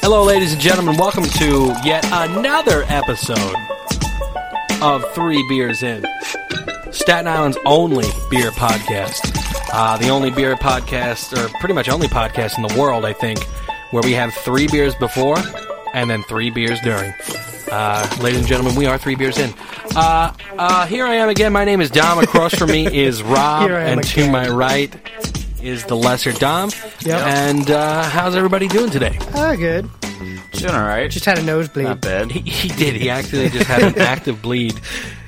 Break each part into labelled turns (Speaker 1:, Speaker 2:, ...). Speaker 1: Hello, ladies and gentlemen. Welcome to yet another episode of Three Beers In, Staten Island's only beer podcast. Uh, the only beer podcast, or pretty much only podcast in the world, I think, where we have three beers before and then three beers during. Uh, ladies and gentlemen, we are three beers in. Uh, uh, here I am again. My name is Dom. Across from me is Rob,
Speaker 2: Here I am
Speaker 1: and to
Speaker 2: again.
Speaker 1: my right is the lesser Dom.
Speaker 2: Yep.
Speaker 1: And uh, how's everybody doing today?
Speaker 2: Ah, good.
Speaker 3: Doing all right.
Speaker 2: Just had a nosebleed.
Speaker 3: not bad.
Speaker 1: He, he did. He actually just had an active bleed,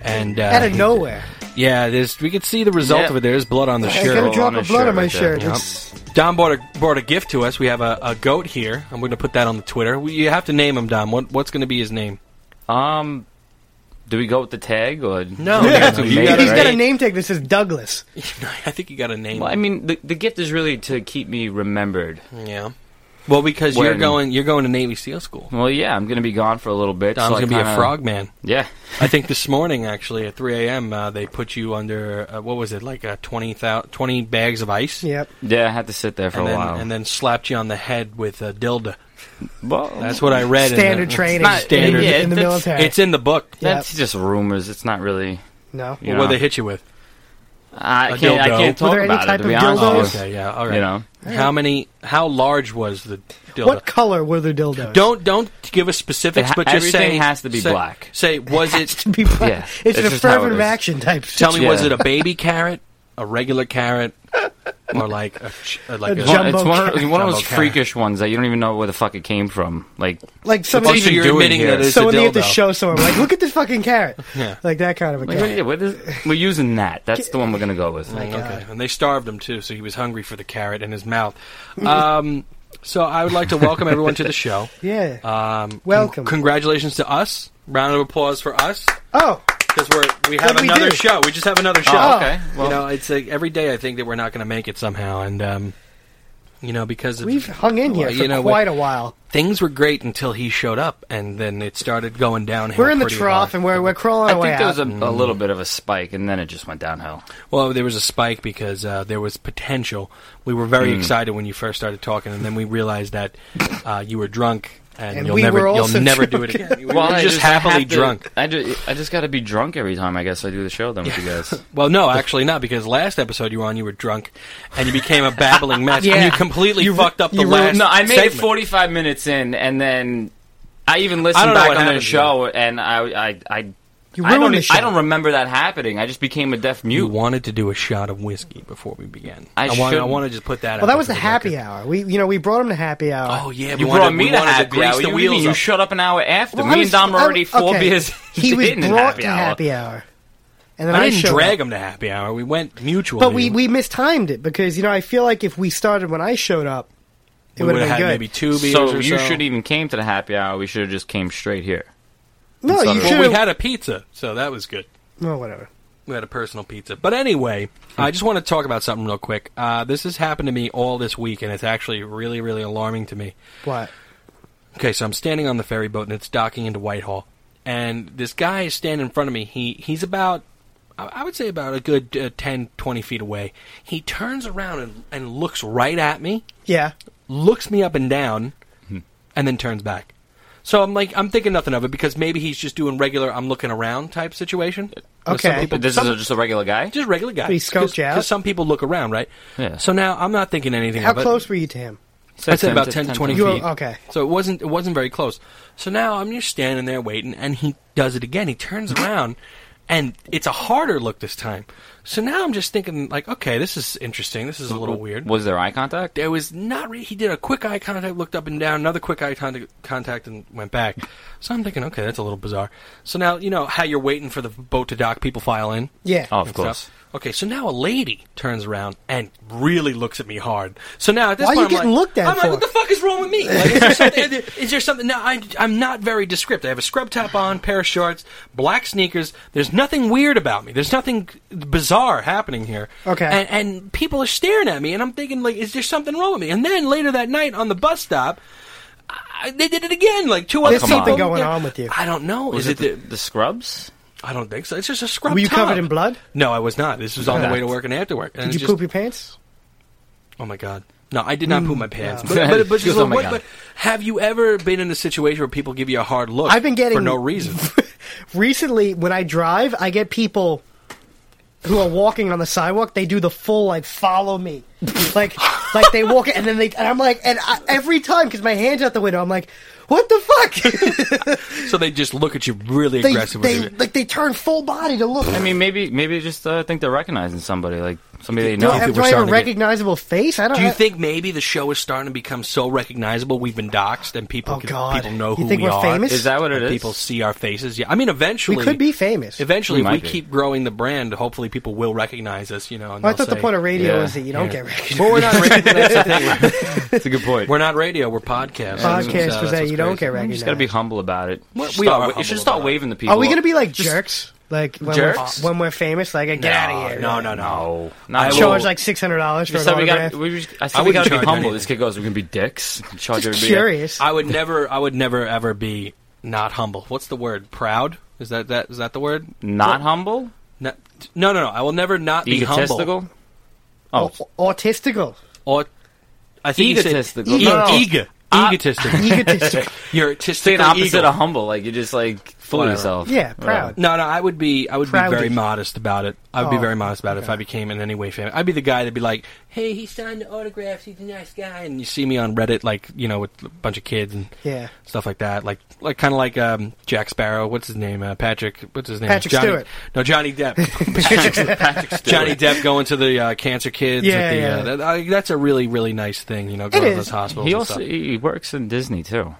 Speaker 1: and uh,
Speaker 2: Out of
Speaker 1: he-
Speaker 2: nowhere.
Speaker 1: Yeah, there's. We could see the result
Speaker 3: Yeah.
Speaker 1: of it. There's blood on the
Speaker 2: I got a
Speaker 1: shirt.
Speaker 2: drop
Speaker 3: on
Speaker 2: of
Speaker 3: his
Speaker 2: blood
Speaker 3: shirt
Speaker 2: on my
Speaker 3: right there.
Speaker 2: shirt.
Speaker 1: Yep.
Speaker 2: It's-
Speaker 1: Dom brought a brought a gift to us. We have a, a goat here. I'm going to put that on the Twitter. We, you have to name him Dom. What what's going to be his name?
Speaker 3: Um, do we go with the tag or
Speaker 1: No.
Speaker 3: We have
Speaker 1: Yeah.
Speaker 3: to
Speaker 1: You
Speaker 3: make
Speaker 1: gotta-
Speaker 3: it,
Speaker 2: He's
Speaker 3: right?
Speaker 2: got a name tag that says Douglas.
Speaker 1: I think you got a name.
Speaker 3: Well, I mean, the, the gift is really to keep me remembered.
Speaker 1: yeah. Well, because you're
Speaker 3: When-
Speaker 1: going you're going to Navy SEAL school.
Speaker 3: Well, yeah, I'm gonna be gone for a little bit.
Speaker 1: Dom's
Speaker 3: so I
Speaker 1: going to be a
Speaker 3: kinda-
Speaker 1: frogman.
Speaker 3: Yeah,
Speaker 1: I think this morning, actually, at 3 a.m., uh, they put you under uh, what was it like uh, 20, thou- 20 bags of ice,
Speaker 2: Yep.
Speaker 3: yeah, Oh, I had to sit there for
Speaker 1: and
Speaker 3: a
Speaker 1: then
Speaker 3: while.
Speaker 1: and then slapped you on the head with a dildo.
Speaker 3: well,
Speaker 1: That's what I read. in
Speaker 2: Standard
Speaker 1: the-
Speaker 2: training.
Speaker 3: not-
Speaker 1: Standard.
Speaker 2: in, the- in the
Speaker 3: Yeah, that's-
Speaker 2: military.
Speaker 1: It's in the book.
Speaker 2: Yep.
Speaker 3: that's just rumors. It's not really.
Speaker 2: no.
Speaker 3: You
Speaker 1: Well, What
Speaker 3: know.
Speaker 1: they hit you with?
Speaker 3: I
Speaker 1: A
Speaker 3: can't. I
Speaker 1: dildo.
Speaker 3: can't
Speaker 2: Were
Speaker 3: talk
Speaker 2: there any
Speaker 3: about
Speaker 2: type
Speaker 3: it. To be
Speaker 2: of
Speaker 3: honest,
Speaker 2: dildos?
Speaker 3: with
Speaker 1: Oh, Okay, yeah, all
Speaker 3: you.
Speaker 1: right.
Speaker 3: you know,
Speaker 1: How many? How large was the dildo?
Speaker 2: What color were the dildos?
Speaker 1: Don't don't give us specifics,
Speaker 3: It ha-
Speaker 1: but just
Speaker 3: everything
Speaker 1: say
Speaker 3: has to be
Speaker 1: say-
Speaker 3: black.
Speaker 1: Say was it?
Speaker 2: To be frank,
Speaker 3: Yeah,
Speaker 2: it's
Speaker 3: that's
Speaker 2: an
Speaker 3: just how it
Speaker 2: affirmative
Speaker 3: is.
Speaker 2: action type.
Speaker 1: Tell me, was
Speaker 3: Yeah.
Speaker 1: it a baby carrot, a regular carrot, or like a, ch- uh, like a,
Speaker 2: A
Speaker 3: It's one-
Speaker 2: Jumbo
Speaker 3: it's one of, it's one of
Speaker 1: Jumbo
Speaker 3: those
Speaker 1: cat.
Speaker 3: freakish ones that you don't even know where the fuck it came from. Like,
Speaker 2: Like
Speaker 1: Oh,
Speaker 2: somebody.
Speaker 1: so
Speaker 3: What's
Speaker 1: you're
Speaker 3: he doing
Speaker 1: admitting
Speaker 3: here?
Speaker 1: that it's
Speaker 2: So
Speaker 1: a
Speaker 2: when they
Speaker 1: dildo.
Speaker 2: have to show someone, like, look at this fucking carrot.
Speaker 1: Yeah.
Speaker 2: Like that kind of a
Speaker 3: like what- yeah,
Speaker 2: carrot.
Speaker 3: what is, we're using that. That's the one we're gonna go with.
Speaker 1: Okay, and they starved him too, so he was hungry for the carrot in his mouth. Um, so I would like to welcome everyone to the show.
Speaker 2: Yeah.
Speaker 3: Uh,
Speaker 1: Um, con-
Speaker 2: Welcome.
Speaker 1: congratulations to us. Round of applause for us.
Speaker 2: oh,
Speaker 1: because we're we have
Speaker 2: What'd we
Speaker 1: another
Speaker 2: do?
Speaker 1: show. We just have another show.
Speaker 3: Oh, okay. Well-
Speaker 1: you know, it's like every day I think that we're not going to make it somehow, and um, you know because of,
Speaker 2: we've hung in here
Speaker 1: Well,
Speaker 2: for
Speaker 1: you know,
Speaker 2: quite
Speaker 1: we-
Speaker 2: a while.
Speaker 1: things were great until he showed up, and then it started going downhill.
Speaker 2: We're in the
Speaker 1: pretty
Speaker 2: trough
Speaker 1: hard.
Speaker 2: and we're, we're crawling
Speaker 3: I
Speaker 2: our way
Speaker 3: think there was
Speaker 2: out.
Speaker 3: a, a little bit of a spike, and then it just went downhill.
Speaker 1: well, there was a spike because uh, there was potential. We were very excited when you first started talking, and then we realized that uh, you were drunk. And,
Speaker 2: And
Speaker 1: you'll
Speaker 2: we
Speaker 1: never,
Speaker 2: were
Speaker 1: you'll
Speaker 2: also
Speaker 1: never
Speaker 2: drunk.
Speaker 1: do it again. We were just, happily drunk.
Speaker 3: I just, I just got to be drunk every time. I guess I do the show then with you guys.
Speaker 1: Well, no, actually not, because last episode you were on, you were drunk, and you became a babbling mess, and you completely fucked up the
Speaker 2: you
Speaker 1: last.
Speaker 2: ruined-
Speaker 3: no, I made
Speaker 1: segment.
Speaker 3: it 45 minutes in, and then I even listened
Speaker 1: don't know what
Speaker 3: back on the
Speaker 1: happened to
Speaker 3: show, and I, I, I,
Speaker 2: You
Speaker 3: I don't, e-
Speaker 2: ruined the show.
Speaker 3: I don't remember that happening. I just became a deaf
Speaker 1: You
Speaker 3: mute.
Speaker 1: wanted to do a shot of whiskey before we began.
Speaker 3: I
Speaker 1: want, I
Speaker 3: shouldn't.
Speaker 1: want to just put that.
Speaker 2: Well, that was the happy hour. We, you know, we brought him to happy hour.
Speaker 1: Oh yeah, we
Speaker 3: you
Speaker 1: wanted,
Speaker 3: brought me
Speaker 1: we
Speaker 3: to
Speaker 1: wanted
Speaker 3: happy
Speaker 1: grease
Speaker 3: hour.
Speaker 1: The
Speaker 3: You,
Speaker 1: wheels
Speaker 3: mean you
Speaker 1: up.
Speaker 3: showed up an hour after?
Speaker 2: Well, I
Speaker 3: me
Speaker 2: was-
Speaker 3: and Dom were
Speaker 2: I-
Speaker 3: already four
Speaker 2: okay.
Speaker 3: beers.
Speaker 2: He was
Speaker 3: in
Speaker 2: brought
Speaker 3: happy
Speaker 2: to
Speaker 3: hour.
Speaker 2: happy hour, and then
Speaker 1: I
Speaker 2: I,
Speaker 1: didn't
Speaker 2: showed
Speaker 1: drag
Speaker 2: up.
Speaker 1: him to happy hour. We went mutually.
Speaker 2: But we we mistimed it because you know I feel like if we started when I showed up, it
Speaker 1: would
Speaker 2: would
Speaker 1: have
Speaker 2: have
Speaker 1: had
Speaker 2: been
Speaker 1: maybe
Speaker 2: good.
Speaker 1: two beers
Speaker 3: So
Speaker 1: or
Speaker 3: you
Speaker 1: so.
Speaker 3: should even came to the happy hour. We should have just came straight here.
Speaker 2: No, you
Speaker 3: Well,
Speaker 2: should.
Speaker 1: Well, we
Speaker 2: have
Speaker 1: had a pizza, so that was good.
Speaker 2: well, whatever.
Speaker 1: We had a personal pizza. But anyway,
Speaker 3: Hmm.
Speaker 1: I just want to talk about something real quick. Uh, this has happened to me all this week, and it's actually really, really alarming to me.
Speaker 2: What?
Speaker 1: Okay, so I'm standing on the ferry boat and it's docking into Whitehall, and this guy is standing in front of me. He he's about I- I would say about a good uh, 10, 20 feet away. He turns around and, and looks right at me,
Speaker 2: Yeah.
Speaker 1: looks me up and down,
Speaker 3: Hmm.
Speaker 1: and then turns back. So I'm like, I'm thinking nothing of it because maybe he's just doing regular, I'm looking around type situation. With some
Speaker 2: Okay.
Speaker 1: people-
Speaker 3: This
Speaker 1: some-
Speaker 3: is just a regular guy.
Speaker 1: just regular guy.
Speaker 2: He scoped
Speaker 1: Because-
Speaker 2: you out?
Speaker 1: because some people look around, right?
Speaker 3: Yeah.
Speaker 1: So now I'm not thinking anything.
Speaker 2: How
Speaker 1: of it.
Speaker 2: close were you to him?
Speaker 1: I said about 10 to 20
Speaker 2: You
Speaker 1: feet.
Speaker 2: were- okay.
Speaker 1: So it wasn't it wasn't very close. So now I'm just standing there waiting, and he does it again. He turns around, and it's a harder look this time. So now I'm just thinking like, okay, this is interesting. This is a little weird.
Speaker 3: Was there eye contact?
Speaker 1: There was not really. He did a quick eye contact, looked up and down, another quick eye contact, contact, and went back. So I'm thinking, okay, that's a little bizarre. So now you know how you're waiting for the boat to dock. People file in.
Speaker 2: Yeah.
Speaker 3: Oh, of
Speaker 1: and
Speaker 3: course.
Speaker 1: stuff. Okay, so now a lady turns around and really looks at me hard. So now at this
Speaker 2: Why are
Speaker 1: point,
Speaker 2: you
Speaker 1: I'm
Speaker 2: getting
Speaker 1: like-
Speaker 2: looked at
Speaker 1: I'm like,
Speaker 2: for?
Speaker 1: what the fuck is wrong with me? Like, is, there something, is there something? No, I, I'm not very descript. I have a scrub top on, pair of shorts, black sneakers. There's nothing weird about me. There's nothing bizarre happening here.
Speaker 2: Okay.
Speaker 1: And, and people are staring at me, and I'm thinking, like, is there something wrong with me? And then later that night on the bus stop. I, they did it again, like two other
Speaker 2: There's something
Speaker 1: people.
Speaker 2: going on with you.
Speaker 1: I don't know.
Speaker 3: Was
Speaker 1: is it?
Speaker 3: it the,
Speaker 1: the,
Speaker 3: the scrubs?
Speaker 1: I don't think so. It's just a scrub.
Speaker 2: Were you
Speaker 1: top.
Speaker 2: covered in blood?
Speaker 1: No, I was not. This was on the
Speaker 3: Okay.
Speaker 1: way to work and after work. And
Speaker 2: Did
Speaker 1: it
Speaker 2: you
Speaker 1: just-
Speaker 2: poop your Mm. pants?
Speaker 1: Oh my god! No, I did not poop my pants.
Speaker 3: no.
Speaker 1: But, but, but,
Speaker 3: She goes,
Speaker 1: so
Speaker 3: "Oh my
Speaker 1: what-
Speaker 3: God."
Speaker 1: but have you ever been in a situation where people give you a hard look?
Speaker 2: I've been getting
Speaker 1: for no reason.
Speaker 2: Recently, when I drive, I get people who are walking on the sidewalk. They do the full like follow me, like like they walk and then they and I'm like and I, every time because my hands out the window, I'm like, what the fuck?
Speaker 1: so they just look at you really
Speaker 2: they,
Speaker 1: aggressively.
Speaker 2: they like they turn full body to look.
Speaker 3: I mean, maybe maybe just uh, think they're recognizing somebody, like somebody they
Speaker 2: do
Speaker 3: know.
Speaker 2: I,
Speaker 1: people
Speaker 2: do
Speaker 1: are
Speaker 2: I have
Speaker 1: starting
Speaker 2: a
Speaker 1: to get-
Speaker 2: recognizable face? I don't.
Speaker 1: do you
Speaker 2: I-
Speaker 1: think maybe the show is starting to become so recognizable we've been doxxed and people
Speaker 2: Oh,
Speaker 1: can-
Speaker 2: God.
Speaker 1: people know
Speaker 2: You
Speaker 1: who
Speaker 2: think
Speaker 1: we
Speaker 2: we're
Speaker 1: are?
Speaker 2: famous?
Speaker 3: Is that what it
Speaker 1: and
Speaker 3: is?
Speaker 1: People see our faces. Yeah, I mean, eventually
Speaker 2: we could be famous?
Speaker 1: Eventually,
Speaker 3: We
Speaker 1: if we
Speaker 3: might be.
Speaker 1: keep growing the brand, hopefully people will recognize us. You know, and
Speaker 2: Well, Oh, I
Speaker 1: they'll
Speaker 2: thought the
Speaker 1: say-
Speaker 2: point of radio
Speaker 3: Yeah,
Speaker 2: is that you don't
Speaker 1: yeah.
Speaker 2: get recognized.
Speaker 1: Well, we're not radio.
Speaker 3: That's a good point.
Speaker 1: we're not radio. We're podcast.
Speaker 2: Podcast
Speaker 1: So
Speaker 2: was
Speaker 1: that's
Speaker 2: that
Speaker 1: what's
Speaker 2: you don't
Speaker 1: crazy.
Speaker 2: get
Speaker 3: You
Speaker 2: recognized.
Speaker 3: just gotta be humble about it.
Speaker 1: Well,
Speaker 3: You should
Speaker 1: we
Speaker 3: start
Speaker 1: are
Speaker 3: wa-
Speaker 1: humble
Speaker 3: You should start
Speaker 1: about it.
Speaker 3: waving to people.
Speaker 2: Are we gonna
Speaker 3: Just-
Speaker 2: be like jerks? Like when,
Speaker 3: Jerks?
Speaker 2: We're, when we're famous, like get out
Speaker 1: No,
Speaker 2: of here.
Speaker 1: No, no, no.
Speaker 3: No,
Speaker 1: I
Speaker 3: not
Speaker 1: will-
Speaker 2: charge like six hundred dollars for
Speaker 3: I said
Speaker 2: an
Speaker 3: we
Speaker 2: autograph.
Speaker 3: got. We just, I
Speaker 1: I
Speaker 3: said we
Speaker 1: wouldn't
Speaker 3: gotta be
Speaker 1: charge
Speaker 3: humble.
Speaker 1: anything.
Speaker 3: This kid goes, "We're gonna be dicks." Charge
Speaker 2: Just
Speaker 3: everybody.
Speaker 2: curious.
Speaker 1: I would never. I would never ever be not humble. What's the word? Proud? Is that that? Is that the word?
Speaker 3: Not humble.
Speaker 1: No, no, no. no. I will never not be humble.
Speaker 3: Egotistical. Oh,
Speaker 2: Au- autistical.
Speaker 1: Or I think
Speaker 3: Egotistical.
Speaker 1: You said,
Speaker 3: No, no.
Speaker 1: Ego.
Speaker 3: Ah.
Speaker 1: Egotistical.
Speaker 2: Egotistical.
Speaker 1: You're
Speaker 3: say the
Speaker 1: artistically
Speaker 3: opposite
Speaker 1: ego.
Speaker 3: of humble. Like you're just like fooling
Speaker 1: Whatever.
Speaker 3: yourself.
Speaker 2: Yeah, proud.
Speaker 1: No, no, I would be I would
Speaker 2: Proud
Speaker 1: be very
Speaker 2: of you.
Speaker 1: modest about it. I would be
Speaker 2: Oh,
Speaker 1: very modest about it if I became in any way famous. I'd be the guy that'd be like, "Hey, he signed the autographs. He's a nice guy." And you see me on Reddit, like you know, with a bunch of kids and
Speaker 2: Yeah.
Speaker 1: stuff like that. Like, like kind of like um, Jack Sparrow. What's his name? Uh, Patrick. What's his name?
Speaker 2: Patrick
Speaker 1: Johnny,
Speaker 2: Stewart.
Speaker 1: No, Johnny Depp. Johnny Depp going to the uh, cancer kids.
Speaker 2: Yeah,
Speaker 1: at the,
Speaker 2: yeah.
Speaker 1: Uh, that, I, that's a really really nice thing. You know, going to
Speaker 2: is.
Speaker 1: those hospitals.
Speaker 3: He
Speaker 1: and
Speaker 3: also
Speaker 1: stuff.
Speaker 3: he works in Disney too.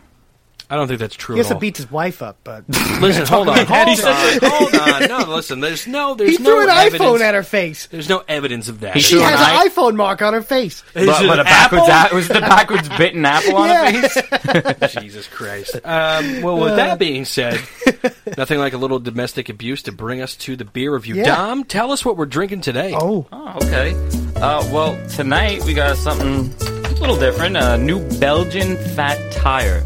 Speaker 1: I don't think that's true.
Speaker 2: He
Speaker 1: at
Speaker 2: also
Speaker 1: all.
Speaker 2: beats his wife up, but
Speaker 1: Listen, hold on, hold
Speaker 2: He's
Speaker 1: on, hold on. No, listen. There's no, there's
Speaker 2: he
Speaker 1: no
Speaker 2: threw an
Speaker 1: evidence-
Speaker 2: iPhone at her face.
Speaker 1: There's no evidence of that.
Speaker 3: He
Speaker 2: She
Speaker 3: Threw an
Speaker 2: has an
Speaker 3: i-
Speaker 2: iPhone mark on her face.
Speaker 1: Is
Speaker 3: but,
Speaker 1: it
Speaker 3: but a
Speaker 1: an
Speaker 3: backwards
Speaker 1: apple?
Speaker 3: apple? was it the backwards bitten apple on
Speaker 2: Yeah.
Speaker 3: it?
Speaker 1: Jesus Christ. Um, well, with
Speaker 2: Uh.
Speaker 1: that being said, nothing like a little domestic abuse to bring us to the beer review.
Speaker 2: Yeah.
Speaker 1: Dom, tell us what we're drinking today.
Speaker 2: Oh,
Speaker 3: Oh, okay. Uh, well, tonight we got something a little different. A new Belgian fat tire.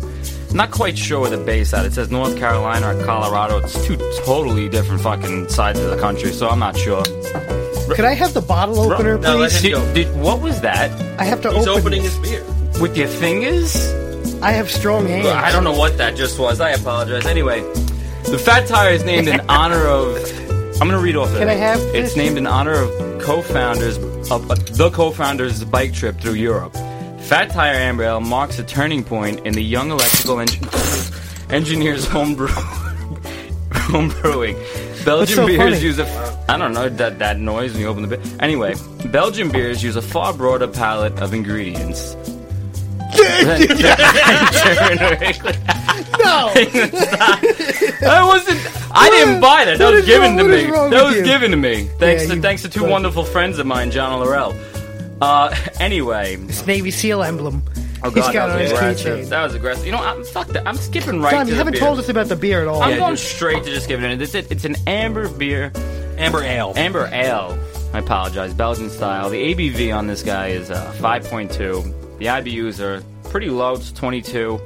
Speaker 3: Not quite sure where the base at. It says North Carolina or Colorado. It's two totally different fucking sides of the country, so I'm not sure.
Speaker 2: could I have the bottle opener,
Speaker 1: No, let
Speaker 2: please?
Speaker 1: him- go.
Speaker 3: Did, did, what was that?
Speaker 2: I have to
Speaker 1: He's
Speaker 2: open.
Speaker 1: opening
Speaker 2: this.
Speaker 1: his beer.
Speaker 3: With your fingers?
Speaker 2: I have strong hands.
Speaker 3: I don't know what that just was. I apologize. Anyway, the fat tire is named in honor of. I'm gonna read off.
Speaker 2: Can I have this?
Speaker 3: It's named in honor of co-founders of uh, the co-founders' bike trip through Europe. Fat Tire Amber Ale marks a turning point in the young electrical eng- engineers homebrew homebrewing. Belgian
Speaker 2: so
Speaker 3: beers
Speaker 2: funny?
Speaker 3: use a f- I don't know that that noise when you open the beer. Anyway, Belgian beers use a far broader palette of ingredients.
Speaker 2: No,
Speaker 3: That wasn't. I didn't buy that. That
Speaker 2: what
Speaker 3: was
Speaker 2: is
Speaker 3: given
Speaker 2: wrong-
Speaker 3: to
Speaker 2: what is
Speaker 3: me.
Speaker 2: wrong
Speaker 3: That
Speaker 2: with
Speaker 3: was
Speaker 2: you?
Speaker 3: given to me. Thanks
Speaker 2: Yeah,
Speaker 3: to
Speaker 2: you
Speaker 3: thanks to two
Speaker 2: fuck.
Speaker 3: wonderful friends of mine, John and Laurel. Uh, anyway,
Speaker 2: it's Navy SEAL emblem.
Speaker 3: oh
Speaker 2: He's got it
Speaker 3: god, that
Speaker 2: on his
Speaker 3: was aggressive.
Speaker 2: keychain.
Speaker 3: That was aggressive. You know, I'm fuck that. I'm skipping right
Speaker 2: Tom,
Speaker 3: to
Speaker 2: you
Speaker 3: the
Speaker 2: haven't
Speaker 3: beer.
Speaker 2: told us about the beer at all.
Speaker 3: I'm going
Speaker 1: just-
Speaker 3: straight to just giving it. It's, it's an amber beer,
Speaker 1: Amber Ale.
Speaker 3: amber ale. I apologize, Belgian style. The ABV on this guy is uh, 5.2. The IBUs are pretty low. It's 22,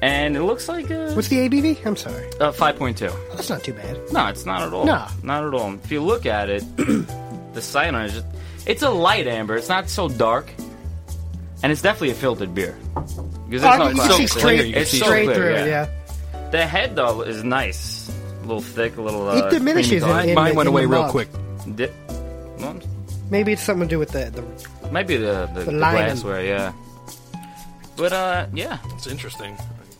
Speaker 3: and it looks like a,
Speaker 2: What's the ABV? I'm sorry,
Speaker 3: a 5.2.
Speaker 2: that's not too bad.
Speaker 3: No, it's not at all.
Speaker 2: No.
Speaker 3: Not at all. If you look at it, the cyanide is just. It's a light amber. It's not so dark. And it's definitely a filtered beer. Because it's
Speaker 2: Oh, I
Speaker 3: no
Speaker 2: mean, you
Speaker 3: cloud.
Speaker 2: see
Speaker 1: so
Speaker 2: straight,
Speaker 1: clear, you can
Speaker 3: It's
Speaker 1: see
Speaker 3: so
Speaker 2: straight
Speaker 3: clear,
Speaker 2: through.
Speaker 3: yeah.
Speaker 2: Yeah,
Speaker 3: The head, though, is nice. A little thick, a little.
Speaker 2: It
Speaker 3: Uh,
Speaker 2: diminishes
Speaker 3: creamy
Speaker 2: in-
Speaker 1: Mine went
Speaker 2: in
Speaker 1: away
Speaker 2: the
Speaker 1: real
Speaker 2: mug.
Speaker 1: quick.
Speaker 3: color. Di- well,
Speaker 2: maybe it's something to do with the, the
Speaker 3: might be the, the, the,
Speaker 2: lining.
Speaker 3: glassware, yeah. But, uh, yeah.
Speaker 1: It's interesting.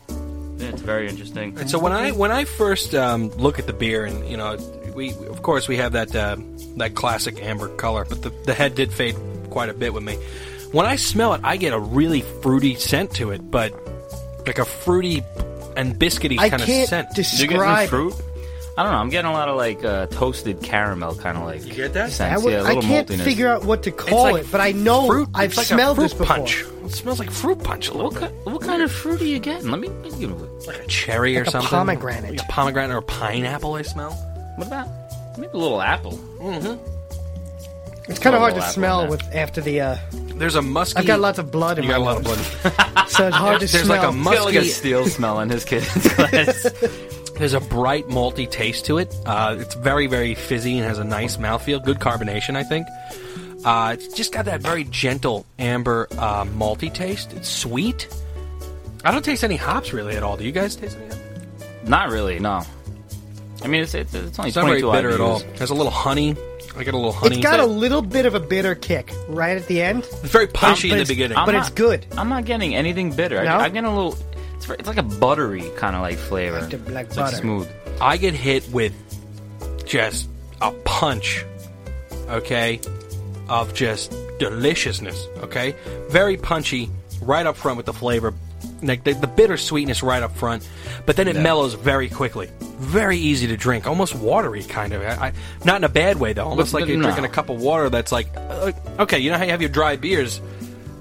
Speaker 3: yeah, It's very interesting.
Speaker 1: And so when I when I first um, look at the beer, and you know, we of course we have that uh, that classic amber color, but the, the head did fade quite a bit with me. When I smell it, I get a really fruity scent to it, but like a fruity and biscuity
Speaker 2: I
Speaker 1: kind of
Speaker 2: can't
Speaker 1: scent.
Speaker 3: Do you get any
Speaker 2: describe.
Speaker 3: fruit? I don't know. I'm getting a lot of, like, uh, toasted caramel kind of, like. You
Speaker 1: get that?
Speaker 2: I,
Speaker 3: Sense.
Speaker 2: would,
Speaker 3: yeah, a
Speaker 2: I
Speaker 3: little
Speaker 2: can't
Speaker 3: maltiness.
Speaker 2: figure out what to call
Speaker 1: like
Speaker 2: it, but I know
Speaker 1: fruit.
Speaker 2: I've
Speaker 1: it's like
Speaker 2: smelled
Speaker 1: a fruit
Speaker 2: this before.
Speaker 1: punch. It smells like fruit punch a little
Speaker 3: What,
Speaker 1: bit,
Speaker 3: ki- what kind of fruit are you getting? Let me, let me give it a look.
Speaker 1: like a cherry or
Speaker 2: a
Speaker 1: something.
Speaker 2: pomegranate.
Speaker 1: Like a pomegranate or pineapple. I smell.
Speaker 3: What about maybe a little apple?
Speaker 2: It's kind of hard to
Speaker 3: Apple,
Speaker 2: smell
Speaker 3: yeah.
Speaker 2: with after the. Uh,
Speaker 1: There's a musky.
Speaker 2: I've got lots of blood in
Speaker 1: You
Speaker 2: my
Speaker 1: got a lot of
Speaker 2: nose,
Speaker 1: blood.
Speaker 2: so it's hard to
Speaker 1: There's
Speaker 2: smell.
Speaker 1: like a
Speaker 3: Must got like a
Speaker 1: musky
Speaker 3: steel smell in his kid's glass.
Speaker 1: There's a bright malty taste to it. Uh, it's very, very fizzy and has a nice mouthfeel. Good carbonation, I think. Uh, it's just got that very gentle amber uh, malty taste. It's sweet. I don't taste any hops really at all. Do you guys taste any? Hops?
Speaker 3: Not really, no. I mean, it's it's, it's only
Speaker 1: It's not very
Speaker 3: 22
Speaker 1: bitter at all.
Speaker 3: IBUs.
Speaker 1: It has a little honey. I get a little honey.
Speaker 2: It's got a
Speaker 1: It's
Speaker 2: little bit of a bitter kick right at the end,
Speaker 1: very punchy
Speaker 2: but
Speaker 1: in the
Speaker 2: it's-
Speaker 1: beginning.
Speaker 2: but
Speaker 3: I'm
Speaker 2: it's good.
Speaker 3: I'm not getting anything bitter.
Speaker 2: No?
Speaker 3: I, I'm getting a little. It's, ver- it's like a buttery kind of like flavor.
Speaker 2: Like the black
Speaker 3: it's like
Speaker 2: butter.
Speaker 3: smooth.
Speaker 1: I get hit with just a punch, okay, of just deliciousness, okay? Very punchy right up front with the flavor, like the, the bitter sweetness right up front, but then it mellows very quickly. Very easy to drink, almost watery kind of. I, I, not in a bad way though, almost
Speaker 3: But-
Speaker 1: like
Speaker 3: but
Speaker 1: you're
Speaker 3: no.
Speaker 1: drinking a cup of water that's like, uh, okay, you know how you have your dry beers.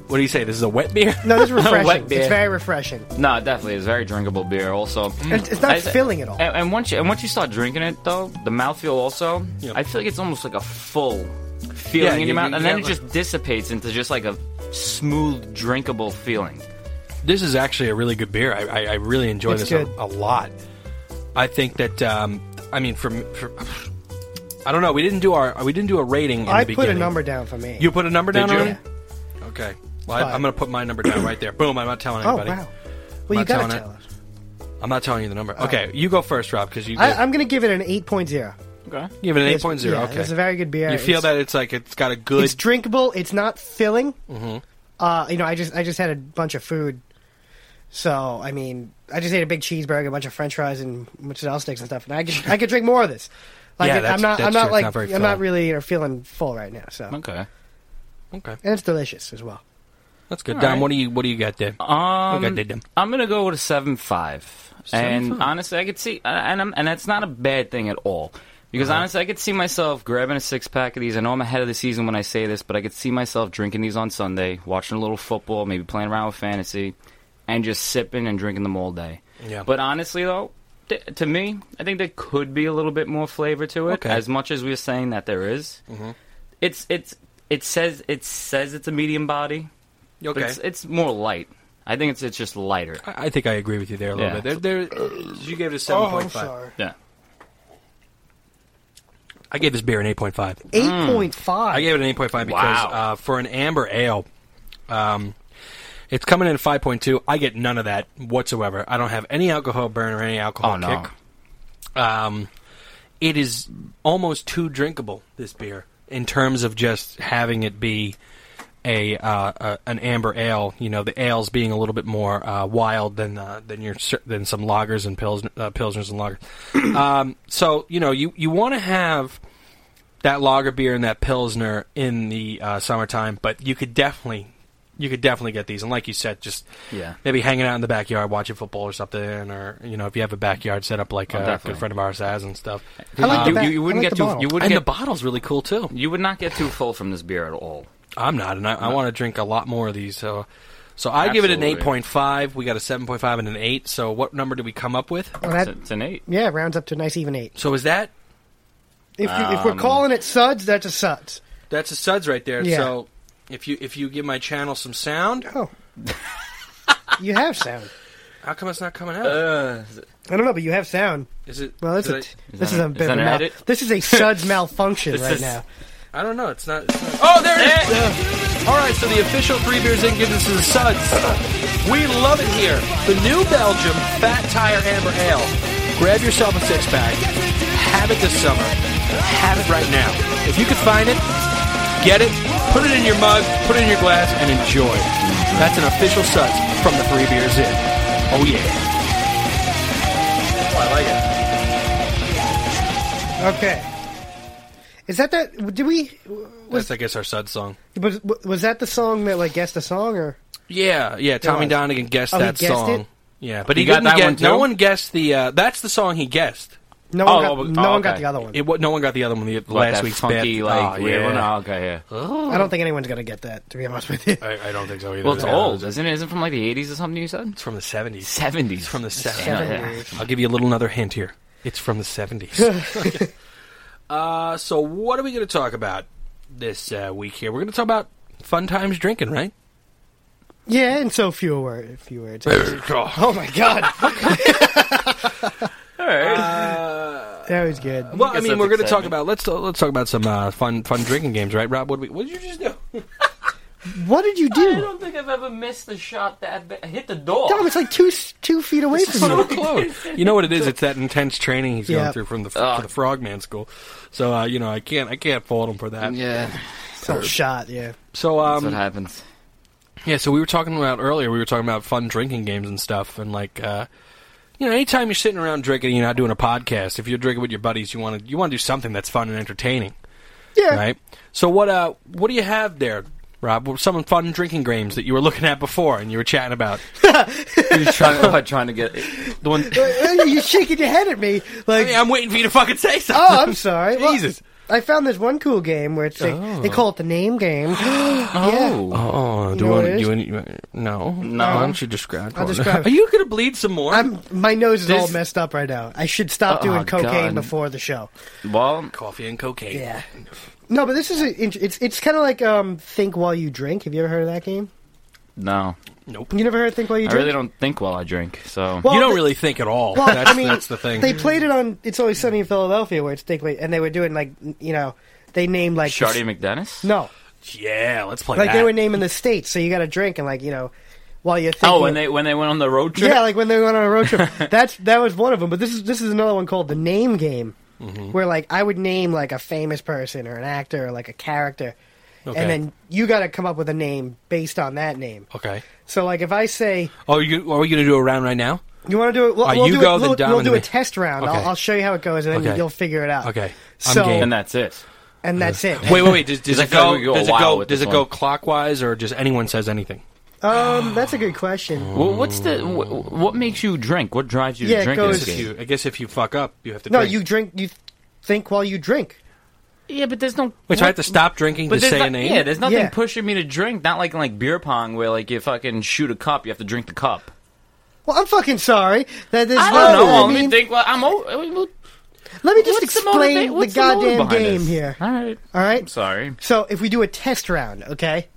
Speaker 1: What do you say? This is a wet beer?
Speaker 2: No, this is
Speaker 3: Wet
Speaker 2: refreshing.
Speaker 3: beer.
Speaker 2: it's very refreshing.
Speaker 3: No, it definitely. It's very drinkable beer. Also, Mm.
Speaker 2: It's- it's not
Speaker 3: I-
Speaker 2: filling at all.
Speaker 3: And, and once you and once you start drinking it, though, the mouthfeel also.
Speaker 1: Yep.
Speaker 3: I feel like it's almost like a full feeling
Speaker 1: Yeah,
Speaker 3: in
Speaker 1: you-
Speaker 3: your mouth,
Speaker 1: you
Speaker 3: and then
Speaker 1: get
Speaker 3: it
Speaker 1: like-
Speaker 3: just dissipates into just like a smooth, drinkable feeling.
Speaker 1: this is actually a really good beer. I, I, I really enjoy
Speaker 2: It's
Speaker 1: this a,
Speaker 2: good.
Speaker 1: a lot. I think that um, I mean from, from I don't know. We didn't do our we didn't do a rating. In
Speaker 2: I
Speaker 1: the
Speaker 2: put a
Speaker 1: beginning.
Speaker 2: number down for me.
Speaker 1: You put a number down
Speaker 3: Did you?
Speaker 1: on it. Okay. Well, I,
Speaker 2: Five.
Speaker 1: I'm going to put my number down right there. Boom! I'm not telling
Speaker 2: oh
Speaker 1: anybody.
Speaker 2: wow. Well, you
Speaker 1: not
Speaker 2: gotta
Speaker 1: telling it.
Speaker 2: tell us.
Speaker 1: I'm not telling you the number. Okay, you go first, Rob, because you
Speaker 2: I, I'm gonna give it an 8.0.
Speaker 3: Okay.
Speaker 1: give it an
Speaker 2: Yes,
Speaker 1: 8.0.
Speaker 2: yeah,
Speaker 1: okay,
Speaker 2: it's a very good beer.
Speaker 1: You feel
Speaker 2: It's-
Speaker 1: that it's like it's Mm-hmm. got a good.
Speaker 2: It's drinkable. It's not filling. Uh, you know, I just I just had a bunch of food, so I mean, I just ate a big cheeseburger, a bunch of French fries, and mozzarella sticks and stuff. And I could I could drink more of this. Like
Speaker 1: Yeah,
Speaker 2: it-
Speaker 1: that's-
Speaker 2: I'm not
Speaker 1: that's
Speaker 2: I'm
Speaker 1: true.
Speaker 2: not
Speaker 1: It's
Speaker 2: like
Speaker 1: not very
Speaker 2: I'm not
Speaker 1: filling.
Speaker 2: really you know, feeling full right now. So and
Speaker 3: Okay.
Speaker 1: okay,
Speaker 2: it's delicious as well.
Speaker 1: that's good.
Speaker 3: All
Speaker 1: Dom,
Speaker 3: right.
Speaker 1: what do you what do you got there?
Speaker 3: Um,
Speaker 1: Okay, did them.
Speaker 3: I'm gonna go with a seven five, and
Speaker 1: 7.5.
Speaker 3: honestly, I could see, uh, and I'm, and that's not a bad thing at all. Because
Speaker 1: Uh-huh.
Speaker 3: honestly, I could see myself grabbing a six pack of these. I know I'm ahead of the season when I say this, but I could see myself drinking these on Sunday, watching a little football, maybe playing around with fantasy, and just sipping and drinking them all day.
Speaker 1: Yeah.
Speaker 3: But honestly, though, th- to me, I think there could be a little bit more flavor to it.
Speaker 1: Okay. Mm-hmm.
Speaker 3: As much as we're saying that there is. it's it's it says it says it's a medium body. But
Speaker 1: Okay,
Speaker 3: It's, it's more light. I think it's it's just lighter.
Speaker 1: I, I think I agree with you there a little
Speaker 3: Yeah.
Speaker 1: bit. There, there, you gave it a
Speaker 2: Oh,
Speaker 1: seven point five.
Speaker 3: Yeah.
Speaker 1: I gave this beer an eight point five.
Speaker 2: Eight point five.
Speaker 1: Mm. I gave it an 8.5 because
Speaker 3: Wow.
Speaker 1: uh, for an amber ale, um, it's coming in at 5.2. I get none of that whatsoever. I don't have any alcohol burn or any alcohol
Speaker 3: Oh, no.
Speaker 1: kick. Um, it is almost too drinkable, this beer, in terms of just having it be a, uh, a an amber ale. You know, the ales being a little bit more uh, wild than uh, than your cer- than some lagers and pils- uh, pilsners and lagers. um, so you know, you you want to have that lager beer and that pilsner in the uh, summertime, but you could definitely. You could definitely get these, and like you said, just
Speaker 3: Yeah.
Speaker 1: maybe hanging out in the backyard watching football or something, or you know, if you have a backyard set up like
Speaker 3: Oh,
Speaker 1: uh, a
Speaker 3: definitely.
Speaker 1: good friend of ours has and stuff.
Speaker 2: I like
Speaker 3: you,
Speaker 2: the back-
Speaker 3: you, you wouldn't
Speaker 2: I like
Speaker 3: get
Speaker 2: the
Speaker 3: too
Speaker 2: bottle.
Speaker 3: you wouldn't
Speaker 1: And the
Speaker 3: get
Speaker 1: bottle's really cool too.
Speaker 3: you would not get too full from this beer at all.
Speaker 1: I'm not, and I, I want to drink a lot more of these. So, so I give it an eight
Speaker 3: Absolutely.
Speaker 1: point five. We got a seven point five and an eight. So, what number did we come up with?
Speaker 2: Well,
Speaker 3: It's,
Speaker 2: that-
Speaker 3: a- it's an eight.
Speaker 2: yeah, rounds up to a nice even eight.
Speaker 1: So, is that
Speaker 2: If, you,
Speaker 1: Um.
Speaker 2: if we're calling it suds, that's a suds.
Speaker 1: that's a suds right there?
Speaker 2: Yeah.
Speaker 1: So, if you if you give my channel some sound,
Speaker 2: Oh, you have sound.
Speaker 1: how come it's not coming out?
Speaker 3: Uh,
Speaker 2: I don't know, but you have sound.
Speaker 1: is it?
Speaker 2: Well, that's
Speaker 1: did
Speaker 2: a,
Speaker 1: I-
Speaker 2: this
Speaker 3: that-
Speaker 2: is a
Speaker 3: is
Speaker 2: bit of
Speaker 3: that
Speaker 2: a
Speaker 3: an
Speaker 2: mal-
Speaker 3: edit?
Speaker 2: This is a suds malfunction
Speaker 3: This
Speaker 2: right
Speaker 3: is-
Speaker 2: now.
Speaker 1: I don't know. It's not. It's not oh, there it is. All right. So the official three beers in gives us the suds. We love it here. The new Belgium Fat Tire Amber Ale. Grab yourself a six pack. Have it this summer. Have it right now. If you could find it, get it. Put it in your mug. Put it in your glass and enjoy. That's an official suds from the three beers in. Oh yeah. Oh, I like it.
Speaker 2: Okay. Is that that? Did we?
Speaker 1: That's, I guess, our suds song.
Speaker 2: Was was that the song that like guessed the song or?
Speaker 1: Yeah, yeah. Tommy
Speaker 2: was.
Speaker 1: Donegan guessed
Speaker 2: Oh, he
Speaker 1: that
Speaker 2: guessed
Speaker 1: song.
Speaker 2: it?
Speaker 1: Yeah, but he,
Speaker 3: You got
Speaker 1: didn't
Speaker 3: that
Speaker 1: get.
Speaker 3: one,
Speaker 1: No
Speaker 3: too?
Speaker 1: one guessed the. Uh, that's the song he guessed.
Speaker 2: No one got,
Speaker 3: Oh, oh,
Speaker 2: no one got
Speaker 3: okay.
Speaker 2: the other one.
Speaker 1: It. wa- No one got the other one. The
Speaker 3: Like
Speaker 1: last
Speaker 3: that
Speaker 1: week's
Speaker 3: funky,
Speaker 1: bad.
Speaker 3: like
Speaker 1: Oh,
Speaker 3: weird
Speaker 1: yeah.
Speaker 3: one. Oh, okay, yeah.
Speaker 2: I don't think anyone's gonna get that. To be honest with you,
Speaker 1: I, I don't think so either.
Speaker 3: Well, it's
Speaker 1: Yeah.
Speaker 3: old, isn't it? Isn't it from like the eighties or something? You said
Speaker 1: It's from the seventies.
Speaker 3: seventies.
Speaker 1: From the seventies.
Speaker 2: Seven
Speaker 3: yeah.
Speaker 2: years.
Speaker 1: I'll give you a little another hint here. It's from the seventies. uh, so what are we going to talk about this uh, week here? We're going to talk about fun times drinking, right?
Speaker 2: yeah, and so few were few words.
Speaker 1: oh my god!
Speaker 2: God,
Speaker 3: All right.
Speaker 2: it That was good.
Speaker 1: Well, I,
Speaker 3: guess
Speaker 1: mean,
Speaker 3: that's
Speaker 1: we're going to talk
Speaker 3: exciting.
Speaker 1: about let's let's talk about some uh, fun fun drinking games, right, Rob? What did we what did you just do?
Speaker 2: What did you
Speaker 3: I
Speaker 2: do?
Speaker 3: don't think I've ever missed a shot that I hit the door.
Speaker 2: Dom, it's like two s- two feet away from
Speaker 1: so
Speaker 2: you.
Speaker 1: close. You know what it is? It's that intense training he's
Speaker 2: Yeah.
Speaker 1: going through from the
Speaker 3: Ugh.
Speaker 1: for the Frogman School. So uh, you know, I can't I can't fault him for that.
Speaker 3: Yeah,
Speaker 2: So shot, yeah.
Speaker 1: So
Speaker 3: that's what
Speaker 1: um,
Speaker 3: happens.
Speaker 1: yeah. So we were talking about earlier. We were talking about fun drinking games and stuff, and like. Uh, you know, anytime you're sitting around drinking, you're not doing a podcast. If you're drinking with your buddies, you want to you want to do something that's fun and entertaining,
Speaker 2: Yeah.
Speaker 1: right? So what uh what do you have there, Rob? What were Some fun drinking games that you were looking at before and you were chatting about.
Speaker 3: You're trying, oh, I'm trying to get the one.
Speaker 2: Uh, You're shaking your head at me. Like,
Speaker 1: Hey, I'm waiting for you to fucking say something.
Speaker 2: oh, I'm sorry. Well,
Speaker 1: Jesus.
Speaker 2: I found this one cool game where it's like, they call it the name game. yeah.
Speaker 3: Oh,
Speaker 1: Oh, do
Speaker 2: know
Speaker 1: you
Speaker 2: what
Speaker 1: want
Speaker 2: it
Speaker 1: you, any- you no no? Why don't you describe?
Speaker 2: I'll
Speaker 1: one?
Speaker 2: describe.
Speaker 1: Are you gonna bleed some more?
Speaker 2: I'm, my nose is all
Speaker 3: This-
Speaker 2: messed up right now. I should stop
Speaker 3: Oh,
Speaker 2: doing cocaine
Speaker 3: God.
Speaker 2: before the show.
Speaker 3: well,
Speaker 1: Coffee and cocaine.
Speaker 2: Yeah. No, but this is a, int- it's it's kind of like um, think while you drink. Have you ever heard of that game?
Speaker 3: no,
Speaker 1: Nope.
Speaker 2: You never heard of think while you
Speaker 3: I
Speaker 2: drink?
Speaker 3: really don't think while I drink. So
Speaker 2: Well,
Speaker 1: you don't
Speaker 2: the-
Speaker 1: really think at all.
Speaker 2: Well,
Speaker 1: that's,
Speaker 2: I mean,
Speaker 1: that's the thing.
Speaker 2: They played it on It's Always Sunny in Philadelphia, where it's think wait, and they were doing like n- you know they named like the
Speaker 3: Shardy McDennis.
Speaker 2: s- no,
Speaker 1: yeah, let's play
Speaker 2: like
Speaker 1: that.
Speaker 2: they were naming the states, so you got to drink and like you know while you're thinking.
Speaker 3: Oh, when they when they went on the road trip.
Speaker 2: yeah, like when they went on a road trip. That's that was one of them. But this is this is another one called the name game,
Speaker 1: Mm-hmm.
Speaker 2: where like I would name like a famous person or an actor or like a character,
Speaker 1: Okay.
Speaker 2: and then you got to come up with a name based on that name.
Speaker 1: okay.
Speaker 2: So like if I say
Speaker 1: Oh, you, are we gonna do a round right now?
Speaker 2: you want to do it, we'll,
Speaker 1: All right,
Speaker 2: we'll
Speaker 1: you
Speaker 2: do
Speaker 1: go,
Speaker 2: it,
Speaker 1: then
Speaker 2: we'll,
Speaker 1: Dom
Speaker 2: we'll
Speaker 1: and
Speaker 2: do
Speaker 1: me.
Speaker 2: a test round.
Speaker 1: Okay.
Speaker 2: I'll, I'll show you how it goes, and then
Speaker 1: Okay.
Speaker 2: you'll figure it out.
Speaker 1: Okay. I'm
Speaker 2: So
Speaker 1: game.
Speaker 3: and that's it.
Speaker 2: and that's it.
Speaker 1: Wait, wait, wait. Does, does
Speaker 3: Because I
Speaker 1: it
Speaker 3: feel like
Speaker 1: go?
Speaker 3: we could go a
Speaker 1: does it
Speaker 3: while
Speaker 1: go?
Speaker 3: with
Speaker 1: Does
Speaker 3: this
Speaker 1: it go
Speaker 3: one.
Speaker 1: clockwise or just anyone says anything?
Speaker 2: Um, that's a good
Speaker 1: Oh,
Speaker 2: question.
Speaker 3: Well, what's the wh- what makes you drink? What drives you
Speaker 2: Yeah, it
Speaker 3: to drink? in
Speaker 2: goes-
Speaker 3: this
Speaker 1: If
Speaker 3: game?
Speaker 1: you, I guess if you fuck up, you have to.
Speaker 2: No,
Speaker 1: drink.
Speaker 2: you drink. You think while you drink.
Speaker 3: Yeah, but there's no.
Speaker 1: Wait, so I have to stop drinking to
Speaker 3: there's
Speaker 1: say
Speaker 3: not-
Speaker 1: a name.
Speaker 3: Yeah, there's nothing
Speaker 2: Yeah.
Speaker 3: pushing me to drink. Not like in like beer pong where like you fucking shoot a cup, you have to drink the cup.
Speaker 2: Well, I'm fucking sorry that there's
Speaker 3: I
Speaker 2: no.
Speaker 3: don't know.
Speaker 2: I
Speaker 3: let me
Speaker 2: mean,
Speaker 3: think. Well, I'm. o- I mean, well,
Speaker 2: let me just
Speaker 3: what's the motiva-
Speaker 2: explain the,
Speaker 3: what's motive
Speaker 2: goddamn
Speaker 3: behind
Speaker 2: game
Speaker 3: this?
Speaker 2: here.
Speaker 3: All right.
Speaker 2: All
Speaker 3: I'm
Speaker 2: right.
Speaker 3: sorry.
Speaker 2: So if we do a test round, okay,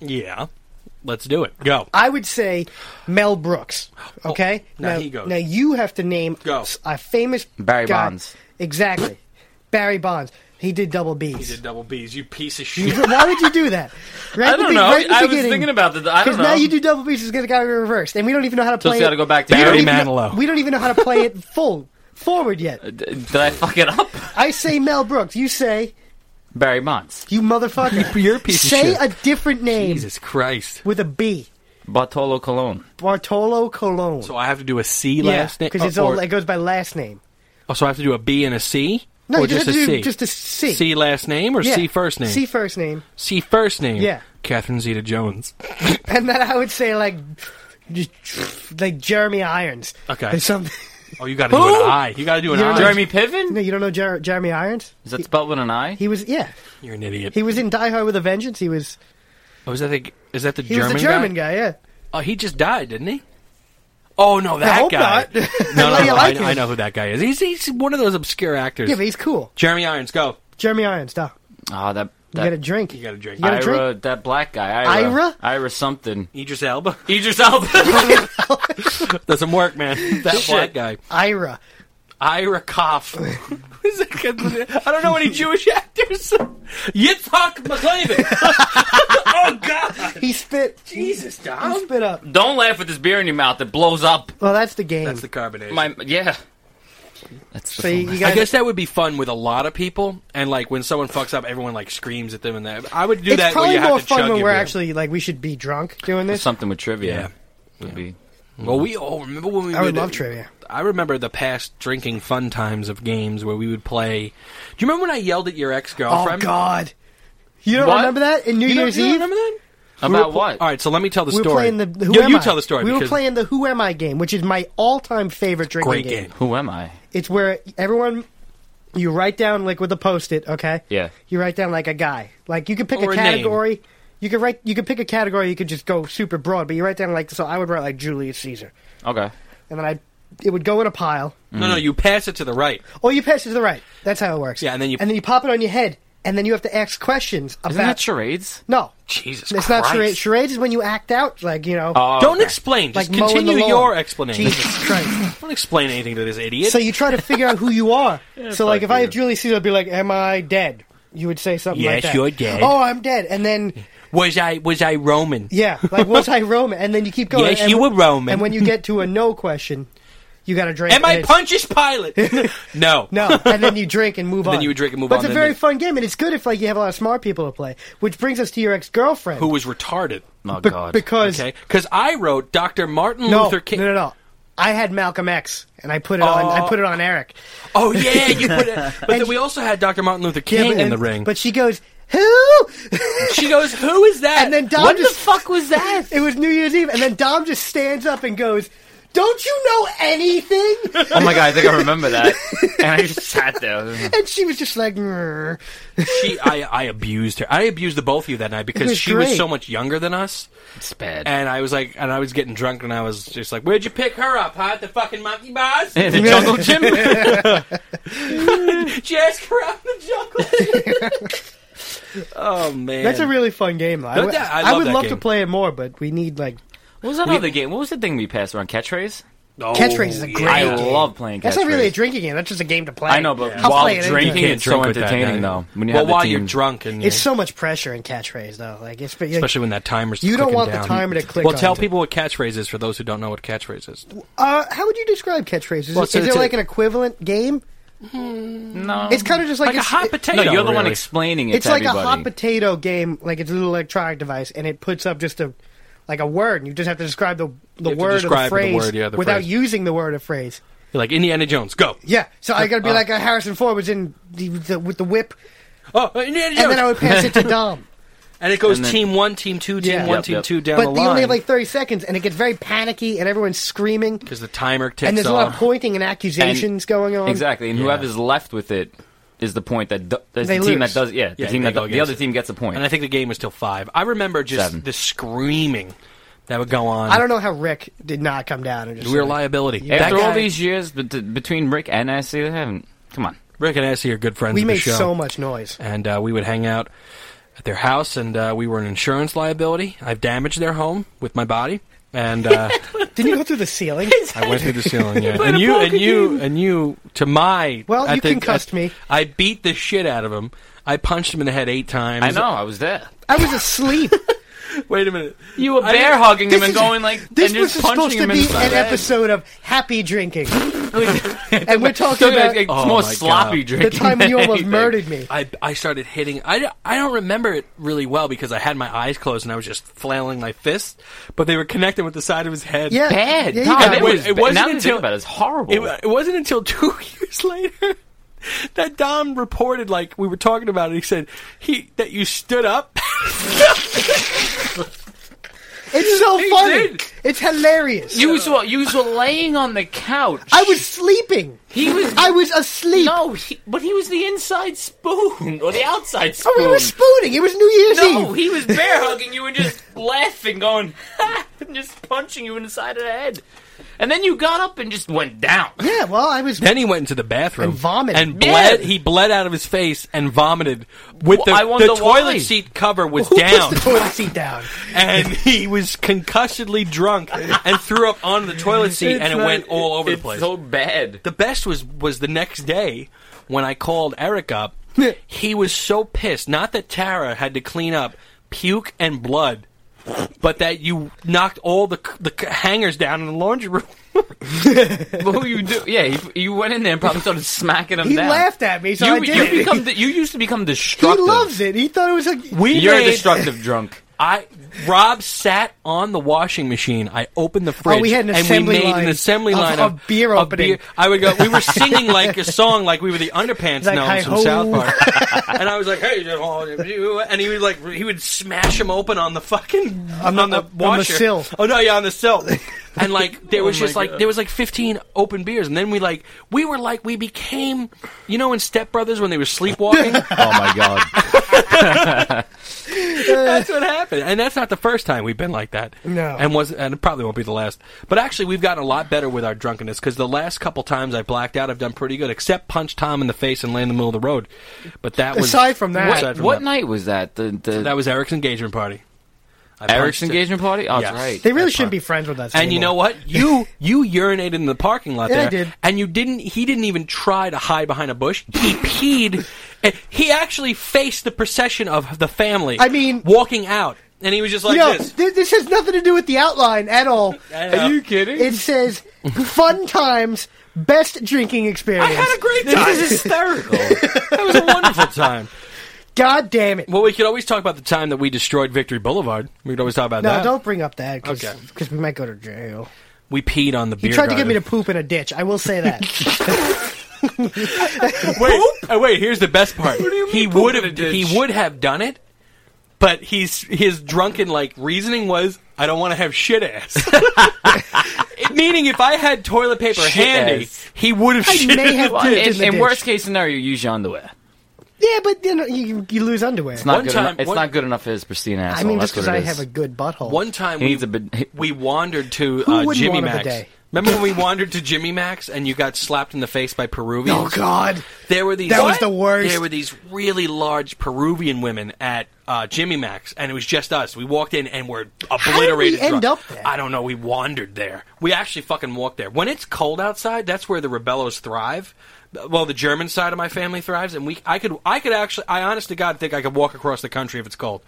Speaker 1: yeah. Let's do it. Go.
Speaker 2: I would say Mel Brooks.
Speaker 3: Oh,
Speaker 2: Okay.
Speaker 1: now he goes.
Speaker 2: Now you have to name
Speaker 1: Go.
Speaker 2: s- a famous
Speaker 3: Barry
Speaker 2: guy.
Speaker 3: Bonds.
Speaker 2: Exactly. Barry Bonds. He did double B's.
Speaker 1: You did double B's. You piece of
Speaker 2: You-
Speaker 1: shit.
Speaker 2: Why would you do that? Right
Speaker 3: I
Speaker 2: at the
Speaker 3: don't
Speaker 2: be-
Speaker 3: know.
Speaker 2: right at the
Speaker 3: I was
Speaker 2: beginning.
Speaker 3: thinking about that. I don't
Speaker 2: Because
Speaker 3: know.
Speaker 2: now you do double beats, it's going to go reversed, and we don't even know how to play.
Speaker 3: it's
Speaker 2: it.
Speaker 3: gotta go back to
Speaker 2: We don't
Speaker 1: Barry
Speaker 2: even know-
Speaker 1: Manilow.
Speaker 2: We don't even know how to play it full forward yet.
Speaker 3: D- Did I fuck it up?
Speaker 2: I say Mel Brooks. You say
Speaker 3: Barry Bonds,
Speaker 2: you motherfucker.
Speaker 1: You're a piece of
Speaker 2: say
Speaker 1: shit.
Speaker 2: a different name
Speaker 1: Jesus Christ.
Speaker 2: with a B.
Speaker 3: Bartolo Colon.
Speaker 2: Bartolo Colon.
Speaker 1: So I have to do a C last name. uh,
Speaker 2: because it's
Speaker 1: or-
Speaker 2: all it goes by last name.
Speaker 1: Oh, so I have to do a B and a C?
Speaker 2: No,
Speaker 1: or
Speaker 2: you just
Speaker 1: just,
Speaker 2: have
Speaker 1: a
Speaker 2: to do
Speaker 1: C?
Speaker 2: just a C.
Speaker 1: C last name or
Speaker 2: Yeah.
Speaker 1: C first name?
Speaker 2: C first name,
Speaker 1: C first name.
Speaker 2: Yeah.
Speaker 1: Catherine Zeta Jones.
Speaker 2: and then I would say like, like Jeremy Irons.
Speaker 1: Okay.
Speaker 2: Or something.
Speaker 1: Oh, you got to do
Speaker 2: Who?
Speaker 1: an I. You got to do an
Speaker 2: You're
Speaker 1: I.
Speaker 3: Oh, Jeremy
Speaker 2: no,
Speaker 3: Piven?
Speaker 2: you don't know Jer- Jeremy Irons.
Speaker 3: Is that spelled with an I?
Speaker 2: He was yeah.
Speaker 1: You're an idiot.
Speaker 2: He was in Die Hard with a Vengeance. He was
Speaker 1: oh, is that the, is that the
Speaker 2: he
Speaker 1: German,
Speaker 2: was the German guy. yeah.
Speaker 1: Oh, he just died, didn't he? Oh no, that
Speaker 2: hope
Speaker 1: guy.
Speaker 2: not.
Speaker 1: No, no,
Speaker 2: Like,
Speaker 1: no,
Speaker 2: I like
Speaker 1: I, I
Speaker 2: him.
Speaker 1: know who that guy is. He's he's one of those obscure actors.
Speaker 2: Yeah, but he's cool.
Speaker 1: Jeremy Irons, go.
Speaker 2: Jeremy Irons, duh.
Speaker 3: Ah, that.
Speaker 2: You got a
Speaker 3: that
Speaker 2: drink.
Speaker 1: You got to drink.
Speaker 2: You gotta
Speaker 3: Ira, that black guy, Ira,
Speaker 2: Ira?
Speaker 3: Ira something.
Speaker 1: Idris Elba.
Speaker 3: Idris Elba.
Speaker 1: Doesn't work, man. That black guy.
Speaker 2: Ira.
Speaker 1: Ira Koff. Is it good- I don't know any Jewish actors. Yitzhak McClavin. oh God,
Speaker 2: He spit.
Speaker 1: Jesus,
Speaker 2: He
Speaker 1: Dom.
Speaker 2: spit up.
Speaker 3: Don't laugh with this beer in your mouth. It blows up.
Speaker 2: Well, that's the game.
Speaker 1: That's the carbonation.
Speaker 3: My yeah. That's the
Speaker 2: so you,
Speaker 3: full-
Speaker 2: you
Speaker 1: I
Speaker 2: got.
Speaker 1: guess that would be fun with a lot of people, and like when someone fucks up, everyone like screams at them, and that. I would do
Speaker 2: it's
Speaker 1: that. where
Speaker 2: probably
Speaker 1: you have
Speaker 2: more
Speaker 1: to chug
Speaker 2: fun when
Speaker 1: your
Speaker 2: we're
Speaker 1: beer.
Speaker 2: actually like we should be drunk doing this.
Speaker 3: something with trivia.
Speaker 1: Yeah.
Speaker 3: Would be.
Speaker 1: Well, we all remember when we.
Speaker 2: I would
Speaker 1: did-
Speaker 2: love trivia.
Speaker 1: I remember the past drinking fun times of games where we would play. Do you remember when I yelled at your ex
Speaker 2: Oh
Speaker 1: girlfriend?
Speaker 2: God. You don't
Speaker 3: What?
Speaker 2: remember that in New
Speaker 1: You, don't-
Speaker 2: Year's
Speaker 1: you don't
Speaker 2: Eve?
Speaker 1: remember that? We
Speaker 3: About
Speaker 1: were pl-
Speaker 3: what?
Speaker 1: All right, so let me tell the
Speaker 2: We were
Speaker 1: story.
Speaker 2: playing the Who
Speaker 1: you,
Speaker 2: Am
Speaker 1: you
Speaker 2: I?
Speaker 1: tell the story.
Speaker 2: We were
Speaker 1: because-
Speaker 2: playing the Who Am I game, which is my all-time favorite drinking
Speaker 1: Great game.
Speaker 3: Who am I?
Speaker 2: It's where everyone you write down like with a post-it, okay?
Speaker 3: Yeah.
Speaker 2: You write down like a guy. Like you could pick
Speaker 1: Or
Speaker 2: a
Speaker 1: a name.
Speaker 2: category. You could write you could pick a category, you could just go super broad, but you write down like so I would write like Julius Caesar.
Speaker 3: Okay.
Speaker 2: And then I it would go in a pile.
Speaker 1: Mm.
Speaker 2: Mm.
Speaker 1: No, no, you pass it to the right.
Speaker 2: Or you pass it to the right. That's how it works.
Speaker 1: Yeah, and then you-
Speaker 2: And then you pop it on your head and then you have to ask questions about.
Speaker 3: Isn't that charades?
Speaker 2: No,
Speaker 1: Jesus
Speaker 2: it's
Speaker 1: Christ.
Speaker 2: not charades. Charades is when you act out, like you know,
Speaker 3: Oh,
Speaker 1: Don't
Speaker 3: okay.
Speaker 1: explain.
Speaker 2: like
Speaker 1: Just
Speaker 2: mowing the
Speaker 1: continue
Speaker 2: lawn.
Speaker 1: your explanation.
Speaker 2: Jesus Christ!
Speaker 1: Don't explain anything to this idiot.
Speaker 2: so you try to figure out who you are. so like,
Speaker 3: fuck
Speaker 2: if I
Speaker 3: you.
Speaker 2: had Julie Caesar, I'd be like, "Am I dead?" You would say something like
Speaker 1: Yes,
Speaker 2: that.
Speaker 1: you're dead.
Speaker 2: Oh, I'm dead. And then
Speaker 1: was I was I Roman?
Speaker 2: yeah, like was I Roman? And then you keep going.
Speaker 1: Yes,
Speaker 2: and
Speaker 1: you were
Speaker 2: when-
Speaker 1: Roman.
Speaker 2: And when you get to a no question, you got to drink.
Speaker 1: Am
Speaker 2: and
Speaker 1: I
Speaker 2: it's-
Speaker 1: Pontius Pilate? no.
Speaker 2: No, and then you drink and move on.
Speaker 1: then you would drink and move on,
Speaker 2: but It's a
Speaker 1: then
Speaker 2: very
Speaker 1: they-
Speaker 2: fun game, and it's good if like you have a lot of smart people to play. Which brings us to your ex girlfriend,
Speaker 1: Who was retarded?
Speaker 3: Oh,
Speaker 2: Be-
Speaker 3: God.
Speaker 2: because
Speaker 1: Okay, because I wrote Dr. Martin
Speaker 2: no,
Speaker 1: Luther King.
Speaker 2: no, no, no. I had Malcolm X, and I put it on. I
Speaker 1: Oh.
Speaker 2: put it on Eric.
Speaker 1: Oh yeah, you put it. But then
Speaker 2: And-
Speaker 1: we also had Dr. Martin Luther King
Speaker 2: but-
Speaker 1: in the
Speaker 2: and-
Speaker 1: ring.
Speaker 2: But she goes, who?
Speaker 1: she goes, "Who is that?"
Speaker 2: and then Dom
Speaker 3: What the
Speaker 2: just
Speaker 3: fuck was that?
Speaker 2: It was New Year's Eve, and then Dom just stands up and goes, "Don't you know anything?"
Speaker 3: Oh my god, I think I remember that. and I just sat there.
Speaker 2: and she was just like, "Grr."
Speaker 1: she, I, I abused her. I abused the both of you that night because
Speaker 2: was
Speaker 1: she
Speaker 2: great.
Speaker 1: was so much younger than us,
Speaker 3: It's bad.
Speaker 1: and I was like, and I was getting drunk, and I was just like, "Where'd you pick her up, huh? At the fucking monkey bars?
Speaker 3: the jungle gym.
Speaker 1: Did you ask her out in the jungle?" oh man,
Speaker 2: That's a really fun game. though. I,
Speaker 1: Don't
Speaker 2: would-
Speaker 1: that- I love
Speaker 2: would
Speaker 1: that
Speaker 2: love to
Speaker 1: game.
Speaker 2: play it more, but we need like
Speaker 3: what was that
Speaker 1: We-
Speaker 3: other game? What was the thing we passed around? Catchphrase?
Speaker 1: oh,
Speaker 2: Catchphrase is a
Speaker 1: yeah.
Speaker 2: great
Speaker 3: I
Speaker 2: game.
Speaker 3: love playing
Speaker 2: That's not really a
Speaker 3: catchphrase.
Speaker 2: drinking game. That's just a game to play.
Speaker 3: I know, but
Speaker 2: I'll
Speaker 3: while
Speaker 2: play it anytime.
Speaker 1: You
Speaker 3: drinking,
Speaker 1: can't
Speaker 3: it's so
Speaker 1: drink with that,
Speaker 3: entertaining,
Speaker 1: now.
Speaker 3: though, when you
Speaker 1: well,
Speaker 3: have the
Speaker 1: while
Speaker 3: team.
Speaker 1: you're drunk, and
Speaker 2: It's so much pressure in catchphrase though. Like it's but,
Speaker 1: especially when that timer's
Speaker 2: You don't
Speaker 1: clicking
Speaker 2: want the
Speaker 1: down.
Speaker 2: timer to click
Speaker 1: Well,
Speaker 2: on
Speaker 1: tell
Speaker 2: it.
Speaker 1: people what catchphrase is for those who don't know what catchphrase is.
Speaker 2: uh, how would you describe catchphrase? Is,
Speaker 1: Well,
Speaker 2: it-
Speaker 1: it's a-
Speaker 2: is
Speaker 1: it's
Speaker 2: there
Speaker 1: a-
Speaker 2: like an equivalent game?
Speaker 3: No.
Speaker 2: It's kind of just like,
Speaker 1: Um, Like a
Speaker 2: it's-
Speaker 1: hot
Speaker 2: it-
Speaker 1: potato.
Speaker 3: no, you're the one
Speaker 1: really.
Speaker 3: explaining it
Speaker 2: It's
Speaker 3: to
Speaker 2: like
Speaker 3: everybody.
Speaker 2: a hot potato game. Like it's a little electronic device, and it puts up just a like a word, and you just have to describe the the
Speaker 1: have to
Speaker 2: word or the
Speaker 1: describe the
Speaker 2: phrase
Speaker 1: word, yeah, the
Speaker 2: without
Speaker 1: phrase.
Speaker 2: using the word or phrase.
Speaker 1: You're like Indiana Jones, go.
Speaker 2: Yeah, so
Speaker 1: Uh,
Speaker 2: I got to be like a Harrison Ford was in the, the, with the whip,
Speaker 1: Oh, Indiana Jones.
Speaker 2: and then I would pass it to Dom.
Speaker 1: And it goes
Speaker 3: And then-
Speaker 1: team one, team two, team
Speaker 2: Yeah.
Speaker 1: one,
Speaker 3: Yep,
Speaker 1: team
Speaker 3: yep.
Speaker 1: two down
Speaker 2: but
Speaker 1: the
Speaker 2: you only
Speaker 1: line
Speaker 2: have like thirty seconds, and it gets very panicky, and everyone's screaming,
Speaker 1: because the timer ticks
Speaker 2: and there's a lot of
Speaker 1: off.
Speaker 2: pointing and accusations going on.
Speaker 3: Exactly, and
Speaker 1: Yeah.
Speaker 3: whoever's left with it is the point that do- is
Speaker 2: They
Speaker 3: the team
Speaker 2: lose.
Speaker 3: that does. Yeah, the
Speaker 1: Yeah,
Speaker 3: team
Speaker 1: they
Speaker 3: that
Speaker 1: go
Speaker 3: do- the
Speaker 1: against
Speaker 3: other
Speaker 1: it.
Speaker 3: team gets a point.
Speaker 1: and I think the game was till five. I remember just
Speaker 3: Seven.
Speaker 1: the screaming that would go on.
Speaker 2: I don't know how Rick did not come down and just
Speaker 1: We're
Speaker 2: like,
Speaker 1: liability. That
Speaker 3: After
Speaker 1: guy,
Speaker 3: all
Speaker 2: guy-
Speaker 3: these years, but t- between Rick and Ashley, they haven't. Come on,
Speaker 1: Rick and Essie are good friends.
Speaker 2: we
Speaker 1: of
Speaker 2: made
Speaker 1: the show.
Speaker 2: so much noise.
Speaker 1: and uh, we would hang out at their house, and uh, we were an insurance liability. I've damaged their home with my body, and uh,
Speaker 2: Didn't you go through the ceiling?
Speaker 1: I went through the ceiling. Yeah. And you, and you, and you, to my
Speaker 2: Well,
Speaker 1: I
Speaker 2: you
Speaker 1: think-
Speaker 2: concussed me.
Speaker 1: I beat the shit out of him. I punched him in the head eight times.
Speaker 3: I know I was there.
Speaker 2: I was asleep.
Speaker 1: Wait a minute.
Speaker 3: You were
Speaker 1: I
Speaker 3: bear
Speaker 1: didn't-
Speaker 3: hugging him
Speaker 2: This
Speaker 3: and
Speaker 2: is-
Speaker 3: going like
Speaker 2: This
Speaker 3: and
Speaker 2: was
Speaker 3: just punching
Speaker 2: supposed to
Speaker 3: him
Speaker 2: be
Speaker 3: in the
Speaker 2: an
Speaker 3: head.
Speaker 2: episode of happy drinking, and we're talking
Speaker 3: So
Speaker 2: about
Speaker 3: it's
Speaker 1: Oh
Speaker 3: more
Speaker 1: my
Speaker 3: sloppy
Speaker 1: God.
Speaker 2: the
Speaker 3: drinking.
Speaker 2: time when
Speaker 3: than
Speaker 2: you almost
Speaker 3: anything.
Speaker 2: murdered me.
Speaker 1: I, I started hitting. I, I don't remember it really well because I had my eyes closed and I was just flailing my fists, but they were connected with the side of his head.
Speaker 2: Yeah,
Speaker 3: Bad.
Speaker 2: Yeah, you
Speaker 3: God,
Speaker 2: got
Speaker 3: it,
Speaker 1: it.
Speaker 3: was,
Speaker 1: It
Speaker 3: it
Speaker 1: wasn't
Speaker 3: wasn't now until
Speaker 1: until-
Speaker 3: about it, it's horrible.
Speaker 1: It, wa- it wasn't until two years later that Dom reported, like we were talking about it. He said he that you stood up.
Speaker 2: It's so
Speaker 1: He
Speaker 2: funny.
Speaker 1: did.
Speaker 2: It's hilarious.
Speaker 3: you were you were laying on the couch.
Speaker 2: I was sleeping.
Speaker 3: He was.
Speaker 2: I was asleep.
Speaker 3: No, he, but he was the inside spoon or the outside spoon.
Speaker 2: Oh, we were spooning. It was New Year's
Speaker 3: No,
Speaker 2: Eve.
Speaker 3: he was bear hugging you and just laughing, going, ha, and just punching you in the side of the head. And then you got up and just went down.
Speaker 2: Yeah, well, I was.
Speaker 1: Then he went into the bathroom
Speaker 2: And vomited.
Speaker 1: and bled.
Speaker 3: Yeah.
Speaker 1: He bled out of his face and vomited with
Speaker 3: Well,
Speaker 1: the,
Speaker 3: I wonder
Speaker 1: the toilet
Speaker 3: why.
Speaker 1: seat cover was
Speaker 2: Who
Speaker 1: down.
Speaker 2: puts the toilet seat down?
Speaker 1: and he was concussedly drunk and threw up on the toilet seat and it went all over the place.
Speaker 3: so bad.
Speaker 1: the best was was the next day when I called Eric up. he was so pissed, not that Tara had to clean up puke and blood, but that you knocked all the c- the c- hangers down in the laundry room.
Speaker 3: Who you do? Yeah, you, you went in there and probably started smacking him
Speaker 2: He
Speaker 3: down.
Speaker 2: laughed at me, so
Speaker 3: You,
Speaker 2: I did
Speaker 3: you
Speaker 2: it.
Speaker 3: become. The, you used to become
Speaker 2: he
Speaker 3: destructive.
Speaker 2: loves it. He thought it was like
Speaker 1: We
Speaker 3: You're a
Speaker 1: made-
Speaker 3: destructive drunk.
Speaker 1: I Rob sat on the washing machine. I opened the fridge.
Speaker 2: Oh, we had an
Speaker 1: and
Speaker 2: assembly
Speaker 1: we made
Speaker 2: line
Speaker 1: an assembly
Speaker 2: of-
Speaker 1: line
Speaker 2: of
Speaker 1: of,
Speaker 2: beer
Speaker 1: of
Speaker 2: opening.
Speaker 1: I would go. We were singing like a song, like we were the underpants
Speaker 2: Like,
Speaker 1: gnomes from
Speaker 2: "Hi-ho."
Speaker 1: South Park. and I was like, "Hey, you know, you-" and he would like he would smash him open on the fucking
Speaker 2: On the-
Speaker 1: on the
Speaker 2: on the
Speaker 1: washer.
Speaker 2: sill.
Speaker 1: Oh no, yeah, on the sill. And like there was
Speaker 3: Oh, my
Speaker 1: just like
Speaker 3: God.
Speaker 1: there was like fifteen open beers, and then we like we were like we became, you know, in Step Brothers when they were sleepwalking.
Speaker 3: Oh my god.
Speaker 1: that's what happened, and that's not the first time we've been like that.
Speaker 2: No.
Speaker 1: and was and it probably won't be the last. But actually, we've gotten a lot better with our drunkenness because the last couple times I blacked out, I've done pretty good, except punch Tom in the face and lay in the middle of the road. But that was
Speaker 2: Aside from that-
Speaker 1: aside
Speaker 3: What,
Speaker 1: from
Speaker 3: what
Speaker 1: that-
Speaker 3: night was that? The, the
Speaker 1: That was Eric's engagement party. I
Speaker 3: Eric's
Speaker 1: punched it.
Speaker 3: engagement party? Oh,
Speaker 1: Yes.
Speaker 3: that's right.
Speaker 2: They really
Speaker 1: That's
Speaker 2: shouldn't
Speaker 1: fine.
Speaker 2: be friends with us.
Speaker 1: And you know
Speaker 2: anymore.
Speaker 1: what? You you urinated in the parking lot
Speaker 2: Yeah, I
Speaker 1: there.
Speaker 2: did.
Speaker 1: And you didn't. He didn't even try to hide behind a bush. He peed. And he actually faced the procession of the family.
Speaker 2: I mean-
Speaker 1: walking out, and he was just like
Speaker 2: You know,
Speaker 1: this.
Speaker 2: thi- this has nothing to do with the outline at all.
Speaker 1: I know.
Speaker 3: kidding?
Speaker 2: It says fun times, best drinking experience.
Speaker 1: I had a great time.
Speaker 3: This is hysterical.
Speaker 1: that was a wonderful time.
Speaker 2: God damn it!
Speaker 1: Well, we could always talk about the time that we destroyed Victory Boulevard. We could always talk about
Speaker 2: No,
Speaker 1: that.
Speaker 2: don't bring up that because
Speaker 1: Okay.
Speaker 2: we might go to jail.
Speaker 1: We peed on the beer.
Speaker 2: You tried to get
Speaker 1: garden.
Speaker 2: me to poop in a ditch. I will say that.
Speaker 1: Wait, oh, wait. Here's the best part. he
Speaker 3: poop
Speaker 1: would
Speaker 3: in
Speaker 1: have
Speaker 3: a ditch?
Speaker 1: he would have done it, but he's his drunken like reasoning was I don't want to have shit ass. It- Meaning, if I had toilet paper
Speaker 3: Shit
Speaker 1: handy,
Speaker 3: ass.
Speaker 1: he would have.
Speaker 2: I
Speaker 1: shit
Speaker 2: may have
Speaker 1: One
Speaker 2: did. in
Speaker 3: in
Speaker 2: the
Speaker 3: in
Speaker 2: ditch.
Speaker 3: worst case scenario, use your underwear.
Speaker 2: yeah, but you know, you, you lose underwear.
Speaker 3: It's not
Speaker 1: One
Speaker 3: good
Speaker 1: time-
Speaker 3: enough. It's
Speaker 1: one-
Speaker 3: not good enough for his pristine asshole.
Speaker 2: I mean, just
Speaker 3: because
Speaker 2: because I have a good butthole.
Speaker 1: one time
Speaker 3: He
Speaker 1: we,
Speaker 3: needs a bid-
Speaker 1: we wandered to
Speaker 2: Who
Speaker 1: uh,
Speaker 2: wouldn't
Speaker 1: Jimmy
Speaker 2: want a
Speaker 1: Max.
Speaker 2: bidet?
Speaker 1: Remember when we wandered to Jimmy Max and you got slapped in the face by Peruvians?
Speaker 2: oh God!
Speaker 1: There were these.
Speaker 2: That was the worst.
Speaker 1: There were these really large Peruvian women at uh, Jimmy Max, and it was just us. We walked in and were obliterated.
Speaker 2: end
Speaker 1: drunk.
Speaker 2: up there?
Speaker 1: I don't know. We wandered there. We actually fucking walked there. When it's cold outside, that's where the Rebellos thrive. Well, the German side of my family thrives, and we. I could. I could actually. I honest to God think I could walk across the country if it's cold.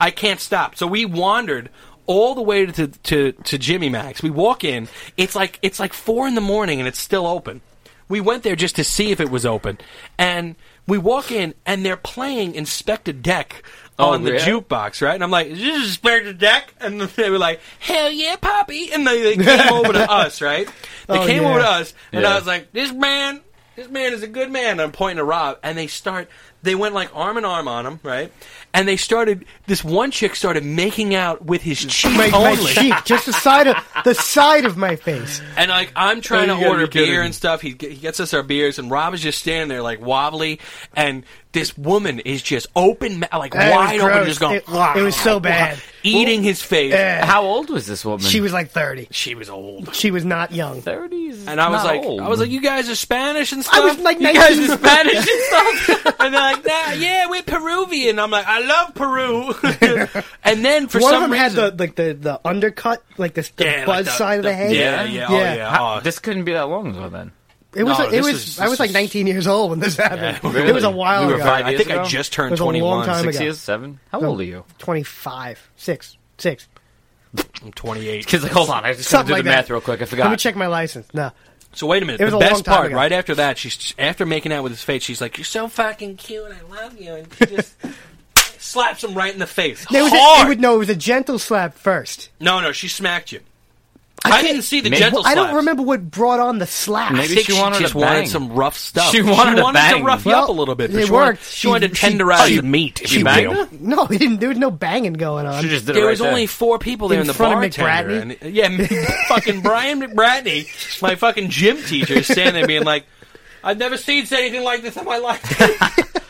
Speaker 1: I can't stop. So we wandered. All the way to, to to Jimmy Max, we walk in. It's like it's like four in the morning and it's still open. We went there just to see if it was open, and we walk in, and they're playing Inspector Deck on the
Speaker 3: yeah?
Speaker 1: jukebox, right? And I'm like, "Is this Inspector Deck?" And they were like, "Hell yeah, Poppy!" And they, they came over to us, right? They
Speaker 2: Oh,
Speaker 1: came
Speaker 2: yeah.
Speaker 1: over to us, and I
Speaker 3: Yeah.
Speaker 1: was like, "This man, this man is a good man." I'm pointing to Rob, and they start. They went like arm in arm on him, right? And they started. This one chick started making out with his cheek
Speaker 2: My, my
Speaker 1: only.
Speaker 2: cheek, just the side of the side of my face.
Speaker 1: And like I'm trying
Speaker 3: Oh, you
Speaker 1: to
Speaker 3: gotta
Speaker 1: order
Speaker 3: be kidding
Speaker 1: beer
Speaker 3: me.
Speaker 1: and stuff. He, ge- he gets us our beers, and Rob is just standing there like wobbly, and this woman is just open, ma- like
Speaker 2: That was
Speaker 1: wide open,
Speaker 2: gross.
Speaker 1: just going.
Speaker 2: It, it was so bad.
Speaker 1: eating his face.
Speaker 2: Eh.
Speaker 3: How old was this woman?
Speaker 2: She was like thirty.
Speaker 1: She was old,
Speaker 2: She was not young.
Speaker 3: 30s.
Speaker 1: and I was
Speaker 3: Not
Speaker 1: like,
Speaker 3: old.
Speaker 1: I was like, you guys are Spanish and stuff.
Speaker 2: I was like
Speaker 1: you guys are
Speaker 2: 19.
Speaker 1: Spanish and stuff. and they're like, nah, yeah, we're Peruvian. I'm like, I love Peru. and then for
Speaker 2: One of
Speaker 1: some
Speaker 2: them had
Speaker 1: reason,
Speaker 2: the like the, the undercut, like the, the
Speaker 1: Yeah, like
Speaker 2: buzz
Speaker 1: the-
Speaker 2: side of the
Speaker 1: the-
Speaker 2: head.
Speaker 1: yeah, yeah, oh, yeah.
Speaker 3: How-
Speaker 1: Oh.
Speaker 3: this couldn't be that long ago then.
Speaker 2: It was
Speaker 1: No,
Speaker 2: like, it
Speaker 1: this
Speaker 2: was
Speaker 1: is-
Speaker 2: I was
Speaker 1: this
Speaker 2: like
Speaker 1: is-
Speaker 2: 19 years old when this happened.
Speaker 3: really?
Speaker 2: It was a while
Speaker 3: We were
Speaker 2: ago.
Speaker 3: five
Speaker 1: I think
Speaker 3: years
Speaker 1: I
Speaker 3: ago?
Speaker 1: just
Speaker 2: It
Speaker 1: turned
Speaker 2: was a long
Speaker 1: 21.
Speaker 2: time
Speaker 1: Six-
Speaker 2: ago.
Speaker 3: Six years? Seven? How old are you?
Speaker 2: 25, 6, 6.
Speaker 1: I'm 28.
Speaker 3: Because, like, hold on. I just got to
Speaker 2: Something
Speaker 3: do
Speaker 2: like
Speaker 3: the
Speaker 2: that.
Speaker 3: math real quick. I forgot.
Speaker 2: Let me check my license. No.
Speaker 1: So wait a minute.
Speaker 2: It was
Speaker 1: the
Speaker 2: a long
Speaker 1: best
Speaker 2: time
Speaker 1: part,
Speaker 2: ago.
Speaker 1: right after that, she's after making out with his face, she's like, "You're so fucking cute, and I love you," and she just slaps him right in the face.
Speaker 2: It was a,
Speaker 1: Hard.
Speaker 2: it would, no, it was a gentle slap first.
Speaker 1: no, no, she smacked you. I, didn't see the
Speaker 3: Maybe-
Speaker 1: gentle.
Speaker 2: I don't
Speaker 1: slaps.
Speaker 2: remember what brought on the slap.
Speaker 1: I
Speaker 3: Maybe-
Speaker 1: think
Speaker 3: she wanted
Speaker 1: just
Speaker 3: to
Speaker 1: wanted
Speaker 3: bang.
Speaker 1: some rough stuff.
Speaker 3: She wanted to bang.
Speaker 1: rough you
Speaker 2: Well,
Speaker 1: up a little bit. but
Speaker 2: it
Speaker 1: she wanted-
Speaker 2: worked.
Speaker 1: She,
Speaker 2: She-
Speaker 1: wanted to
Speaker 2: she-
Speaker 1: tenderize
Speaker 2: she-
Speaker 1: the meat, if
Speaker 3: she
Speaker 1: you
Speaker 3: banged
Speaker 1: will.
Speaker 3: her?
Speaker 2: No, he didn't. There was no banging going on.
Speaker 3: She just did it
Speaker 1: There
Speaker 3: right
Speaker 1: was only four people there
Speaker 2: In
Speaker 1: in the
Speaker 2: front of
Speaker 1: bartender.
Speaker 2: McBratney?
Speaker 1: and- yeah, Mc- fucking Brian McBratney, my fucking gym teacher, is standing there being like, "I've never seen anything like this in my life."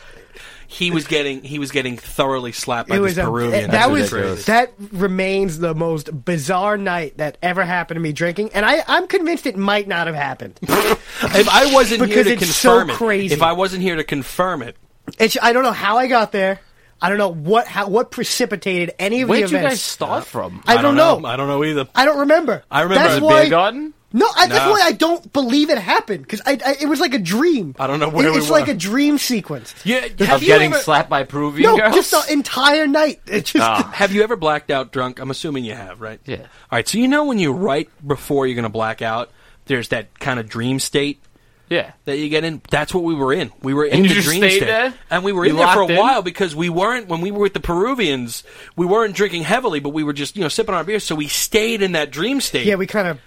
Speaker 1: he was getting he was getting thoroughly slapped by
Speaker 2: it was
Speaker 1: this
Speaker 2: a,
Speaker 1: Peruvian.
Speaker 2: that
Speaker 1: That's
Speaker 2: was
Speaker 1: ridiculous.
Speaker 2: that remains the most bizarre night that ever happened to me drinking, and I, I'm convinced it might not have happened.
Speaker 1: if I wasn't here
Speaker 2: because
Speaker 1: to
Speaker 2: it's so
Speaker 1: confirm it,
Speaker 2: crazy.
Speaker 1: if I wasn't here to confirm it,
Speaker 2: It's, I don't know how I got there. I don't know what how, what precipitated any of
Speaker 3: Where
Speaker 2: the
Speaker 3: did you
Speaker 2: events.
Speaker 3: guys start from?
Speaker 2: I, don't know.
Speaker 1: I don't know either.
Speaker 2: I don't remember.
Speaker 1: I remember
Speaker 2: That's
Speaker 1: it
Speaker 3: The
Speaker 1: was
Speaker 2: why.
Speaker 3: beer garden?
Speaker 2: No, I, that's
Speaker 1: No.
Speaker 2: why I don't believe it happened because I, I it was like a dream.
Speaker 1: I don't know where
Speaker 2: It-
Speaker 1: we
Speaker 2: it's
Speaker 1: were.
Speaker 2: like a dream sequence.
Speaker 1: Yeah,
Speaker 3: Of
Speaker 1: have you
Speaker 3: getting
Speaker 1: ever,
Speaker 3: slapped by Peruvian
Speaker 2: No,
Speaker 3: girls?
Speaker 2: just uh, the entire night. It just
Speaker 3: Ah.
Speaker 1: have you ever blacked out drunk? I'm assuming you have, right?
Speaker 3: Yeah.
Speaker 1: All right. So you know when you right before you're going to black out, there's that kind of dream state
Speaker 3: yeah.
Speaker 1: that you get in. That's what we were in. We were in
Speaker 3: And
Speaker 1: the
Speaker 3: you just
Speaker 1: dream
Speaker 3: stayed
Speaker 1: state,
Speaker 3: there?
Speaker 1: and we were
Speaker 3: You
Speaker 1: in there for a
Speaker 3: locked in?
Speaker 1: while because we weren't when we were with the Peruvians. We weren't drinking heavily, but we were just you know sipping our beer, so we stayed in that dream state.
Speaker 2: yeah. We kind of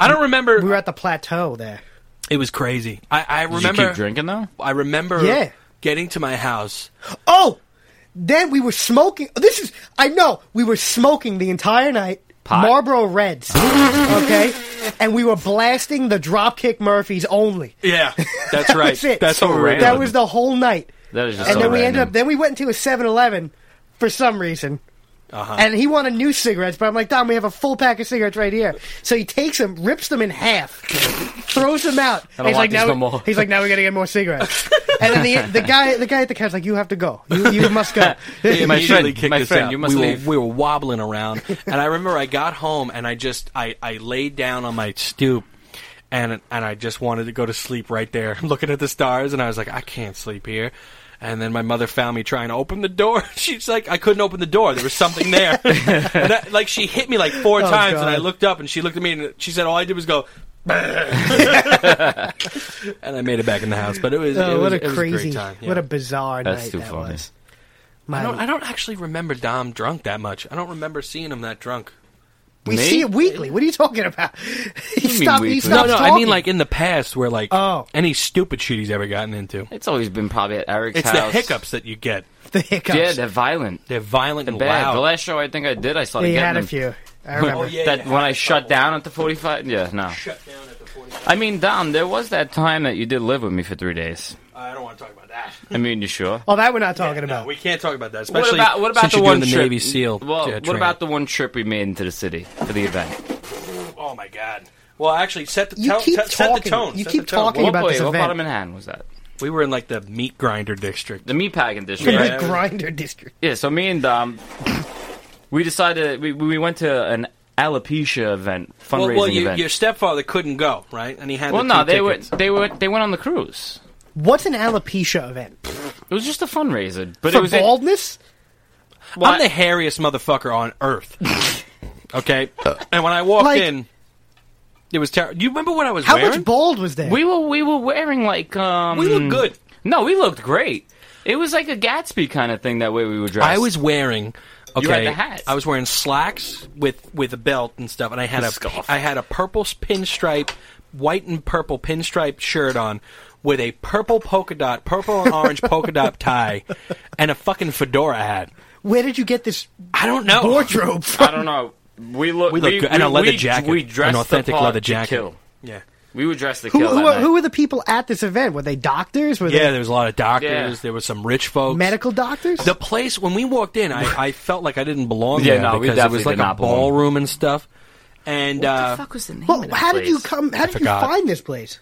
Speaker 1: I don't remember.
Speaker 2: we were at the plateau there.
Speaker 1: it was crazy. I, I
Speaker 3: Did you
Speaker 1: remember.
Speaker 3: keep drinking, though?
Speaker 1: I remember.
Speaker 2: Yeah.
Speaker 1: Getting to my house,
Speaker 2: Oh, then we were smoking. This is I know we were smoking the entire night.
Speaker 3: Pot?
Speaker 2: Marlboro Reds, okay, and we were blasting the Dropkick Murphys only.
Speaker 1: yeah, that's right.
Speaker 2: That's it.
Speaker 1: That's what we were
Speaker 3: random.
Speaker 1: doing.
Speaker 2: That was the whole night.
Speaker 3: That is just
Speaker 2: and
Speaker 3: so
Speaker 2: then we
Speaker 3: random.
Speaker 2: ended up then we went into a 7-Eleven for some reason.
Speaker 1: Uh-huh.
Speaker 2: And he wanted new cigarettes, but I'm like, Dom, we have a full pack of cigarettes right here. So he takes them, rips them in half, throws them out. And
Speaker 3: I don't
Speaker 2: he's
Speaker 3: want
Speaker 2: like,
Speaker 3: these
Speaker 2: now,
Speaker 3: no more."
Speaker 2: he's like, now we gotta get more cigarettes. and then the, the guy, the guy at the counter's like, you have to go, you, you must go.
Speaker 1: They
Speaker 3: My
Speaker 1: immediately
Speaker 3: friend,
Speaker 1: kicked
Speaker 3: my
Speaker 1: us
Speaker 3: friend,
Speaker 1: out.
Speaker 3: you must
Speaker 1: we
Speaker 3: leave.
Speaker 1: Were, we were wobbling around, and I remember I got home and I just I, I laid down on my stoop, and and I just wanted to go to sleep right there, looking at the stars, and I was like, I can't sleep here. And then my mother found me trying to open the door. She's like, I couldn't open the door. There was something there. and I, like she hit me like four
Speaker 2: Oh,
Speaker 1: times, and I
Speaker 2: God.
Speaker 1: looked up, and she looked at me, and she said, all I did was go. and I made it back in the house, but it was,
Speaker 2: Oh,
Speaker 1: it was
Speaker 2: what a
Speaker 1: it was
Speaker 2: crazy,
Speaker 1: great time. yeah.
Speaker 2: what a bizarre
Speaker 3: That's
Speaker 2: night
Speaker 3: too
Speaker 2: that
Speaker 3: funny.
Speaker 2: was.
Speaker 1: I don't,
Speaker 2: My-
Speaker 1: I don't actually remember Dom drunk that much. I don't remember seeing him that drunk.
Speaker 2: we
Speaker 3: Me?
Speaker 2: see it weekly. What are you talking about? he
Speaker 3: mean
Speaker 2: stopped.
Speaker 3: weekly?
Speaker 2: He
Speaker 1: No,
Speaker 2: stopped
Speaker 1: no,
Speaker 2: talking.
Speaker 1: I mean like in the past where like
Speaker 2: Oh.
Speaker 1: any stupid shit he's ever gotten into.
Speaker 3: It's always been probably at Eric's
Speaker 1: It's the
Speaker 3: house.
Speaker 1: hiccups that you get.
Speaker 2: the hiccups.
Speaker 3: Yeah, they're violent.
Speaker 1: They're violent and
Speaker 3: Bad. The
Speaker 1: loud.
Speaker 3: last show I think I did, I started
Speaker 2: he
Speaker 3: getting
Speaker 2: had a
Speaker 3: them. Oh,
Speaker 2: few. I remember.
Speaker 1: yeah,
Speaker 3: that
Speaker 1: yeah.
Speaker 3: when I shut down at the 45. Yeah, no.
Speaker 1: Shut down at the 45.
Speaker 3: I mean, Dom, there was that time that you did live with me for three days.
Speaker 1: I don't want to talk about that.
Speaker 3: I mean, you sure?
Speaker 2: Oh, that we're not talking about.
Speaker 1: No, we can't talk about that. Especially
Speaker 3: what about what about
Speaker 1: since
Speaker 3: the
Speaker 1: you're
Speaker 3: one
Speaker 1: doing the
Speaker 3: trip?
Speaker 1: Navy SEAL.
Speaker 3: Well,
Speaker 1: uh,
Speaker 3: what
Speaker 1: training.
Speaker 3: about the one trip we made into the city for the event?
Speaker 1: Oh my god. Well, actually, set the
Speaker 2: You
Speaker 1: tone.
Speaker 2: keep
Speaker 1: set- set the
Speaker 2: talking.
Speaker 1: tone.
Speaker 2: You
Speaker 1: set
Speaker 2: keep
Speaker 1: the tone.
Speaker 2: talking
Speaker 1: Well,
Speaker 2: about
Speaker 3: wait,
Speaker 2: this
Speaker 3: what part
Speaker 2: event.
Speaker 3: of Manhattan was that?
Speaker 1: We were in like the meat grinder district.
Speaker 3: The meatpacking district.
Speaker 2: In
Speaker 3: right?
Speaker 1: Yeah.
Speaker 2: the grinder district.
Speaker 3: Yeah, so me and Dom, we decided we, we went to an alopecia event
Speaker 1: Well,
Speaker 3: fundraising
Speaker 1: well you,
Speaker 3: event.
Speaker 1: your stepfather couldn't go, right? And he had.
Speaker 3: well,
Speaker 1: the
Speaker 3: no,
Speaker 1: two
Speaker 3: they were
Speaker 1: tickets.
Speaker 3: they were they went on the cruise.
Speaker 2: What's an alopecia event?
Speaker 3: It was just a fundraiser, but it
Speaker 2: For
Speaker 3: was in-
Speaker 2: baldness?
Speaker 3: well,
Speaker 1: I'm the hairiest motherfucker on earth. okay, and when I walked
Speaker 2: Like-
Speaker 1: in, it was terrible. You remember what I was
Speaker 2: How
Speaker 1: wearing? Mm.
Speaker 2: much bald was there?
Speaker 3: we were we were wearing like um
Speaker 1: we look good.
Speaker 3: No, we looked great. It was like a Gatsby kind of thing that way we were dressed.
Speaker 1: I was wearing. Okay,
Speaker 3: You had the hat.
Speaker 1: I was wearing slacks with with a belt and stuff, and I had a
Speaker 3: scarf.
Speaker 1: I had a purple s- pinstripe, white and purple pinstripe shirt on. With a purple polka dot, purple and orange polka dot tie, and a fucking fedora hat.
Speaker 2: Where did you get this
Speaker 1: I don't know.
Speaker 2: wardrobe from?
Speaker 3: I don't know. We looked
Speaker 1: We look
Speaker 3: we,
Speaker 1: good. And a leather
Speaker 3: we-
Speaker 1: jacket.
Speaker 3: We dressed
Speaker 1: An authentic
Speaker 3: the part
Speaker 1: leather
Speaker 3: to
Speaker 1: jacket.
Speaker 3: kill.
Speaker 1: Yeah.
Speaker 3: We were dressed to
Speaker 2: Who,
Speaker 3: kill.
Speaker 2: who,
Speaker 3: that
Speaker 2: who
Speaker 3: night.
Speaker 2: were the people at this event? Were they doctors? Were
Speaker 1: Yeah,
Speaker 2: they
Speaker 1: there was a lot of doctors.
Speaker 3: Yeah.
Speaker 1: There was some rich folks.
Speaker 2: medical doctors?
Speaker 1: The place when we walked in, I, I felt like I didn't belong
Speaker 3: Yeah,
Speaker 1: there
Speaker 3: no, we
Speaker 1: because it
Speaker 3: definitely
Speaker 1: was like
Speaker 3: did
Speaker 1: a
Speaker 3: not belong.
Speaker 1: ballroom and stuff. And
Speaker 3: What
Speaker 1: uh,
Speaker 3: the fuck was the name?
Speaker 2: well,
Speaker 3: of that
Speaker 2: how did you
Speaker 3: place?
Speaker 2: come? How did you
Speaker 1: forgot.
Speaker 2: find this place?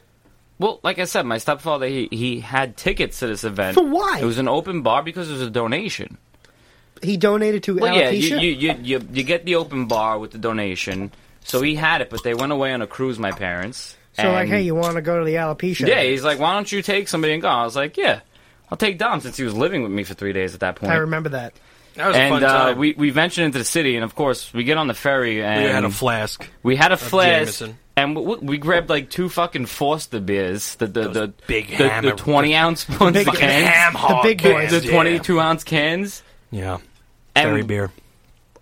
Speaker 3: Well, like I said, my stepfather he he had tickets to this event.
Speaker 2: For why?
Speaker 3: It was an open bar because it was a donation.
Speaker 2: He donated to
Speaker 3: Well,
Speaker 2: alopecia.
Speaker 3: yeah, you you, you you you get the open bar with the donation. So he had it, but they went away on a cruise. My parents.
Speaker 2: so
Speaker 3: and
Speaker 2: like, hey, you want to go to the alopecia?
Speaker 3: Yeah, he's like, why don't you take somebody and go? I was like, yeah, I'll take Dom since he was living with me for three days at that point.
Speaker 2: I remember that.
Speaker 1: that was a fun
Speaker 3: and uh,
Speaker 1: time.
Speaker 3: we we ventured into the city, and of course we get on the ferry,
Speaker 1: We
Speaker 3: and
Speaker 1: had a flask.
Speaker 3: we had a flask,
Speaker 1: Jameson.
Speaker 3: and we, we grabbed like two fucking Foster beers, the the, the
Speaker 1: big
Speaker 3: the,
Speaker 1: hammer-
Speaker 3: the twenty ounce ones, the
Speaker 2: big
Speaker 3: cans,
Speaker 1: ham hog
Speaker 2: big
Speaker 1: cans,
Speaker 2: boys.
Speaker 3: the
Speaker 1: yeah.
Speaker 3: twenty two ounce cans.
Speaker 1: Yeah.
Speaker 3: And- um,
Speaker 1: Dairy beer.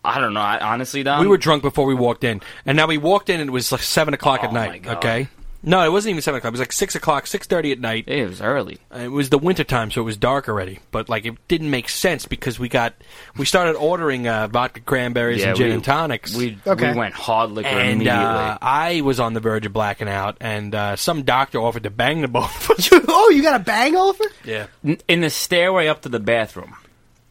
Speaker 3: I don't know, I, honestly, Dom.
Speaker 1: We were drunk before we walked in, and now we walked in, and it was like seven o'clock at
Speaker 3: Oh, my
Speaker 1: night.
Speaker 3: God.
Speaker 1: Okay. No, it wasn't even seven o'clock. It was like six o'clock, six thirty at night.
Speaker 3: it was early.
Speaker 1: It was the winter time, so it was dark already. But like, it didn't make sense because we got we started ordering uh, vodka cranberries and gin
Speaker 3: we-
Speaker 1: and tonics.
Speaker 3: We
Speaker 2: Okay.
Speaker 3: we went hard liquor
Speaker 1: and
Speaker 3: immediately.
Speaker 1: uh, I was on the verge of blacking out, and uh, some doctor offered to bang the both. of us.
Speaker 2: oh, you got a bang over?
Speaker 1: yeah,
Speaker 3: N- in the stairway up to the bathroom.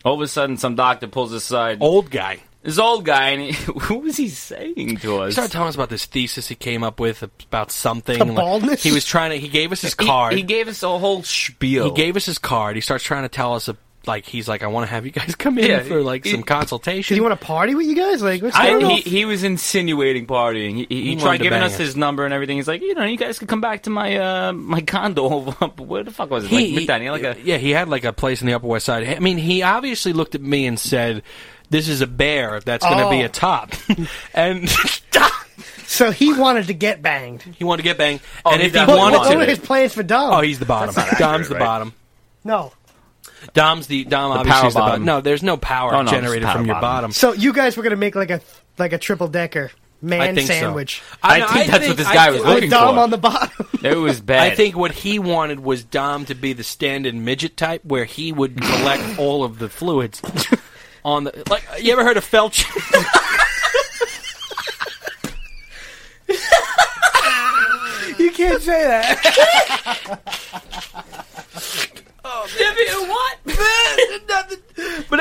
Speaker 3: All of a sudden, some doctor pulls us aside.
Speaker 1: old guy.
Speaker 3: This old guy, and he, what was he saying to
Speaker 1: He
Speaker 3: us?
Speaker 1: started telling us about this thesis he came up with about something.
Speaker 2: About baldness?
Speaker 1: he was trying to. He gave us his
Speaker 3: He-
Speaker 1: card.
Speaker 3: He, gave us a whole spiel.
Speaker 1: He gave us his card. He starts trying to tell us, uh, like he's like, I want to have you guys come in
Speaker 3: Yeah,
Speaker 1: for like
Speaker 3: he-
Speaker 1: some consultation.
Speaker 2: Did he want to party with you guys? Like, what's
Speaker 3: I,
Speaker 2: going on?
Speaker 3: he, he was insinuating partying. He, he, he
Speaker 1: He wanted
Speaker 3: tried
Speaker 1: to
Speaker 3: giving
Speaker 1: bang
Speaker 3: us
Speaker 1: us.
Speaker 3: his number and everything. He's like, you know, you guys could come back to my uh, my condo over up- where the fuck was it?
Speaker 1: He-
Speaker 3: like McDaniel, like a
Speaker 1: yeah, he had like a place in the Upper West Side. I mean, he obviously looked at me and said, "This is a bear that's going to be
Speaker 2: Oh.
Speaker 1: a top," and
Speaker 2: so he wanted to get banged.
Speaker 1: he wanted to get banged.
Speaker 3: Oh,
Speaker 1: and
Speaker 3: he
Speaker 1: if he
Speaker 3: definitely
Speaker 2: What,
Speaker 1: wanted
Speaker 2: what,
Speaker 3: wanted
Speaker 2: were
Speaker 3: it.
Speaker 1: to,
Speaker 2: his plans for Dom?
Speaker 1: oh, he's the bottom. Dom's the
Speaker 3: right?
Speaker 1: bottom.
Speaker 2: no.
Speaker 1: Dom's the Dom. obviously
Speaker 3: power
Speaker 1: is the bottom.
Speaker 3: bottom.
Speaker 1: No, there's no power
Speaker 3: Oh, no,
Speaker 1: generated
Speaker 3: it's power
Speaker 1: from your
Speaker 3: bottom.
Speaker 1: bottom.
Speaker 2: So you guys were gonna make like a like a triple decker
Speaker 1: I
Speaker 2: man
Speaker 1: think
Speaker 2: sandwich
Speaker 1: so.
Speaker 3: I think that's what this guy was
Speaker 1: I-
Speaker 3: looking
Speaker 2: with Dom
Speaker 3: for.
Speaker 2: on the bottom.
Speaker 3: it was bad.
Speaker 1: I think what he wanted was Dom to be the stand-in midget type, where he would collect all of the fluids on the. Like, you ever heard of Felch?
Speaker 2: you can't say that.
Speaker 1: Give me a what?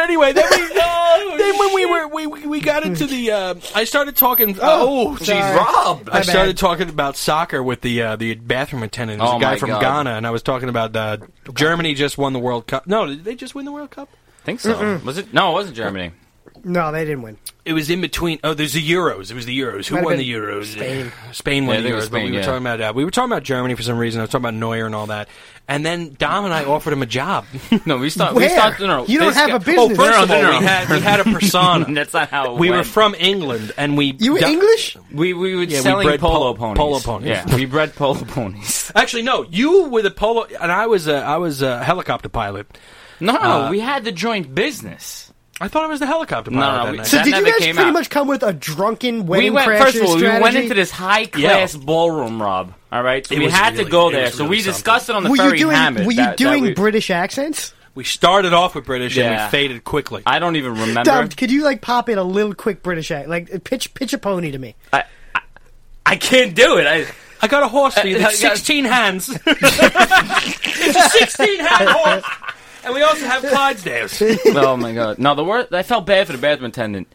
Speaker 1: anyway, then we
Speaker 3: Oh,
Speaker 1: then when we were we, we we got into the uh, I started talking. oh,
Speaker 3: jeez,
Speaker 2: sorry.
Speaker 3: Rob.
Speaker 1: I
Speaker 2: My
Speaker 1: started
Speaker 2: bad.
Speaker 1: talking about soccer with the uh, the bathroom attendant, who's
Speaker 3: Oh
Speaker 1: a guy
Speaker 3: my
Speaker 1: from
Speaker 3: God.
Speaker 1: Ghana, and I was talking about uh, Germany just won the World Cup. No, did they just win the World Cup?
Speaker 3: I think so. Was it? No, it wasn't Germany.
Speaker 2: No, they didn't win.
Speaker 1: It was in between. Oh, there's the Euros. It was the Euros. Who
Speaker 2: Might have
Speaker 1: won
Speaker 2: been
Speaker 1: the Euros?
Speaker 2: Spain.
Speaker 1: Spain
Speaker 3: Yeah,
Speaker 1: won
Speaker 3: I
Speaker 1: the
Speaker 3: think it
Speaker 1: Euros.
Speaker 3: was
Speaker 1: but we
Speaker 3: Spain,
Speaker 1: were
Speaker 3: yeah.
Speaker 1: talking about uh, we were talking about Germany for some reason. I was talking about Neuer and all that, and then Dom and I offered him a job.
Speaker 3: No, we stopped.
Speaker 2: Where?
Speaker 3: We stopped. No, no,
Speaker 2: You don't
Speaker 3: this
Speaker 2: have
Speaker 3: guy-
Speaker 2: a business.
Speaker 1: Oh,
Speaker 2: No,
Speaker 1: first
Speaker 3: no,
Speaker 1: of all,
Speaker 3: no, no.
Speaker 1: we had we had a persona.
Speaker 3: That's not how it
Speaker 1: we were
Speaker 3: went.
Speaker 1: from England, and we
Speaker 2: You were
Speaker 1: Do-
Speaker 2: English?
Speaker 3: We we were
Speaker 1: we
Speaker 3: selling
Speaker 1: bred
Speaker 3: polo
Speaker 1: pol-
Speaker 3: ponies.
Speaker 1: polo ponies.
Speaker 3: Yeah, we bred polo ponies.
Speaker 1: Actually, no. You were the polo, and I was a I was a helicopter pilot.
Speaker 3: No, we had the joint business.
Speaker 1: I thought I was the helicopter
Speaker 3: No,
Speaker 1: pilot.
Speaker 3: no,
Speaker 1: that
Speaker 3: we-
Speaker 1: night.
Speaker 2: So
Speaker 3: That
Speaker 2: did you
Speaker 3: never
Speaker 2: guys
Speaker 3: came
Speaker 2: pretty
Speaker 3: out.
Speaker 2: much come with a drunken wedding
Speaker 3: we went
Speaker 2: crasher
Speaker 3: first of all.
Speaker 2: strategy?
Speaker 3: We went into this high class
Speaker 1: Yeah.
Speaker 3: ballroom, Rob. All right, so
Speaker 1: It
Speaker 3: we
Speaker 1: was
Speaker 3: had
Speaker 1: really-
Speaker 3: to go
Speaker 1: it
Speaker 3: there.
Speaker 1: was
Speaker 3: so
Speaker 1: really
Speaker 3: we discussed it on the
Speaker 2: Were
Speaker 3: ferry
Speaker 2: you doing?
Speaker 3: Hammond.
Speaker 2: were you
Speaker 3: that- that
Speaker 2: doing
Speaker 3: we-
Speaker 2: British accents?
Speaker 1: We started off with British, and
Speaker 3: Yeah.
Speaker 1: we faded quickly.
Speaker 3: I don't even remember.
Speaker 2: Dom, could you like pop in a little quick British accent? Like pitch pitch a pony to me.
Speaker 3: I, I, I can't do it. I,
Speaker 1: I got a horse for you.
Speaker 3: Uh,
Speaker 1: That's
Speaker 3: uh, yeah.
Speaker 1: sixteen hands. it's a sixteen hand horse, and we also have Clydesdales.
Speaker 3: oh my god! No, the word I felt bad for the bathroom attendant.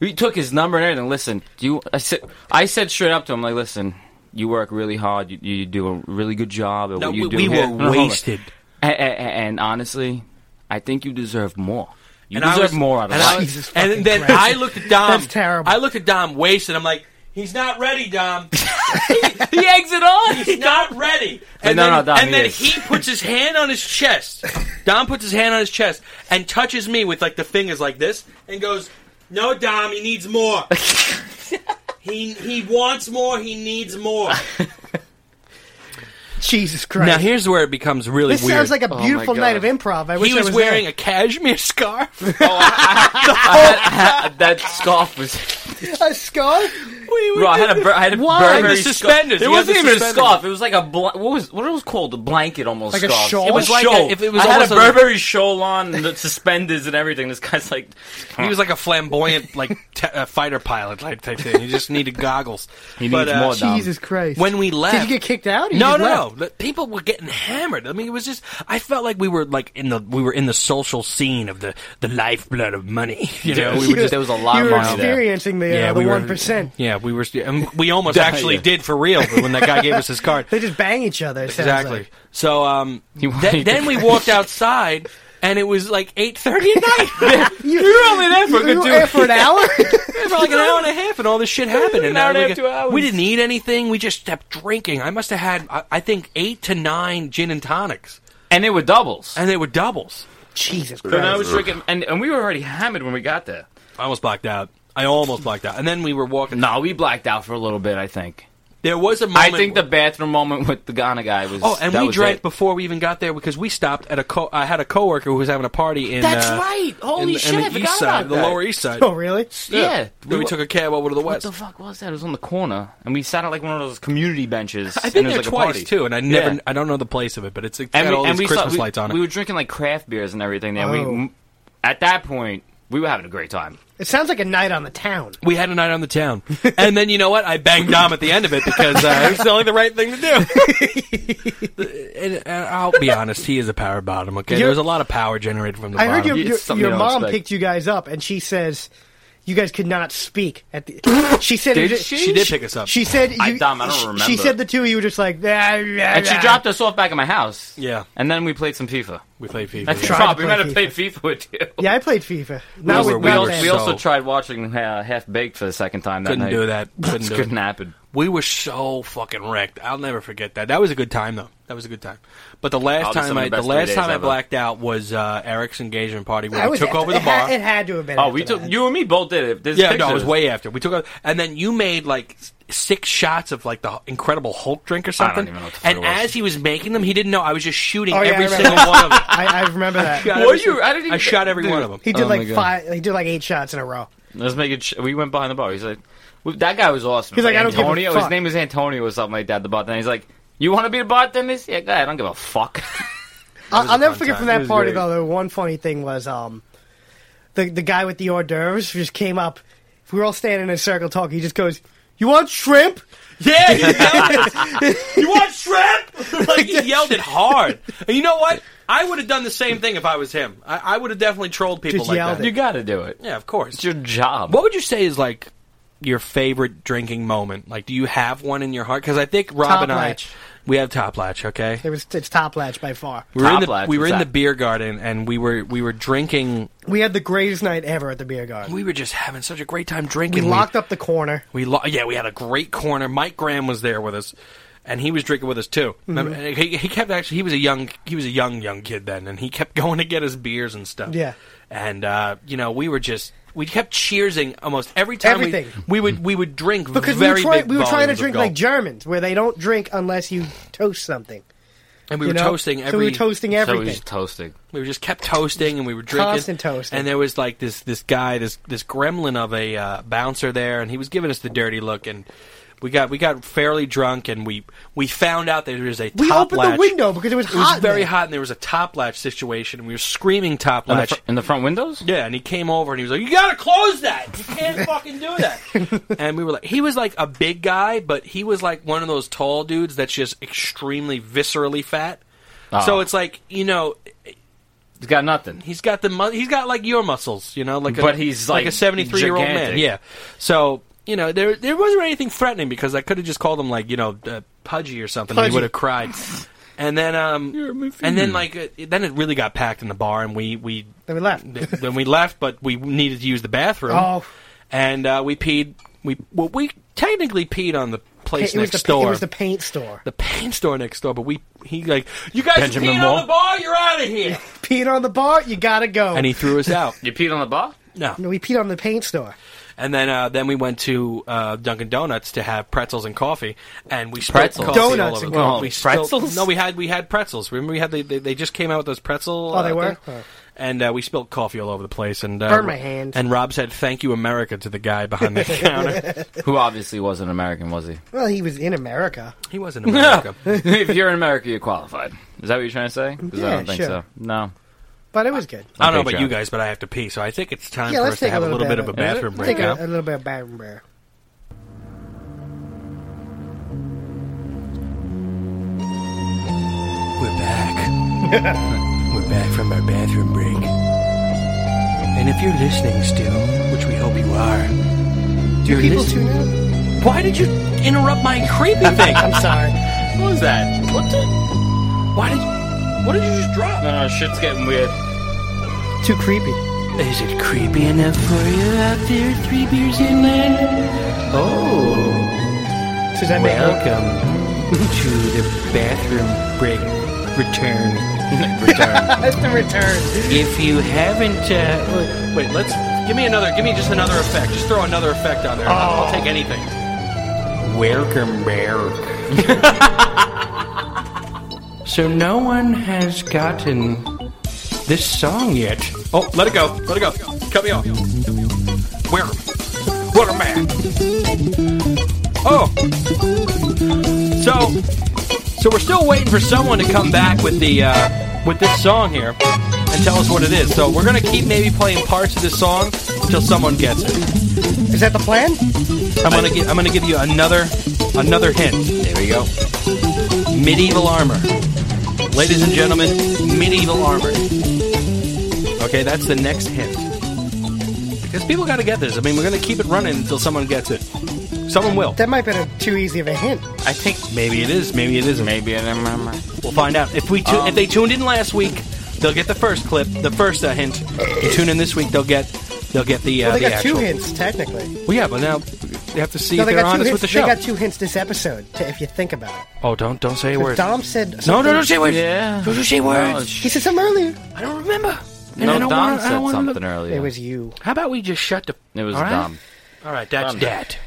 Speaker 3: We took his number and everything. Listen, do you? I said, I said straight up to him, like, listen, you work really hard. You, you do a really good job at
Speaker 1: No,
Speaker 3: what you
Speaker 1: we,
Speaker 3: do.
Speaker 1: we
Speaker 3: here."
Speaker 1: were wasted.
Speaker 3: A- a- a- And, honestly, I think you deserve more. You
Speaker 1: I
Speaker 3: deserve
Speaker 1: was-
Speaker 3: more out of
Speaker 1: and
Speaker 3: life.
Speaker 1: I was-
Speaker 2: Jesus fucking
Speaker 1: and then
Speaker 2: Christ.
Speaker 1: I looked at Dom.
Speaker 2: That's terrible.
Speaker 1: I looked at Dom wasted. I'm like, he's not ready, Dom.
Speaker 3: the exit on.
Speaker 1: He's not ready. And
Speaker 3: No,
Speaker 1: then,
Speaker 3: no, Dom,
Speaker 1: and
Speaker 3: he
Speaker 1: then
Speaker 3: is.
Speaker 1: he puts his hand on his chest. Dom puts his hand on his chest and touches me with like the fingers like this and goes, "No, Dom, he needs more. he he wants more. He needs more."
Speaker 2: Jesus Christ!
Speaker 1: Now here's where it becomes really
Speaker 2: this
Speaker 1: weird.
Speaker 2: sounds like a
Speaker 3: Oh my
Speaker 2: beautiful night of
Speaker 3: God.
Speaker 2: improv. I wish
Speaker 1: he was,
Speaker 2: I was
Speaker 1: wearing
Speaker 2: there.
Speaker 1: a cashmere scarf.
Speaker 3: Oh, that scarf was.
Speaker 2: a, scarf.
Speaker 3: Bro, I had a, bur- I had a
Speaker 2: Why?
Speaker 3: Burberry
Speaker 2: And the
Speaker 3: scarf.
Speaker 1: suspenders,
Speaker 3: It
Speaker 1: you had
Speaker 3: wasn't
Speaker 1: the
Speaker 3: even a
Speaker 1: suspenders.
Speaker 3: scarf. It was like a bl- what was what it was called a blanket almost
Speaker 2: Like a
Speaker 3: scarf.
Speaker 2: shawl?
Speaker 3: It was like
Speaker 1: Shawl.
Speaker 3: A, if it was
Speaker 1: I had a
Speaker 3: almost a Burberry shawl on, the suspenders and everything. This guy's like,
Speaker 1: He was like a flamboyant, like te- uh, fighter pilot type type thing. He just needed goggles.
Speaker 3: He
Speaker 1: But,
Speaker 3: needs
Speaker 1: uh,
Speaker 3: more, Dom.
Speaker 2: Jesus Christ!
Speaker 1: When we left,
Speaker 2: did you get kicked out? Or you
Speaker 1: No,
Speaker 2: just
Speaker 1: no,
Speaker 2: left?
Speaker 1: no. The People were getting hammered. I mean, it was just. I felt like we were like in the we were in the social scene of the the lifeblood of money. You know, we were just.
Speaker 3: there was a lot
Speaker 2: you
Speaker 3: of
Speaker 2: were
Speaker 3: money there.
Speaker 2: experiencing the uh,
Speaker 1: Yeah,
Speaker 2: the
Speaker 1: we were-
Speaker 2: one percent.
Speaker 1: Yeah, we were. And we almost
Speaker 3: Yeah,
Speaker 1: actually
Speaker 3: yeah.
Speaker 1: did for real when that guy gave us his card.
Speaker 2: They just bang each other. it sounds
Speaker 1: exactly.
Speaker 2: like.
Speaker 1: So um,
Speaker 3: He wanted
Speaker 1: then-
Speaker 3: to-
Speaker 1: then we walked outside, and it was like eight thirty at night.
Speaker 2: You,
Speaker 3: You're only there for a good
Speaker 2: you were
Speaker 3: two-
Speaker 2: there for an hour.
Speaker 1: for like an hour and a half, and all this shit happened.
Speaker 3: An hour and a
Speaker 1: we,
Speaker 3: half, two hours.
Speaker 1: we didn't eat anything. We just kept drinking. I must have had, I, I think, eight to nine gin and tonics,
Speaker 3: and they were doubles.
Speaker 1: and they were doubles.
Speaker 2: Jesus Christ!
Speaker 3: And I was drinking, and, and we were already hammered when we got there.
Speaker 1: I almost blacked out. I almost blacked out. And then we were walking.
Speaker 3: No, we blacked out for a little bit. I think.
Speaker 1: There was a
Speaker 3: I
Speaker 1: moment.
Speaker 3: think the bathroom moment with the Ghana guy was.
Speaker 1: Oh, and
Speaker 3: that
Speaker 1: we
Speaker 3: was
Speaker 1: drank
Speaker 3: it.
Speaker 1: before we even got there because we stopped at a. Co- I had a coworker who was having a party in.
Speaker 3: That's
Speaker 1: uh,
Speaker 3: right.
Speaker 1: in,
Speaker 3: Holy
Speaker 1: the-
Speaker 3: shit!
Speaker 1: in
Speaker 3: I
Speaker 1: the
Speaker 3: forgot
Speaker 1: east side,
Speaker 3: about
Speaker 1: the
Speaker 3: that.
Speaker 1: lower east side.
Speaker 2: Oh really?
Speaker 3: Yeah,
Speaker 1: Then we took a cab over to the
Speaker 3: What
Speaker 1: west.
Speaker 3: the fuck was that? It was on the corner, and we sat at like one of those community benches.
Speaker 1: I've been
Speaker 3: and it
Speaker 1: there
Speaker 3: was, like, a
Speaker 1: twice
Speaker 3: party.
Speaker 1: too, and I never.
Speaker 3: Yeah.
Speaker 1: I don't know the place of it, but it's, it's
Speaker 3: And
Speaker 1: got
Speaker 3: we,
Speaker 1: all
Speaker 3: and
Speaker 1: these
Speaker 3: we
Speaker 1: Christmas
Speaker 3: saw, we,
Speaker 1: lights on it.
Speaker 3: we were drinking like craft beers and everything. And
Speaker 2: Oh.
Speaker 3: we, m- at that point, we were having a great time.
Speaker 2: It sounds like a night on the town.
Speaker 1: We had a night on the town, and then you know what? I banged Dom at the end of it because uh, it was only the right thing to do. and, and I'll be honest, he is a power bottom. Okay,
Speaker 2: You're-
Speaker 1: there's a lot of power generated from the
Speaker 2: I
Speaker 1: bottom.
Speaker 2: heard your
Speaker 3: It's
Speaker 2: your,
Speaker 3: something
Speaker 2: your
Speaker 3: you don't
Speaker 2: mom
Speaker 3: expect.
Speaker 2: picked you guys up, and she says you guys could not speak at the. She said
Speaker 3: Did
Speaker 2: it-
Speaker 3: she?
Speaker 1: she did pick us up.
Speaker 2: She said you,
Speaker 3: I- Dom, I don't
Speaker 2: sh- she,
Speaker 3: remember.
Speaker 2: said the two of you were just like "Ah, blah,
Speaker 3: And she
Speaker 2: blah."
Speaker 3: dropped us off back at my house.
Speaker 1: Yeah.
Speaker 3: And then we played some FIFA.
Speaker 1: we played FIFA.
Speaker 3: That's
Speaker 1: yeah.
Speaker 3: true.
Speaker 2: Tried to
Speaker 3: Rob, we
Speaker 2: play
Speaker 3: might have
Speaker 2: FIFA.
Speaker 3: played FIFA with you.
Speaker 2: Yeah, I played FIFA.
Speaker 1: We
Speaker 2: Not
Speaker 1: were-
Speaker 2: with
Speaker 3: we,
Speaker 1: were
Speaker 2: not
Speaker 3: also,
Speaker 2: that.
Speaker 3: we
Speaker 1: so-
Speaker 3: also tried watching uh, Half Baked for the second time that
Speaker 1: Couldn't
Speaker 3: night.
Speaker 1: do that. Couldn't
Speaker 3: Just
Speaker 1: do it.
Speaker 3: couldn't happen.
Speaker 1: We were so fucking wrecked. I'll never forget that. That was a good time though. That was a good time. But the last
Speaker 3: Probably
Speaker 1: time
Speaker 3: some of
Speaker 1: I
Speaker 3: the
Speaker 1: the
Speaker 3: best three
Speaker 1: last
Speaker 3: days
Speaker 1: time I
Speaker 3: ever.
Speaker 1: blacked out was uh, Eric's engagement party where
Speaker 2: That
Speaker 1: we
Speaker 2: was
Speaker 1: took
Speaker 2: after-
Speaker 1: over the
Speaker 2: it had-
Speaker 1: bar.
Speaker 2: it had to have been.
Speaker 3: Oh,
Speaker 2: after
Speaker 3: we took
Speaker 2: that.
Speaker 3: you and me both did it. There's
Speaker 1: yeah,
Speaker 3: pictures.
Speaker 1: no, it was way after. We took over, and then you made like s- six shots of like the Incredible Hulk drink or something.
Speaker 3: even know what the fuck
Speaker 1: and
Speaker 3: it was.
Speaker 1: as he was making them, he didn't know I was just shooting
Speaker 2: Oh, yeah,
Speaker 1: every
Speaker 2: I remember.
Speaker 1: single one of them.
Speaker 2: I, I remember that.
Speaker 1: shot
Speaker 3: Were
Speaker 1: every
Speaker 3: you-
Speaker 1: sing-
Speaker 3: I didn't even-
Speaker 1: shot every
Speaker 3: dude.
Speaker 1: one of them.
Speaker 2: He did
Speaker 3: Oh my
Speaker 2: like
Speaker 3: God.
Speaker 2: five. He did like eight shots in a row.
Speaker 3: Let's make it. Sh- we went behind the bar. He's like, we- that guy was awesome.
Speaker 2: He's like, I don't give a
Speaker 3: Antonio.
Speaker 2: fuck.
Speaker 3: His name was Antonio or something like that. The bartender. He's like, you want to be the bartender? Yeah, guy. I don't give a fuck.
Speaker 2: I'll, I'll never
Speaker 1: fun
Speaker 2: forget
Speaker 1: time.
Speaker 2: from
Speaker 1: It
Speaker 2: that
Speaker 1: was
Speaker 2: party
Speaker 1: great.
Speaker 2: though. The one funny thing was um, the the guy with the hors d'oeuvres just came up. We were all standing in a circle talking. He just goes, "You want shrimp?"
Speaker 1: Yeah, you, you want shrimp? like he yelled it hard. And you know what? I would have done the same thing if I was him. I, I would have definitely trolled people
Speaker 2: Just
Speaker 1: like
Speaker 2: yelled
Speaker 1: that.
Speaker 2: it.
Speaker 3: You got to do it.
Speaker 1: Yeah, of course.
Speaker 3: It's your job.
Speaker 1: What would you say is like your favorite drinking moment? Like, do you have one in your heart? Because I think Rob
Speaker 2: Top
Speaker 1: and I,
Speaker 2: latch.
Speaker 1: we have top latch. Okay,
Speaker 2: It was it's top latch by far.
Speaker 1: we were in
Speaker 3: Top
Speaker 1: the
Speaker 3: latch,
Speaker 1: we were
Speaker 3: what's
Speaker 1: in the
Speaker 3: that?
Speaker 1: beer garden and we were we were drinking.
Speaker 2: We had the greatest night ever at the beer garden.
Speaker 1: We were just having such a great time
Speaker 2: We
Speaker 1: drinking.
Speaker 2: locked up the corner.
Speaker 1: We lo- yeah, we had a great corner. Mike Graham was there with us, and he was drinking with us too.
Speaker 2: Mm-hmm.
Speaker 1: Remember, he, he kept actually he was a young he was a young young kid then, and he kept going to get us beers and stuff.
Speaker 2: Yeah.
Speaker 1: and uh, you know we were just. We kept cheersing almost every time we-
Speaker 2: Everything.
Speaker 1: we, would we would drink
Speaker 2: Because we were,
Speaker 1: very
Speaker 2: try-
Speaker 1: big
Speaker 2: we were trying to
Speaker 1: volumes of
Speaker 2: drink
Speaker 1: gulp.
Speaker 2: like Germans, where they don't drink unless you toast something.
Speaker 1: and we
Speaker 2: you
Speaker 1: were
Speaker 2: know?
Speaker 1: toasting every
Speaker 2: So we were toasting
Speaker 3: So
Speaker 2: everything.
Speaker 3: he's toasting.
Speaker 1: we were just kept toasting and we were drinking
Speaker 2: Constant toasting.
Speaker 1: and there was like this this guy this this gremlin of a uh, bouncer there and he was giving us the dirty look and we got we got fairly drunk and we we found out that there was a
Speaker 2: we
Speaker 1: top
Speaker 2: opened
Speaker 1: latch
Speaker 2: the window because it was
Speaker 1: it was
Speaker 2: hot. in
Speaker 1: very
Speaker 2: there.
Speaker 1: hot and there was a top latch situation and we were screaming top
Speaker 3: In the,
Speaker 1: latch
Speaker 3: fr- in the front windows?
Speaker 1: yeah, and he came over and he was like, "You gotta close that. You can't fucking do that." and we were like, he was like a big guy, but he was like one of those tall dudes that's just extremely viscerally fat. So
Speaker 3: Oh.
Speaker 1: it's like you know,
Speaker 3: He's got nothing.
Speaker 1: he's got the mu- he's got like your muscles, you know, like a,
Speaker 3: But he's,
Speaker 1: like,
Speaker 3: like,
Speaker 1: a seventy three year old man.
Speaker 3: gigantic.
Speaker 1: Yeah, so you know there there wasn't anything threatening because I could have just called him like you know uh, pudgy or something. and He
Speaker 2: Pudgy.
Speaker 1: would have cried. And then um and then like uh, then it really got packed in the bar and we we
Speaker 2: Then we left.
Speaker 1: th- then we left, but we needed to use the bathroom.
Speaker 2: Oh.
Speaker 1: and uh, we peed. We well, we technically peed on the place
Speaker 2: It was
Speaker 1: next
Speaker 2: the pa-
Speaker 1: door
Speaker 2: it was the paint store.
Speaker 1: the paint store next door, but we he like you guys
Speaker 3: Benjamin
Speaker 1: peed
Speaker 3: Moore?
Speaker 1: on the bar, you're out of here.
Speaker 2: Peed on the bar, you gotta go.
Speaker 1: And he threw us out.
Speaker 3: You peed on the bar?
Speaker 1: No,
Speaker 2: No, we peed on the paint store.
Speaker 1: and then uh, then we went to uh, Dunkin' Donuts to have pretzels and coffee, and we spilled
Speaker 3: Pretzels.
Speaker 1: coffee all
Speaker 2: Donuts
Speaker 1: over
Speaker 2: and
Speaker 1: the-
Speaker 2: coffee.
Speaker 1: we spilled-
Speaker 3: Pretzels?
Speaker 1: no, we had we had pretzels. Remember, we had the, they they just came out with those pretzel.
Speaker 2: Oh, they
Speaker 1: uh,
Speaker 2: were?
Speaker 1: thing?
Speaker 2: Oh.
Speaker 1: And uh, we spilled coffee all over the place, and uh,
Speaker 2: Burned my hand.
Speaker 1: And Rob said, "Thank you, America," to the guy behind the counter.
Speaker 3: Who obviously wasn't American, was he?
Speaker 2: Well, he was in America.
Speaker 1: He wasn't America.
Speaker 3: if you're in America, you're qualified. Is that what you're trying to say? 'Cause I
Speaker 2: Yeah,
Speaker 3: don't think
Speaker 2: sure.
Speaker 3: so. No.
Speaker 2: But it was good.
Speaker 1: I don't know
Speaker 3: Okay,
Speaker 1: about you
Speaker 3: Jack.
Speaker 1: guys, but I have to pee, so I think it's time
Speaker 2: Yeah,
Speaker 1: for
Speaker 2: let's
Speaker 1: us to
Speaker 2: take a
Speaker 1: have a
Speaker 2: little,
Speaker 1: little bit of a bathroom
Speaker 2: Take a,
Speaker 1: breakout.
Speaker 2: a little bit of bathroom break.
Speaker 1: We're back. We're back from our bathroom break. And if you're listening still, which we hope you are,
Speaker 2: Do
Speaker 1: you're
Speaker 2: people
Speaker 1: listening-
Speaker 2: tune in?
Speaker 1: Why did you interrupt my creepy thing?
Speaker 2: I'm sorry.
Speaker 3: What was that? What the?
Speaker 1: Why did you, what did you just drop?
Speaker 3: No, no, shit's getting weird.
Speaker 2: Too creepy.
Speaker 1: Is it creepy enough for you out there, three beers in land? Oh,
Speaker 2: Does that make more-
Speaker 1: welcome to the bathroom break return.
Speaker 3: Return.
Speaker 2: That's the return.
Speaker 1: If you haven't, uh, wait, let's give me another, give me just another effect. Just throw another effect on there. I'll take anything. Welcome back. so no one has gotten this song yet. Oh, let it go. Let it go. Cut me off. Welcome. Welcome back. Oh. So, so we're still waiting for someone to come back with the uh, with this song here and tell us what it is. So we're gonna keep maybe playing parts of this song until someone gets it.
Speaker 2: Is that the plan?
Speaker 1: I'm gonna gi- I'm gonna give you another another hint.
Speaker 3: there we go.
Speaker 1: Medieval armor, ladies and gentlemen. Medieval armor. Okay, that's the next hint. Because people gotta get this. I mean, we're gonna keep it running until someone gets it. Someone will.
Speaker 2: That might have been a, too easy of a hint.
Speaker 3: I think
Speaker 1: Maybe it is. Maybe it isn't.
Speaker 3: maybe I remember.
Speaker 1: We'll find out. If we tu-
Speaker 3: Um,
Speaker 1: if they tuned in last week, they'll get the first clip, the first uh, hint. You tune in this week, they'll get they'll get the uh,
Speaker 2: Well, they
Speaker 1: the
Speaker 2: got
Speaker 1: actual.
Speaker 2: two hints technically.
Speaker 1: Well, yeah, but now they have to see
Speaker 2: No,
Speaker 1: if
Speaker 2: they
Speaker 1: they're
Speaker 2: got two
Speaker 1: honest with
Speaker 2: hints.
Speaker 1: the
Speaker 2: They
Speaker 1: show.
Speaker 2: got two hints this episode. To, if you think about it,
Speaker 1: oh, don't don't say a
Speaker 2: If
Speaker 1: word.
Speaker 2: Dom said
Speaker 1: No,
Speaker 2: something-
Speaker 1: no, don't say words.
Speaker 3: Yeah.
Speaker 1: Don't you say words.
Speaker 3: No,
Speaker 2: He said something earlier.
Speaker 1: I don't remember. And I
Speaker 3: Oh, No,
Speaker 1: don't
Speaker 3: Dom
Speaker 1: wanna- I don't
Speaker 3: said
Speaker 1: wanna
Speaker 3: something
Speaker 1: look-
Speaker 3: earlier.
Speaker 2: It was you.
Speaker 1: How about we just shut the?
Speaker 3: It was
Speaker 1: all right?
Speaker 3: Dom.
Speaker 1: All right, that's
Speaker 3: Dom.
Speaker 1: that.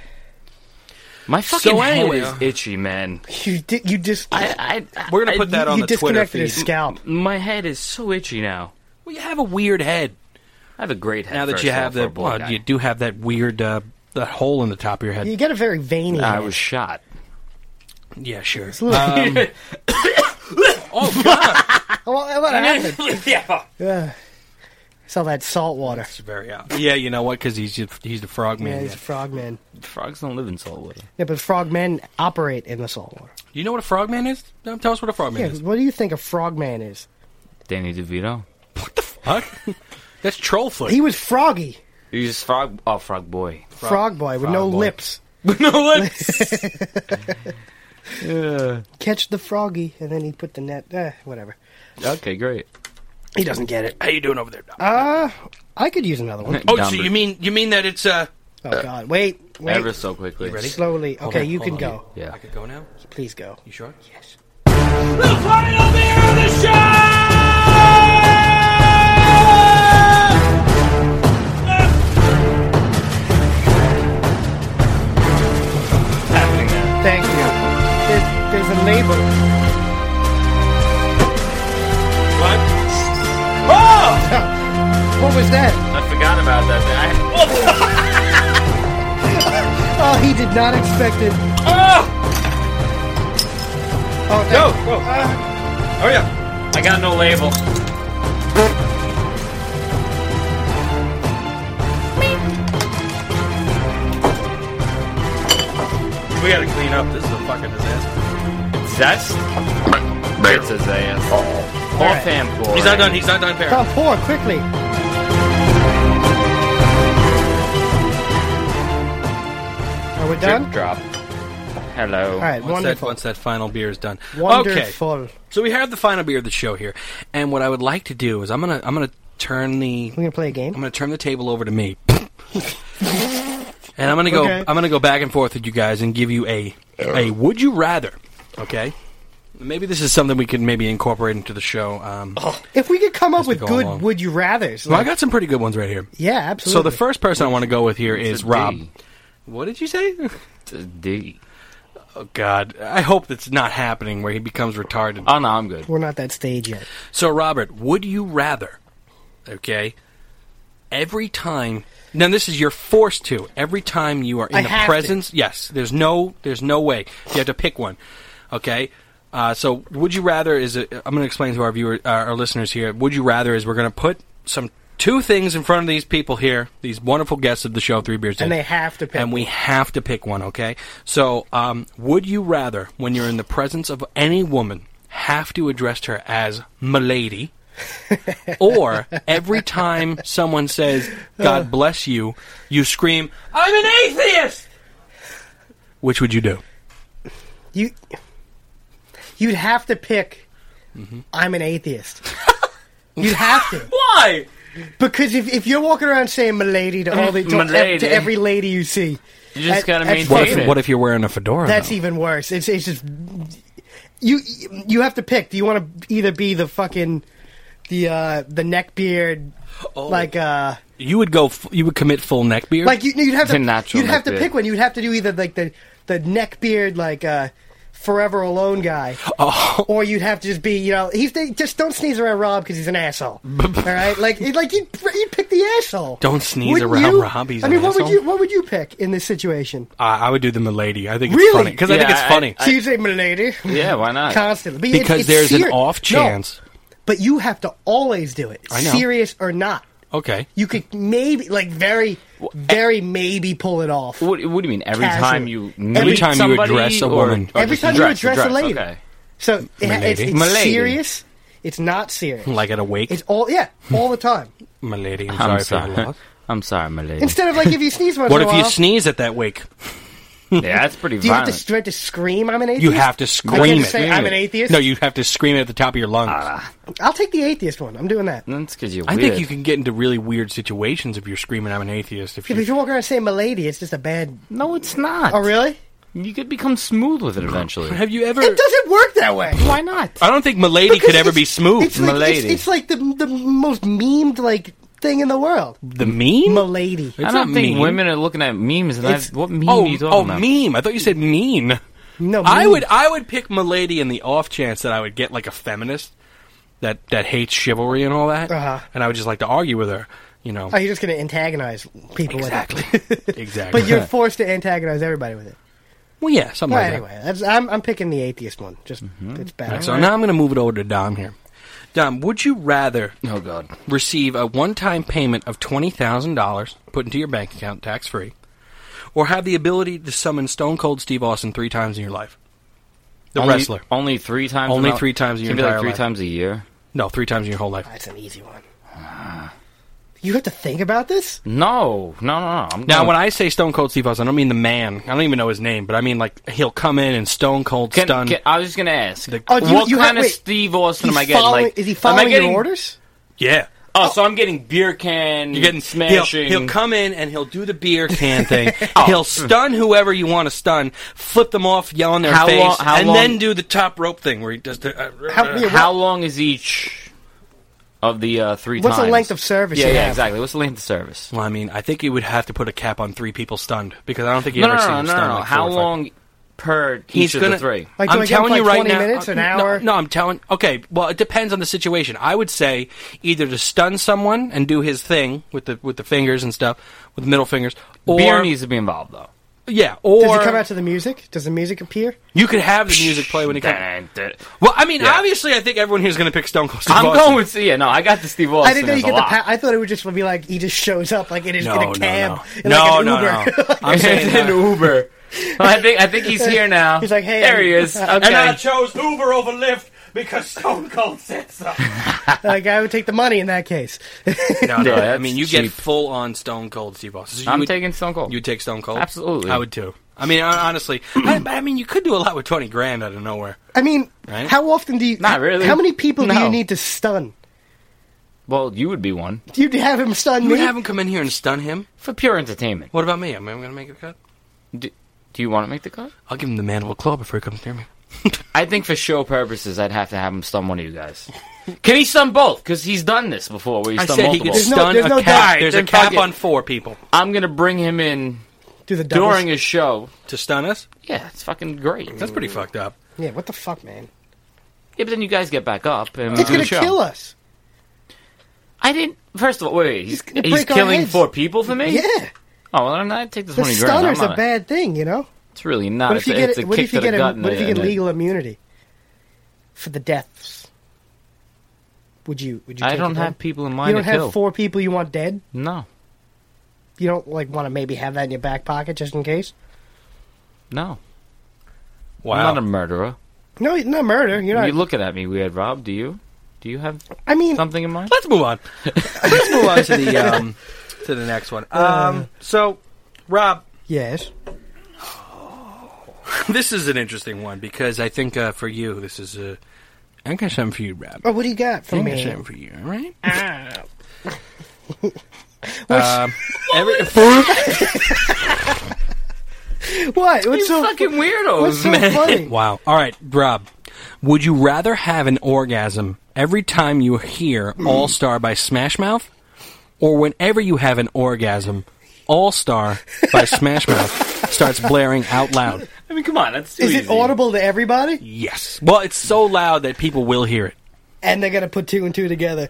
Speaker 3: My fucking
Speaker 1: So
Speaker 3: head
Speaker 1: anyway-
Speaker 3: is itchy, man.
Speaker 2: You did. You just.
Speaker 3: I, I, I
Speaker 1: We're gonna
Speaker 3: I-
Speaker 1: put that
Speaker 2: you
Speaker 1: on the Twitter
Speaker 2: disconnected
Speaker 1: feed.
Speaker 2: his scalp.
Speaker 3: My head is so itchy now.
Speaker 1: Well, you have a weird head
Speaker 3: I have a great head.
Speaker 1: now that
Speaker 3: first
Speaker 1: you
Speaker 3: of
Speaker 1: have
Speaker 3: all,
Speaker 1: the.
Speaker 3: for a boy
Speaker 1: Well,
Speaker 3: guy.
Speaker 1: you do have that weird uh, that hole in the top of your head.
Speaker 2: You got a very veiny.
Speaker 3: I
Speaker 2: head.
Speaker 3: was shot.
Speaker 1: Yeah, sure.
Speaker 2: Look.
Speaker 1: oh God!
Speaker 2: Oh, Well, what happened?
Speaker 1: yeah.
Speaker 2: Uh, It's all that salt water.
Speaker 1: It's very out. Yeah, you know what? Because he's just- he's the frogman.
Speaker 2: Yeah,
Speaker 1: man.
Speaker 2: he's a frogman.
Speaker 3: Frogs don't live in saltwater.
Speaker 2: Yeah, but frogmen operate in the salt water.
Speaker 1: You know what a frogman is? No, tell us what a frogman
Speaker 2: Yeah,
Speaker 1: is.
Speaker 2: what do you think a frogman is?
Speaker 3: Danny DeVito.
Speaker 1: Huh? That's trollfoot.
Speaker 2: He was froggy,
Speaker 3: He's frog. Oh, frog boy.
Speaker 2: frog, boy with
Speaker 3: frog
Speaker 2: no
Speaker 3: boy.
Speaker 2: lips.
Speaker 3: no lips. yeah.
Speaker 2: Catch the froggy, and then he put the net. Eh, whatever.
Speaker 3: Okay, great.
Speaker 2: He doesn't get it.
Speaker 1: How you doing over there? Dom?
Speaker 2: Uh, I could use another one.
Speaker 1: oh,
Speaker 3: Dumber.
Speaker 1: so you mean you mean that it's uh?
Speaker 2: Oh God, wait, wait.
Speaker 3: ever so quickly?
Speaker 1: ready?
Speaker 2: Slowly.
Speaker 1: Hold
Speaker 2: okay,
Speaker 1: on,
Speaker 2: you
Speaker 1: hold
Speaker 2: can
Speaker 1: on.
Speaker 2: go.
Speaker 3: Yeah.
Speaker 1: I could go now.
Speaker 2: Please go.
Speaker 1: You sure?
Speaker 2: Yes.
Speaker 4: The final beer of the show!
Speaker 2: Thank you. There's, there's a label.
Speaker 3: What?
Speaker 4: Oh!
Speaker 2: What was that?
Speaker 3: I forgot about that.
Speaker 2: Oh, he did not expect it.
Speaker 3: Ah!
Speaker 4: Oh!
Speaker 2: Oh, thank
Speaker 3: Go,
Speaker 2: you.
Speaker 3: go.
Speaker 2: Ah,
Speaker 1: Oh,
Speaker 3: Hurry up. I got no label.
Speaker 1: We gotta clean up. This is a fucking disaster.
Speaker 3: That's. It's his ass. Offhand boy.
Speaker 1: He's not done. He's not done. Parent.
Speaker 2: Tom, pour quickly. Are we done?
Speaker 3: Drip drop. Hello.
Speaker 2: All right,
Speaker 1: Once that,
Speaker 2: wonderful.
Speaker 1: once that final beer is done. Okay.
Speaker 2: Wonderful.
Speaker 1: So we have the final beer of the show here, and what I would like to do is I'm gonna I'm gonna turn the
Speaker 2: We're gonna play a
Speaker 1: I'm
Speaker 2: game.
Speaker 1: gonna turn the table over to me, and I'm gonna go
Speaker 2: Okay.
Speaker 1: I'm gonna go back and forth with you guys and give you a a would you rather. Okay. Maybe this is something we could maybe incorporate into the show. Um,
Speaker 3: Oh.
Speaker 2: If we could come up with
Speaker 1: go
Speaker 2: good
Speaker 1: along.
Speaker 2: would you rather's,
Speaker 1: well, I
Speaker 2: like-
Speaker 1: got some pretty good ones right here.
Speaker 2: yeah, absolutely.
Speaker 1: So the first person I want to go with here
Speaker 3: It's
Speaker 1: is
Speaker 3: a
Speaker 1: Rob.
Speaker 3: D.
Speaker 1: What did you say?
Speaker 3: It's a D.
Speaker 1: Oh God, I hope that's not happening where he becomes retarded.
Speaker 3: Oh no, I'm good.
Speaker 2: we're not that stage yet.
Speaker 1: So, Robert, would you rather, okay, every time? Now, this is you're forced to every time you are in
Speaker 2: I
Speaker 1: the
Speaker 2: have to.
Speaker 1: presence. Yes, there's no, there's no way you have to pick one. Okay, uh, so would you rather? Is i I'm going to explain to our viewer, uh, our listeners here. Would you rather? Is we're going to put some two things in front of these people here, these wonderful guests of the show, Three Beers,
Speaker 2: And
Speaker 1: In
Speaker 2: they have to pick
Speaker 1: and we have to pick one. Okay, so um, would you rather, when you're in the presence of any woman, have to address her as "milady," or every time someone says "God bless you," you scream,
Speaker 4: I'm an atheist!
Speaker 1: "Which would you do?"
Speaker 2: You, you'd have to pick.
Speaker 1: Mm-hmm.
Speaker 2: I'm an atheist. you'd have to.
Speaker 4: Why?
Speaker 2: Because if, if you're walking around saying "milady" to all the to,
Speaker 3: M'lady.
Speaker 2: to every lady you see,
Speaker 3: You just
Speaker 2: At-
Speaker 3: gotta
Speaker 2: at
Speaker 3: maintain
Speaker 1: What
Speaker 2: Hate
Speaker 1: if,
Speaker 3: it.
Speaker 1: what if you're wearing a fedora?
Speaker 2: that's
Speaker 1: though?
Speaker 2: even worse. It's it's just you you have to pick. Do you want to either be the fucking the uh the neck beard
Speaker 1: Oh.
Speaker 2: like uh
Speaker 1: you would go. F- you would commit full neck beard.
Speaker 2: like you, you'd have to
Speaker 3: The natural
Speaker 2: you'd have to
Speaker 3: neck
Speaker 2: pick
Speaker 3: beard.
Speaker 2: one. You'd have to do either like the the neck beard like uh forever alone guy.
Speaker 1: Oh,
Speaker 2: Or you'd have to just be, you know, he's they, just don't sneeze around Rob because he's an asshole. all right, like you'd- like you'd, you'd pick the asshole.
Speaker 1: Don't sneeze
Speaker 2: Wouldn't
Speaker 1: around
Speaker 2: you?
Speaker 1: Rob, he's
Speaker 2: I
Speaker 1: an
Speaker 2: mean, what
Speaker 1: asshole.
Speaker 2: would you what would you pick in this situation?
Speaker 1: I, I would do the milady. I think it's
Speaker 2: Really?
Speaker 1: funny because I think
Speaker 3: Yeah,
Speaker 1: it's
Speaker 3: I-
Speaker 1: funny.
Speaker 2: So you say milady?
Speaker 3: Yeah, why not?
Speaker 2: constantly But it-
Speaker 1: because
Speaker 2: it's
Speaker 1: there's an
Speaker 2: ser-
Speaker 1: off
Speaker 2: No,
Speaker 1: chance.
Speaker 2: but you have to always do it,
Speaker 1: know.
Speaker 2: serious or not.
Speaker 1: Okay.
Speaker 2: You could maybe, like, very, very maybe pull it off.
Speaker 3: What, what do you mean? Every
Speaker 2: Casual.
Speaker 3: time you meet
Speaker 2: Every
Speaker 1: time you
Speaker 3: somebody
Speaker 1: address a
Speaker 3: or-
Speaker 1: woman.
Speaker 3: or
Speaker 2: Every
Speaker 3: just
Speaker 2: time you address a lady.
Speaker 3: Okay.
Speaker 2: So it, it's,
Speaker 1: Milady.
Speaker 2: it's
Speaker 3: Milady.
Speaker 2: serious. It's not serious.
Speaker 1: Like at a wake,
Speaker 2: It's all yeah, all the time.
Speaker 1: milady. I'm,
Speaker 3: I'm
Speaker 1: sorry for your
Speaker 3: sorry.
Speaker 1: loss.
Speaker 3: I'm sorry, my lady.
Speaker 2: Instead of like if you sneeze once
Speaker 1: What
Speaker 2: in a
Speaker 1: if
Speaker 2: while,
Speaker 1: you sneeze at that wake?
Speaker 3: yeah, that's pretty
Speaker 2: do you have to,
Speaker 3: violent.
Speaker 2: do you have to scream? I'm an atheist.
Speaker 1: You have to
Speaker 2: I can't
Speaker 1: scream
Speaker 2: just say
Speaker 1: it.
Speaker 2: I'm an atheist. Ah,
Speaker 1: No, you have to scream it at the top of your lungs.
Speaker 2: I'll take the atheist one. I'm doing that.
Speaker 3: That's because you're
Speaker 1: I
Speaker 3: weird.
Speaker 1: think you can get into really weird situations if you're screaming "I'm an atheist." If
Speaker 2: If
Speaker 1: you,
Speaker 2: you walk around saying "milady," it's just a bad.
Speaker 3: No, it's not.
Speaker 2: Oh, really?
Speaker 3: You could become smooth with it eventually.
Speaker 1: have you ever?
Speaker 2: It doesn't work that way.
Speaker 3: why not?
Speaker 1: I don't think "milady" could
Speaker 2: Because
Speaker 1: ever
Speaker 2: it's-
Speaker 1: be smooth.
Speaker 2: It's like, it's,
Speaker 3: Milady.
Speaker 2: it's like the the most memed like thing in the world.
Speaker 1: the meme?
Speaker 2: Milady.
Speaker 1: It's
Speaker 3: I
Speaker 1: not
Speaker 3: don't think
Speaker 1: mean.
Speaker 3: women are looking at memes. And
Speaker 2: It's-
Speaker 3: I, what meme
Speaker 1: oh,
Speaker 3: are you talking
Speaker 1: oh,
Speaker 3: about?
Speaker 1: meme. I thought you said mean.
Speaker 2: No,
Speaker 1: I
Speaker 2: meme.
Speaker 1: would, I would pick "milady" in the off chance that I would get like a feminist that that hates chivalry and all that,
Speaker 2: Uh-huh.
Speaker 1: and I would just like to argue with her. You know,
Speaker 2: Oh, you're just going to antagonize people
Speaker 1: exactly,
Speaker 2: with it.
Speaker 1: exactly.
Speaker 2: but you're forced to antagonize everybody with it.
Speaker 1: well, yeah, something
Speaker 2: Well,
Speaker 1: like that.
Speaker 3: Mm-hmm.
Speaker 2: anyway, that's, I'm, I'm picking the atheist one. Just it's better.
Speaker 1: So now I'm going to move it over to Dom here. Dom, would you rather
Speaker 3: Oh God.
Speaker 1: receive a one-time payment of twenty thousand dollars put into your bank account tax-free, or have the ability to summon Stone Cold Steve Austin three times in your life? The
Speaker 3: only,
Speaker 1: wrestler.
Speaker 3: Only three times.
Speaker 1: Only
Speaker 3: in-
Speaker 1: three times in
Speaker 3: It's
Speaker 1: your
Speaker 3: gonna be
Speaker 1: entire
Speaker 3: like three
Speaker 1: life.
Speaker 3: times a year.
Speaker 1: No, three times in your whole life.
Speaker 2: That's an easy one.
Speaker 3: Ah.
Speaker 2: You have to think about this?
Speaker 3: No, no, no, no. I'm
Speaker 1: Now,
Speaker 3: going-
Speaker 1: when I say Stone Cold Steve Austin, I don't mean the man. I don't even know his name, but I mean like he'll come in and Stone Cold
Speaker 3: Can-
Speaker 1: stun.
Speaker 3: can- I was just gonna ask.
Speaker 1: The-
Speaker 2: Oh, do you-
Speaker 3: what
Speaker 2: you have-
Speaker 3: kind of
Speaker 2: wait.
Speaker 3: Steve Austin
Speaker 2: He's
Speaker 3: am I getting?
Speaker 2: following-
Speaker 3: Like,
Speaker 2: is he
Speaker 3: am I
Speaker 2: following
Speaker 3: getting-
Speaker 2: your orders?
Speaker 1: yeah,
Speaker 3: Oh, so I'm getting beer can.
Speaker 1: you're getting
Speaker 3: smashing.
Speaker 1: He'll, he'll come in and he'll do the beer can thing. Oh. He'll stun whoever you want to stun, flip them off, yell in their
Speaker 3: How
Speaker 1: face,
Speaker 3: long- how
Speaker 1: and
Speaker 3: long-
Speaker 1: then do the top rope thing where he does the. Uh,
Speaker 2: How-
Speaker 1: uh,
Speaker 2: yeah,
Speaker 3: How long is each of the uh, three
Speaker 2: What's the
Speaker 3: times?
Speaker 2: length of service
Speaker 3: Yeah,
Speaker 2: you
Speaker 3: yeah,
Speaker 2: have?
Speaker 3: exactly. What's the length of service?
Speaker 1: well, I mean, I think he would have to put a cap on three people stunned because I don't think he
Speaker 3: No, no,
Speaker 1: ever
Speaker 3: no,
Speaker 1: seen
Speaker 3: no,
Speaker 1: him
Speaker 3: no,
Speaker 1: stunned.
Speaker 3: no.
Speaker 1: like, four
Speaker 3: How
Speaker 1: or five
Speaker 3: long per
Speaker 1: He's
Speaker 3: each of
Speaker 1: gonna.
Speaker 3: the three?
Speaker 2: Like, do
Speaker 1: I'm
Speaker 2: I give him,
Speaker 1: telling you
Speaker 2: like,
Speaker 1: right
Speaker 2: 20
Speaker 1: now.
Speaker 2: minutes, an
Speaker 1: no,
Speaker 2: hour?
Speaker 1: No, I'm telling. Okay, well, it depends on the situation. I would say either to stun someone and do his thing with the with the fingers and stuff, with middle fingers, or
Speaker 3: Beer needs to be involved though.
Speaker 1: yeah, or
Speaker 2: Does it come out to the music? Does the music appear?
Speaker 1: you could have the music play when he comes.
Speaker 3: Dang it.
Speaker 1: Well, I mean,
Speaker 3: Yeah.
Speaker 1: obviously, I think everyone here's going to pick Stone Cold Steve
Speaker 3: I'm
Speaker 1: Austin.
Speaker 3: going with yeah. No, I got the Steve Austin.
Speaker 2: I didn't know you
Speaker 3: It's a
Speaker 2: get the.
Speaker 3: lot.
Speaker 2: Pa- I thought it would just be like he just shows up like in, his,
Speaker 1: No,
Speaker 2: in a cab,
Speaker 1: no,
Speaker 2: in,
Speaker 1: no,
Speaker 2: like an
Speaker 1: no,
Speaker 2: Uber.
Speaker 1: no, no. I'm saying
Speaker 3: an
Speaker 1: uh,
Speaker 3: Uber. I think I think he's here now.
Speaker 2: He's like, hey,
Speaker 3: there he
Speaker 2: I'm-
Speaker 3: is. Okay.
Speaker 1: and I chose Uber over Lyft because Stone Cold said so.
Speaker 2: like I would take the money in that case.
Speaker 1: No, no,
Speaker 3: Yeah,
Speaker 1: I
Speaker 3: that's
Speaker 1: mean, you get
Speaker 3: cheap.
Speaker 1: full on Stone Cold Steve Austin. So you
Speaker 3: I'm
Speaker 1: would-
Speaker 3: taking Stone Cold.
Speaker 1: You would take Stone Cold?
Speaker 3: Absolutely.
Speaker 1: I would too. I mean, hon- honestly, I, I mean, you could do a lot with 20 grand out of nowhere.
Speaker 2: I mean,
Speaker 1: Right?
Speaker 2: how often do you?
Speaker 3: Not really.
Speaker 2: How many people do
Speaker 3: No.
Speaker 2: you need to stun?
Speaker 3: well, you would be one
Speaker 2: Do you have him stun
Speaker 1: You
Speaker 2: me?
Speaker 1: would have him come in here and stun him.
Speaker 3: for pure entertainment.
Speaker 1: What about me? Am I going to make a cut?
Speaker 3: Do, do you want to make the cut?
Speaker 1: I'll give him the mandible claw before he comes near me.
Speaker 3: I think for show purposes, I'd have to have him stun one of you guys. Can he stun both? Because he's done this before, where he
Speaker 1: I
Speaker 3: stunned
Speaker 1: said he
Speaker 3: multiple.
Speaker 1: could
Speaker 2: There's no-
Speaker 1: stun
Speaker 2: there's
Speaker 1: a
Speaker 2: no
Speaker 1: cap.
Speaker 3: doubt.
Speaker 1: There's a
Speaker 3: Then fuck
Speaker 1: cap
Speaker 3: it.
Speaker 1: on four people
Speaker 3: I'm gonna bring him in
Speaker 2: do the doubles.
Speaker 3: during his show.
Speaker 1: to stun us.
Speaker 3: Yeah, it's fucking great.
Speaker 1: That's pretty fucked up.
Speaker 2: Yeah, what the fuck, man?
Speaker 3: Yeah, but then you guys get back up and we
Speaker 2: It's
Speaker 3: do
Speaker 2: gonna
Speaker 3: Uh, the show.
Speaker 2: kill us.
Speaker 3: I didn't. First of all, wait, wait he's
Speaker 2: gonna
Speaker 3: he's
Speaker 2: break our
Speaker 3: killing
Speaker 2: heads.
Speaker 3: four people for me.
Speaker 2: Yeah,
Speaker 3: Oh, well, then I take the
Speaker 2: the
Speaker 3: twenty grand. I'm
Speaker 2: stunner's
Speaker 3: not
Speaker 2: a bad thing, you know.
Speaker 3: It's really not.
Speaker 2: What if you
Speaker 3: it's,
Speaker 2: get?
Speaker 3: it's a
Speaker 2: it- What
Speaker 3: kick
Speaker 2: if you
Speaker 3: to
Speaker 2: get?
Speaker 3: the
Speaker 2: a-
Speaker 3: gut. and
Speaker 2: What if
Speaker 3: the-
Speaker 2: you get
Speaker 3: and the-
Speaker 2: legal immunity for the deaths? Would you? Would you?
Speaker 3: I
Speaker 2: take
Speaker 3: don't
Speaker 2: it
Speaker 3: have
Speaker 2: then?
Speaker 3: people in mind
Speaker 2: You don't
Speaker 3: to kill.
Speaker 2: have four people you want dead.
Speaker 3: No,
Speaker 2: You don't like want to maybe have that in your back pocket just in case.
Speaker 3: no. I'm
Speaker 1: Wow.
Speaker 3: not a murderer.
Speaker 2: No, not murder. You're not.
Speaker 3: You're looking at me weird, Rob. Do you? Do you have
Speaker 2: I mean,
Speaker 3: something in mind?
Speaker 1: Let's move on. Let's move on to the um, to the next one. Um, so, Rob,
Speaker 2: yes.
Speaker 1: this is an interesting one because I think uh, for you, this is a. I got something for you, Rob.
Speaker 2: Oh, what do you got for
Speaker 1: I got
Speaker 2: me?
Speaker 1: something for you. All right.
Speaker 2: Ah.
Speaker 1: Um, every,
Speaker 2: What? What's so
Speaker 3: fucking weirdos,
Speaker 2: What's so
Speaker 3: man.
Speaker 2: funny?
Speaker 1: wow. All right, Rob. Would you rather have an orgasm every time you hear All Star by Smash Mouth or whenever you have an orgasm, All Star by Smash Mouth starts blaring out loud?
Speaker 3: I mean, come on. That's too
Speaker 2: Is it
Speaker 3: easy.
Speaker 2: audible to everybody?
Speaker 1: Yes. Well, it's so loud that people will hear it.
Speaker 2: And they're gonna put two and two together.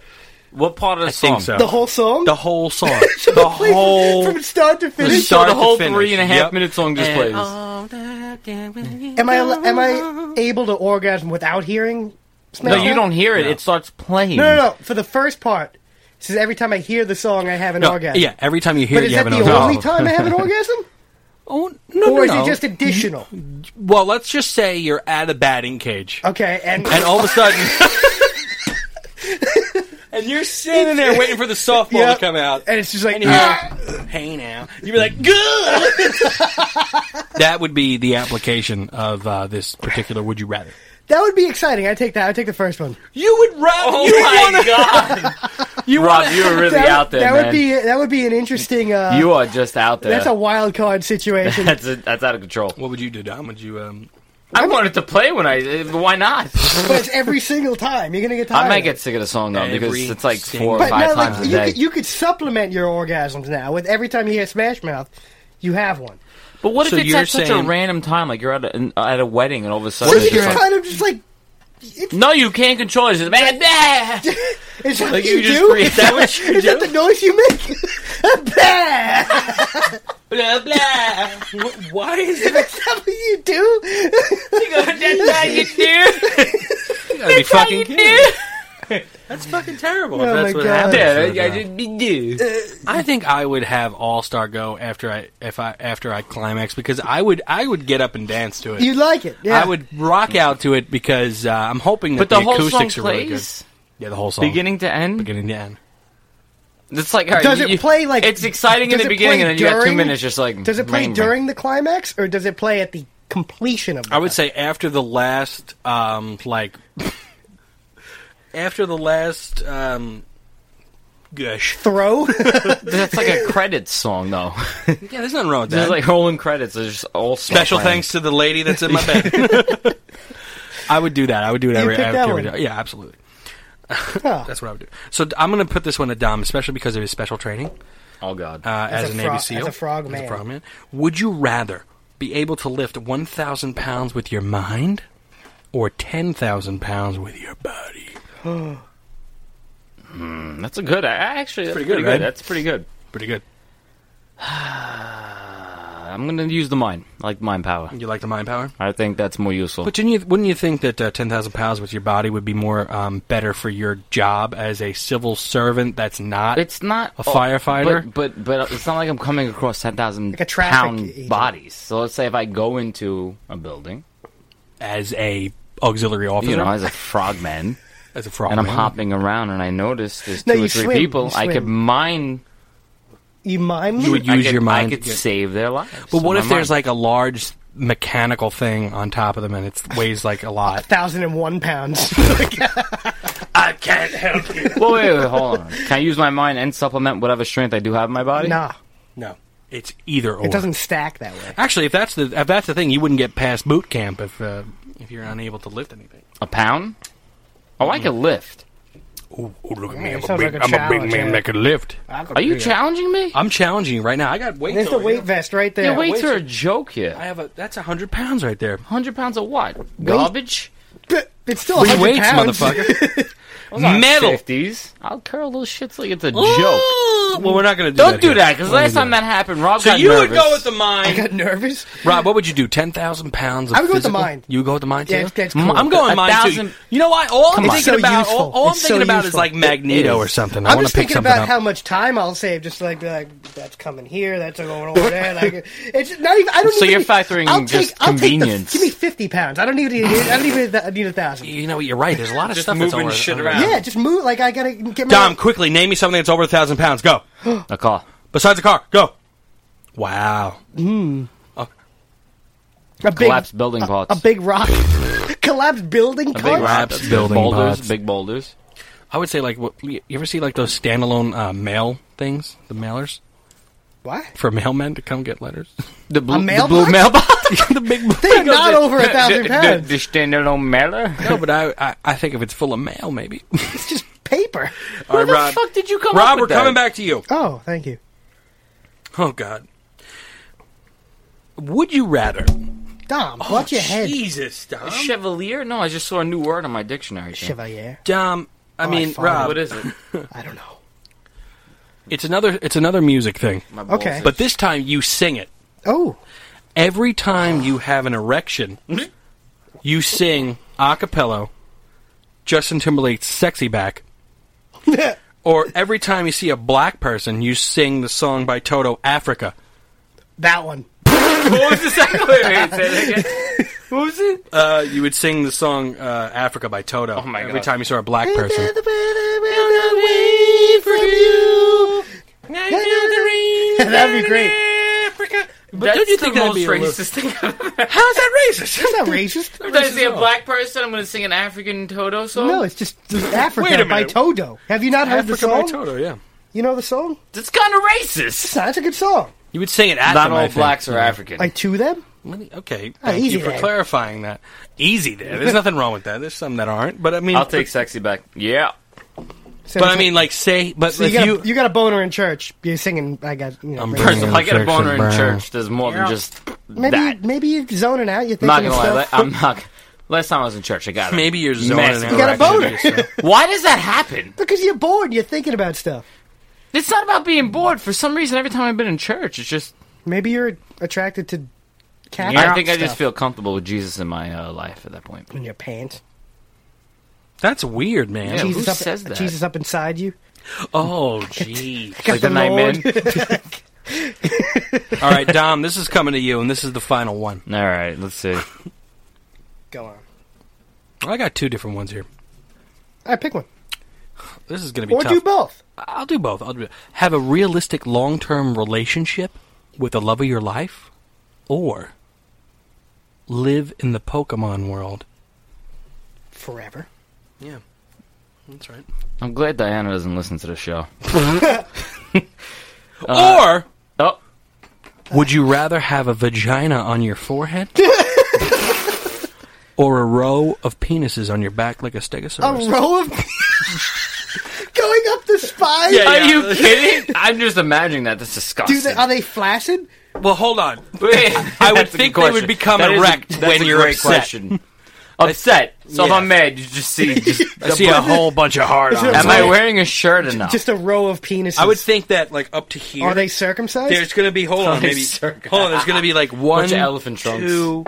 Speaker 3: What part of the song?
Speaker 1: think so.
Speaker 2: The whole song.
Speaker 1: The whole song. the whole.
Speaker 2: from start to
Speaker 1: the
Speaker 2: finish.
Speaker 1: start
Speaker 3: the
Speaker 1: to
Speaker 3: whole
Speaker 1: finish.
Speaker 3: three and a half
Speaker 1: Yep.
Speaker 3: minute song just plays.
Speaker 2: Am I am I able to orgasm without hearing?
Speaker 3: no,
Speaker 2: Smash
Speaker 3: you
Speaker 2: Mouth?
Speaker 3: don't hear it. It starts playing.
Speaker 2: No, no, no. For the first part, this is every time I hear the song, I have an
Speaker 1: No,
Speaker 2: orgasm.
Speaker 1: yeah, every time you hear
Speaker 2: But
Speaker 1: it,
Speaker 2: is
Speaker 1: you
Speaker 2: that
Speaker 1: have
Speaker 2: the
Speaker 1: an orgasm.
Speaker 2: only
Speaker 3: No.
Speaker 2: time I have an orgasm?
Speaker 1: Oh, no,
Speaker 2: Or is
Speaker 1: no, no.
Speaker 2: it just additional?
Speaker 1: Well, let's just say you're at a batting cage.
Speaker 2: Okay, and,
Speaker 1: and all of a sudden, and you're sitting there waiting for the softball
Speaker 2: Yeah.
Speaker 1: to come out,
Speaker 2: and it's just like, ah,
Speaker 1: and you're like, "Hey now," you'd be like, "Good." that would be the application of uh, this particular. Would you rather?
Speaker 2: that would be exciting. I take that. I take the first one.
Speaker 1: You would rather.
Speaker 3: Oh
Speaker 1: you
Speaker 3: my
Speaker 1: wanna,
Speaker 3: god,
Speaker 1: you
Speaker 3: Rob,
Speaker 1: wanna-
Speaker 3: you were really
Speaker 2: that
Speaker 3: out there,
Speaker 2: that
Speaker 3: man.
Speaker 2: would be that would be an interesting. Uh,
Speaker 3: you are just out there.
Speaker 2: that's a wild card situation.
Speaker 3: that's, a, that's out of control.
Speaker 1: What would you do, Dom? Would you? Um,
Speaker 3: I wanted to play when I. uh, Why not?
Speaker 2: but it's every single time you're gonna get tired.
Speaker 3: I might
Speaker 2: of
Speaker 3: get
Speaker 2: it.
Speaker 3: sick of the song though
Speaker 1: Every
Speaker 3: because it's like
Speaker 1: single-
Speaker 3: four or
Speaker 2: But
Speaker 3: five
Speaker 2: no,
Speaker 3: times
Speaker 2: like,
Speaker 3: a
Speaker 2: you,
Speaker 3: day.
Speaker 2: could, you could supplement your orgasms now with every time you hear Smash Mouth, you have one.
Speaker 3: But what
Speaker 1: So
Speaker 3: if it's
Speaker 1: you're
Speaker 3: at such a
Speaker 1: saying-
Speaker 3: random time? Like you're at a, an- at a wedding and all of a sudden
Speaker 2: What if
Speaker 3: it's
Speaker 2: you
Speaker 3: just
Speaker 2: just
Speaker 3: like,
Speaker 2: kind of just like
Speaker 3: no, you can't control it. It's just, "Bah, bah."
Speaker 2: Is that
Speaker 3: Like,
Speaker 2: what
Speaker 3: you
Speaker 2: you,
Speaker 3: just
Speaker 2: do?
Speaker 3: breathe.
Speaker 2: Is that, what you is that
Speaker 3: do?
Speaker 2: the noise you make? Bah!
Speaker 3: Blah, blah.
Speaker 1: wh- why is it?
Speaker 2: Is that what you do?
Speaker 3: That's how you do.
Speaker 1: You gotta be fucking kidding. me. That's fucking terrible.
Speaker 2: Oh
Speaker 1: if that's
Speaker 2: my
Speaker 1: what
Speaker 2: God.
Speaker 1: happens.
Speaker 3: Yeah,
Speaker 1: right
Speaker 3: I
Speaker 1: now.
Speaker 3: just be dude.
Speaker 1: I think I would have All Star go after I if I after I climax because I would I would get up and dance to it.
Speaker 2: You like it? Yeah.
Speaker 1: I would rock out to it because uh, I'm hoping that
Speaker 3: But the, whole song
Speaker 1: acoustics are really good.
Speaker 3: plays
Speaker 1: Yeah, the whole song,
Speaker 3: beginning to end.
Speaker 1: beginning to end.
Speaker 3: It's like all right,
Speaker 2: Does
Speaker 3: you-
Speaker 2: it
Speaker 3: you-
Speaker 2: play, like-
Speaker 3: it's exciting in
Speaker 2: does
Speaker 3: the
Speaker 2: it
Speaker 3: beginning,
Speaker 2: play
Speaker 3: and then you got two
Speaker 2: during-
Speaker 3: minutes just like.
Speaker 2: Does it play
Speaker 3: bang, bang.
Speaker 2: during the climax or does it play at the completion of? The
Speaker 1: I would say after the last, um, like, after the last, um, gosh,
Speaker 2: throw?
Speaker 3: That's like a credits song, though.
Speaker 1: yeah, there's nothing wrong with
Speaker 3: There's
Speaker 1: that.
Speaker 3: like rolling credits. There's just all song
Speaker 1: Special
Speaker 3: playing.
Speaker 1: thanks to the lady that's in my bed. I would do that. I would do it every,
Speaker 2: picked that
Speaker 1: every,
Speaker 2: one.
Speaker 1: every yeah, absolutely.
Speaker 2: Huh.
Speaker 1: That's what I would do. So d- I'm going to put this one to Dom, especially because of his special training
Speaker 3: Oh God.
Speaker 1: uh, as, a
Speaker 2: a fro-
Speaker 1: Navy
Speaker 2: as
Speaker 1: SEAL.
Speaker 2: a frogman.
Speaker 1: As a frogman. Would you rather be able to lift 1,000 pounds with your mind or 10,000 pounds with your body?
Speaker 3: Mm, that's a good. I- I Actually, that's
Speaker 1: Pretty
Speaker 3: pretty
Speaker 1: good,
Speaker 3: good.
Speaker 1: right?
Speaker 3: That's pretty good.
Speaker 1: Pretty good.
Speaker 3: Uh, I'm gonna use the mind, I like mind power.
Speaker 1: You like the mind power?
Speaker 3: I think that's more useful.
Speaker 1: But didn't you, wouldn't you think that uh, 10,000 pounds with your body would be more um, better for your job as a civil servant that's not?
Speaker 3: it's not
Speaker 1: A
Speaker 3: oh,
Speaker 1: firefighter?
Speaker 3: but, but but it's not like I'm coming across ten thousand
Speaker 2: a traffic
Speaker 3: pound
Speaker 2: agent.
Speaker 3: bodies. So let's say if I go into a building,
Speaker 1: as a auxiliary officer?
Speaker 3: you know, as a frogman,
Speaker 1: as a frog.
Speaker 3: and I'm
Speaker 1: man.
Speaker 3: hopping around, and I notice there's two
Speaker 2: No,
Speaker 3: or
Speaker 2: you
Speaker 3: three
Speaker 2: swim,
Speaker 3: people,
Speaker 2: you
Speaker 3: I could
Speaker 2: swim.
Speaker 3: mine.
Speaker 2: you mime?
Speaker 1: You would
Speaker 3: I
Speaker 1: use
Speaker 3: could,
Speaker 1: your mind.
Speaker 3: I could
Speaker 1: Yeah.
Speaker 3: save their lives.
Speaker 1: But what
Speaker 3: with
Speaker 1: if
Speaker 3: my
Speaker 1: there's
Speaker 3: mind.
Speaker 1: like a large mechanical thing on top of them and it weighs like a lot?
Speaker 2: Thousand and one pounds.
Speaker 1: I can't help you.
Speaker 3: Whoa, wait, wait, hold on. Can I use my mind and supplement whatever strength I do have in my body?
Speaker 2: nah,
Speaker 1: No, it's either or.
Speaker 2: it doesn't stack that way.
Speaker 1: Actually, if that's the if that's the thing, you wouldn't get past boot camp if uh, if you're unable to lift anything.
Speaker 3: A pound? Oh, I could lift.
Speaker 1: Ooh, ooh, look at me!
Speaker 2: that sounds like a challenge, yeah.
Speaker 1: can lift.
Speaker 3: Are you challenging me?
Speaker 2: Uh,
Speaker 1: I'm challenging you right now. I got weights.
Speaker 2: There's the
Speaker 1: over
Speaker 2: weight
Speaker 1: here.
Speaker 2: vest right there.
Speaker 3: Your weights
Speaker 1: weights
Speaker 3: are
Speaker 1: are-
Speaker 3: a joke
Speaker 1: I
Speaker 3: here.
Speaker 1: have a that's hundred pounds right there.
Speaker 3: Hundred pounds of what? Garbage?
Speaker 2: But It's still
Speaker 1: Free
Speaker 2: 100
Speaker 1: weights,
Speaker 2: pounds.
Speaker 1: motherfucker.
Speaker 3: Those aren't
Speaker 1: Metal.
Speaker 3: 50s. I'll curl those shits like it's a joke.
Speaker 1: Well, we're not gonna do
Speaker 3: Don't do
Speaker 1: here.
Speaker 3: that, because
Speaker 1: We're not
Speaker 3: last
Speaker 1: gonna do
Speaker 3: time that happened, Rob
Speaker 1: So
Speaker 3: got
Speaker 1: you
Speaker 3: nervous.
Speaker 1: would go with the
Speaker 2: I
Speaker 1: mind,
Speaker 2: got nervous.
Speaker 1: Rob. What would you do? Ten thousand pounds. Of
Speaker 2: I would go with the
Speaker 1: physical?
Speaker 2: mind.
Speaker 1: You would go with the mind too. Mm,
Speaker 2: Yeah, that's cool.
Speaker 1: I'm going
Speaker 3: A
Speaker 1: mind too.
Speaker 3: thousand-
Speaker 1: You know what? All I'm
Speaker 3: on.
Speaker 1: thinking
Speaker 2: So
Speaker 1: about,
Speaker 2: useful.
Speaker 1: all, all I'm
Speaker 2: It's so
Speaker 1: thinking about
Speaker 2: useful.
Speaker 1: is like Magneto
Speaker 3: is.
Speaker 1: or something. I
Speaker 2: I'm
Speaker 1: want
Speaker 2: just
Speaker 1: to pick
Speaker 2: thinking
Speaker 1: something
Speaker 2: about
Speaker 1: up.
Speaker 2: how much time I'll save. Just like, be like that's coming here, that's going over there. Like it's not even. I don't.
Speaker 3: So
Speaker 2: even
Speaker 3: you're
Speaker 2: need-
Speaker 3: factoring
Speaker 2: I'll
Speaker 3: in
Speaker 2: take,
Speaker 3: just
Speaker 2: I'll Take
Speaker 3: convenience.
Speaker 2: the, give me fifty pounds. I don't even need. I don't even need a- need a thousand.
Speaker 1: You know what? You're right. There's a lot of
Speaker 3: Just
Speaker 1: stuff that's
Speaker 3: moving
Speaker 1: over-
Speaker 3: shit
Speaker 1: over-
Speaker 3: around.
Speaker 2: Yeah, just move. Like I gotta get my.
Speaker 1: Dom, quickly name me something that's over a thousand pounds. Go.
Speaker 3: a car.
Speaker 1: Besides a car, go. Wow.
Speaker 2: a big,
Speaker 3: Collapsed building parts.
Speaker 2: a big rock, collapsed building.
Speaker 3: A
Speaker 2: cart?
Speaker 3: big rock.
Speaker 1: Collapsed building
Speaker 3: boulders.
Speaker 1: parts.
Speaker 3: Big boulders.
Speaker 1: I would say like what, you ever see like those standalone uh, mail things, the mailers
Speaker 2: What?
Speaker 1: for mailmen to come get letters.
Speaker 3: The blue,
Speaker 2: mailbox?
Speaker 3: the blue mailbox.
Speaker 1: the big.
Speaker 2: They're not over a
Speaker 3: The-
Speaker 2: thousand
Speaker 3: the-
Speaker 2: pounds.
Speaker 3: The standalone mailer.
Speaker 1: No, but I, I I think if it's full of mail, maybe.
Speaker 2: It's just paper.
Speaker 1: All
Speaker 3: Where
Speaker 1: right,
Speaker 3: the
Speaker 1: Rob.
Speaker 3: fuck did you come
Speaker 1: Rob,
Speaker 3: up
Speaker 1: we're
Speaker 3: with that?
Speaker 1: coming back to you.
Speaker 2: Oh, thank you.
Speaker 1: Oh God. Would you rather?
Speaker 2: Dom,
Speaker 3: Oh,
Speaker 2: watch your head,
Speaker 1: Jesus, Dom.
Speaker 3: Chevalier? No, I just saw a new word on my dictionary. thing.
Speaker 2: Chevalier.
Speaker 1: Dom. I
Speaker 2: I
Speaker 1: mean,
Speaker 2: farted.
Speaker 1: Rob.
Speaker 3: What is it?
Speaker 2: I don't know.
Speaker 1: It's another. It's another music thing.
Speaker 3: My balls
Speaker 2: Okay.
Speaker 3: itch.
Speaker 1: But this time you sing it.
Speaker 2: Oh,
Speaker 1: Every time you have an erection, you sing a cappella Justin Timberlake's Sexy Back. or every time you see a black person, you sing the song by Toto, Africa.
Speaker 2: that one.
Speaker 3: what was the second? Wait, wait, say that again. What was it?
Speaker 1: Uh, you would sing the song uh, Africa by Toto oh
Speaker 3: my
Speaker 1: every
Speaker 3: God.
Speaker 1: time you saw a black person.
Speaker 2: That'd be great.
Speaker 1: But don't you think that'd be a little-
Speaker 3: thing I've ever
Speaker 1: How's that racist?
Speaker 2: That's not racist.
Speaker 3: Did I see a black person? I'm going to sing an African Toto song.
Speaker 2: No, it's just Africa
Speaker 1: Wait a
Speaker 2: by
Speaker 1: minute.
Speaker 2: Toto. Have you not heard the
Speaker 1: Africa by
Speaker 2: song?
Speaker 1: Toto, yeah.
Speaker 2: You know the song?
Speaker 3: it's kind of racist.
Speaker 2: It's not- It's a good song.
Speaker 1: You would sing it at
Speaker 3: Not
Speaker 1: them, I
Speaker 3: all
Speaker 1: think.
Speaker 3: blacks are African.
Speaker 2: Like to them.
Speaker 1: Let me- Okay,
Speaker 2: Ah,
Speaker 1: thank
Speaker 2: easy
Speaker 1: you for
Speaker 2: there.
Speaker 1: clarifying that. Easy there. There's nothing wrong with that. There's some that aren't, but I mean,
Speaker 3: I'll take sexy back. Yeah.
Speaker 2: So
Speaker 1: But
Speaker 2: it's
Speaker 1: I mean, like, say, but
Speaker 2: like- so
Speaker 1: if
Speaker 2: you, got
Speaker 1: you,
Speaker 2: a, you got a boner in church. You're singing. I got. You know,
Speaker 1: I'm
Speaker 2: maybe-
Speaker 3: First, if I get a
Speaker 1: Infection
Speaker 3: boner in
Speaker 1: burn.
Speaker 3: church, there's more than just
Speaker 2: maybe
Speaker 3: that.
Speaker 2: maybe you're zoning out. You're thinking
Speaker 3: not gonna
Speaker 2: of
Speaker 3: lie,
Speaker 2: stuff.
Speaker 3: la- I'm not. Last time I was in church, I got it.
Speaker 1: maybe you're zoning out.
Speaker 2: You got a boner.
Speaker 3: Why does that happen?
Speaker 2: Because you're bored. You're thinking about stuff.
Speaker 3: It's not about being bored. For some reason, every time I've been in church, it's just
Speaker 2: Maybe you're attracted to cat.
Speaker 3: I think I
Speaker 2: stuff
Speaker 3: just feel comfortable with Jesus in my uh, life at that point.
Speaker 2: in your pants.
Speaker 1: That's weird, man.
Speaker 3: Yeah, who
Speaker 2: Jesus up,
Speaker 3: says that?
Speaker 2: Jesus up inside you.
Speaker 1: Oh, gee.
Speaker 3: Like the
Speaker 2: Lord.
Speaker 3: Nightman.
Speaker 1: All right, Dom, this is coming to you, and this is the final one.
Speaker 3: All right, let's see.
Speaker 2: Go on.
Speaker 1: I got two different ones here.
Speaker 2: I pick one
Speaker 1: This is going to be
Speaker 2: or
Speaker 1: tough.
Speaker 2: do both.
Speaker 1: I'll do both. I'll do have a realistic long-term relationship with the love of your life, or live in the Pokemon world.
Speaker 2: Forever.
Speaker 1: Yeah, that's right.
Speaker 3: I'm glad Diana doesn't listen to the show.
Speaker 1: or
Speaker 3: Oh,
Speaker 1: Uh, would you rather have a vagina on your forehead, or a row of penises on your back like a
Speaker 2: A
Speaker 1: stegosaurus?
Speaker 2: row of going up the spine.
Speaker 3: are you kidding? I'm just imagining that. That's disgusting.
Speaker 2: Do they, are they flaccid?
Speaker 1: Oh. well, hold on.
Speaker 3: Wait,
Speaker 1: I would
Speaker 3: that's a
Speaker 1: think
Speaker 3: good
Speaker 1: they would
Speaker 3: question.
Speaker 1: become
Speaker 3: That is a-
Speaker 1: erect
Speaker 3: that's
Speaker 1: when
Speaker 3: a
Speaker 1: you're
Speaker 3: great
Speaker 1: upset.
Speaker 3: Question. upset. So if
Speaker 1: Yeah.
Speaker 3: I'm mad, you just see. Just,
Speaker 1: I see a whole bunch of hard on.
Speaker 3: am I wearing a shirt or not?
Speaker 2: Just a row of penises.
Speaker 1: I would think that like up to here.
Speaker 2: Are they circumcised?
Speaker 1: There's gonna be hold on,
Speaker 3: Sorry,
Speaker 1: maybe
Speaker 3: sir.
Speaker 1: hold on. There's gonna be like one,
Speaker 3: of elephant trunks.
Speaker 1: two,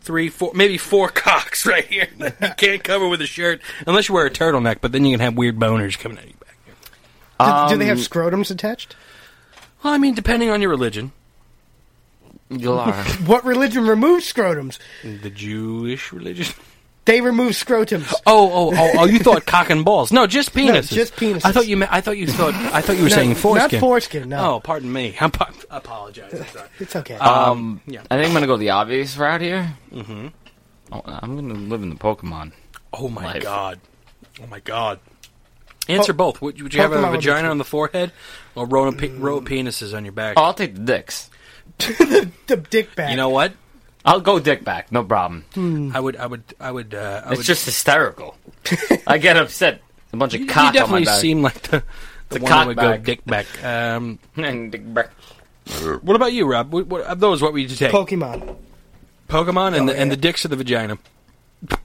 Speaker 1: three, four, maybe four cocks right here that you can't cover with a shirt unless you wear a turtleneck. But then you can have weird boners coming at you back. Here.
Speaker 2: do, do
Speaker 3: Um,
Speaker 2: they have scrotums attached?
Speaker 1: Well, I mean, depending on your religion,
Speaker 3: you are.
Speaker 2: What religion removes scrotums?
Speaker 1: the Jewish religion.
Speaker 2: They remove scrotums.
Speaker 1: Oh, oh, oh, oh! You thought cock and balls? No, just penises.
Speaker 2: just penises.
Speaker 1: I thought you. meant I thought you thought. I thought you were saying
Speaker 2: not
Speaker 1: foreskin.
Speaker 2: foreskin, no.
Speaker 1: Oh, Uh, pardon me. I'm, po- I apologize. I'm sorry.
Speaker 2: It's okay.
Speaker 3: Um,
Speaker 1: Yeah.
Speaker 3: I think I'm gonna go the obvious route here. Mm-hmm. Oh, I'm gonna live in the Pokemon.
Speaker 1: Oh my
Speaker 3: Life.
Speaker 1: god! Oh my god! Oh. Answer both. Would, would you have
Speaker 2: Pokemon
Speaker 1: a
Speaker 2: would be
Speaker 1: vagina
Speaker 2: cool.
Speaker 1: on the forehead or row of, pe- row of penises on your back?
Speaker 3: Oh, I'll take the dicks.
Speaker 2: the dick bag.
Speaker 1: You know what?
Speaker 3: I'll go dick back, no problem.
Speaker 1: I would. I would. I would. Uh, I
Speaker 3: It's
Speaker 1: would,
Speaker 3: just hysterical. I get upset. A bunch of
Speaker 1: You
Speaker 3: cock on my
Speaker 1: definitely
Speaker 3: back.
Speaker 1: seem like the, the one
Speaker 3: a
Speaker 1: that
Speaker 3: cock
Speaker 1: would go
Speaker 3: back.
Speaker 1: dick back. Um,
Speaker 3: And dick back.
Speaker 1: what about you, Rob? What, what, of those, what would you take?
Speaker 2: Pokemon.
Speaker 1: Pokemon and the, and
Speaker 2: yeah.
Speaker 1: the dicks of the vagina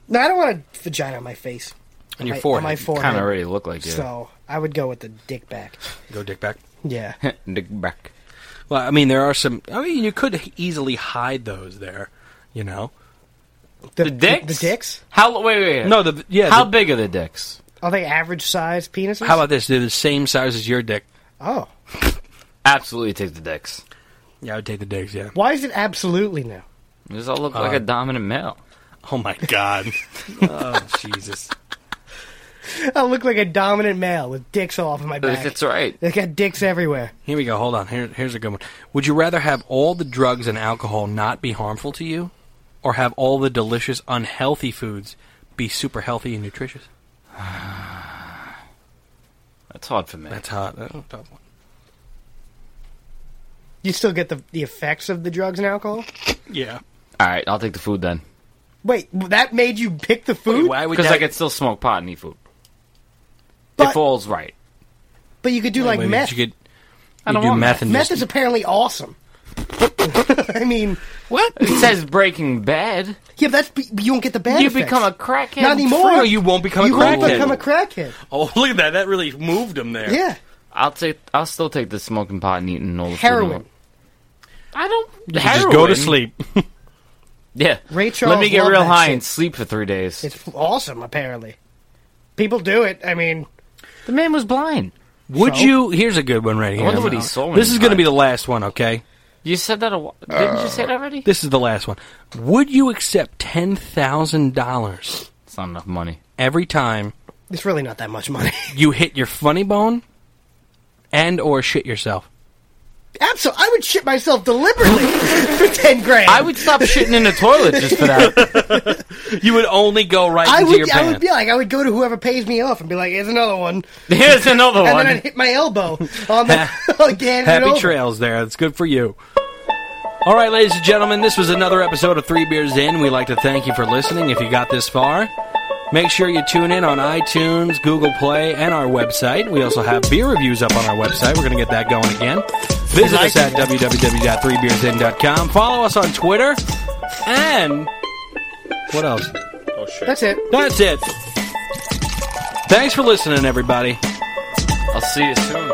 Speaker 2: No, I don't want a vagina on my face.
Speaker 1: on your
Speaker 2: my,
Speaker 1: forehead.
Speaker 2: On my forehead.
Speaker 3: Kind of already look like you.
Speaker 2: So I would go with the dick back.
Speaker 1: Go dick back.
Speaker 2: Yeah.
Speaker 3: dick back.
Speaker 1: Well, I mean, there are some. I mean, you could easily hide those there. You know?
Speaker 3: The dicks.
Speaker 2: The, dicks?
Speaker 3: How? Wait, wait. wait.
Speaker 1: No. The yeah.
Speaker 3: How
Speaker 1: the-
Speaker 3: big are the dicks?
Speaker 2: Are they average size penises?
Speaker 1: How about this? They're the same size as your dick.
Speaker 2: Oh.
Speaker 3: Absolutely take the dicks.
Speaker 1: Yeah, I would take the dicks. Yeah.
Speaker 2: Why is it absolutely now?
Speaker 3: Does all look
Speaker 1: Uh,
Speaker 3: like a dominant male?
Speaker 1: Oh my god. oh Jesus.
Speaker 2: I look like a dominant male with dicks all off my back.
Speaker 3: That's right.
Speaker 2: They got dicks everywhere.
Speaker 1: Here we go. Hold on. Here, here's a good one. Would you rather have all the drugs and alcohol not be harmful to you, or have all the delicious unhealthy foods be super healthy and nutritious?
Speaker 3: That's hard for me.
Speaker 1: That's hot. That's a tough one.
Speaker 2: You still get the the effects of the drugs and alcohol.
Speaker 1: Yeah.
Speaker 3: All right, I'll take the food then,
Speaker 2: Wait, that made you pick the food,
Speaker 1: Why would
Speaker 3: because
Speaker 1: that?
Speaker 3: I could still smoke pot and eat food.
Speaker 2: But-
Speaker 3: if all's right,
Speaker 2: but you could do
Speaker 1: Wait,
Speaker 2: like
Speaker 1: wait,
Speaker 2: meth.
Speaker 1: You could.
Speaker 3: I
Speaker 1: you
Speaker 3: don't
Speaker 1: do
Speaker 3: want
Speaker 1: meth and
Speaker 2: meth
Speaker 1: just,
Speaker 2: is apparently awesome. I mean,
Speaker 3: what it says Breaking Bad,
Speaker 2: yeah, but that's be- you won't get the bad.
Speaker 3: you
Speaker 2: effects.
Speaker 3: become a crackhead.
Speaker 2: not anymore.
Speaker 1: Oh, you won't become
Speaker 2: You
Speaker 1: a
Speaker 2: won't
Speaker 1: crackhead.
Speaker 2: become a crackhead.
Speaker 1: oh, look at that! That really moved him there.
Speaker 2: Yeah,
Speaker 3: I'll take. I'll still take the smoking pot and eating all the food and
Speaker 2: heroin.
Speaker 3: all- I don't.
Speaker 1: You could just go to
Speaker 3: heroin?
Speaker 1: sleep.
Speaker 3: Yeah,
Speaker 2: Ray
Speaker 3: Let
Speaker 2: Charles
Speaker 3: me get
Speaker 2: loved
Speaker 3: real
Speaker 2: that
Speaker 3: high
Speaker 2: shit.
Speaker 3: and sleep for three days.
Speaker 2: It's awesome. Apparently, people do it. I mean,
Speaker 3: the man was blind.
Speaker 1: Would
Speaker 2: So?
Speaker 1: you? Here's a good one right here.
Speaker 3: wonder what he saw
Speaker 1: This is going to
Speaker 3: inside.
Speaker 1: be the last one. Okay.
Speaker 3: You said that a while. Didn't you say that already?
Speaker 1: This is the last one. Would you accept ten thousand dollars
Speaker 3: It's not enough money.
Speaker 1: every time
Speaker 2: it's really not that much money.
Speaker 1: you hit your funny bone and or shit yourself?
Speaker 2: Absolutely, I would shit myself deliberately for ten grand.
Speaker 3: I would stop shitting in the toilet just for that.
Speaker 1: You would only go right
Speaker 2: I
Speaker 1: into your
Speaker 2: would, I
Speaker 1: pants.
Speaker 2: would be like, I would go to whoever pays me off and be like, "Here's another one,"
Speaker 3: Here's another
Speaker 2: and
Speaker 3: one.
Speaker 2: then I'd hit my elbow on the again.
Speaker 1: Happy
Speaker 2: over.
Speaker 1: trails there. It's good for you. All right, ladies and gentlemen, this was another episode of Three Beers In. We'd like to thank you for listening if you got this far. Make sure you tune in on iTunes, Google Play, and our website. We also have beer reviews up on our website. We're going to get that going again. Visit us at www.threebeersin.com. Follow us on Twitter. And what else? Oh,
Speaker 2: That's it.
Speaker 1: That's it. Thanks for listening, everybody.
Speaker 3: I'll see you soon.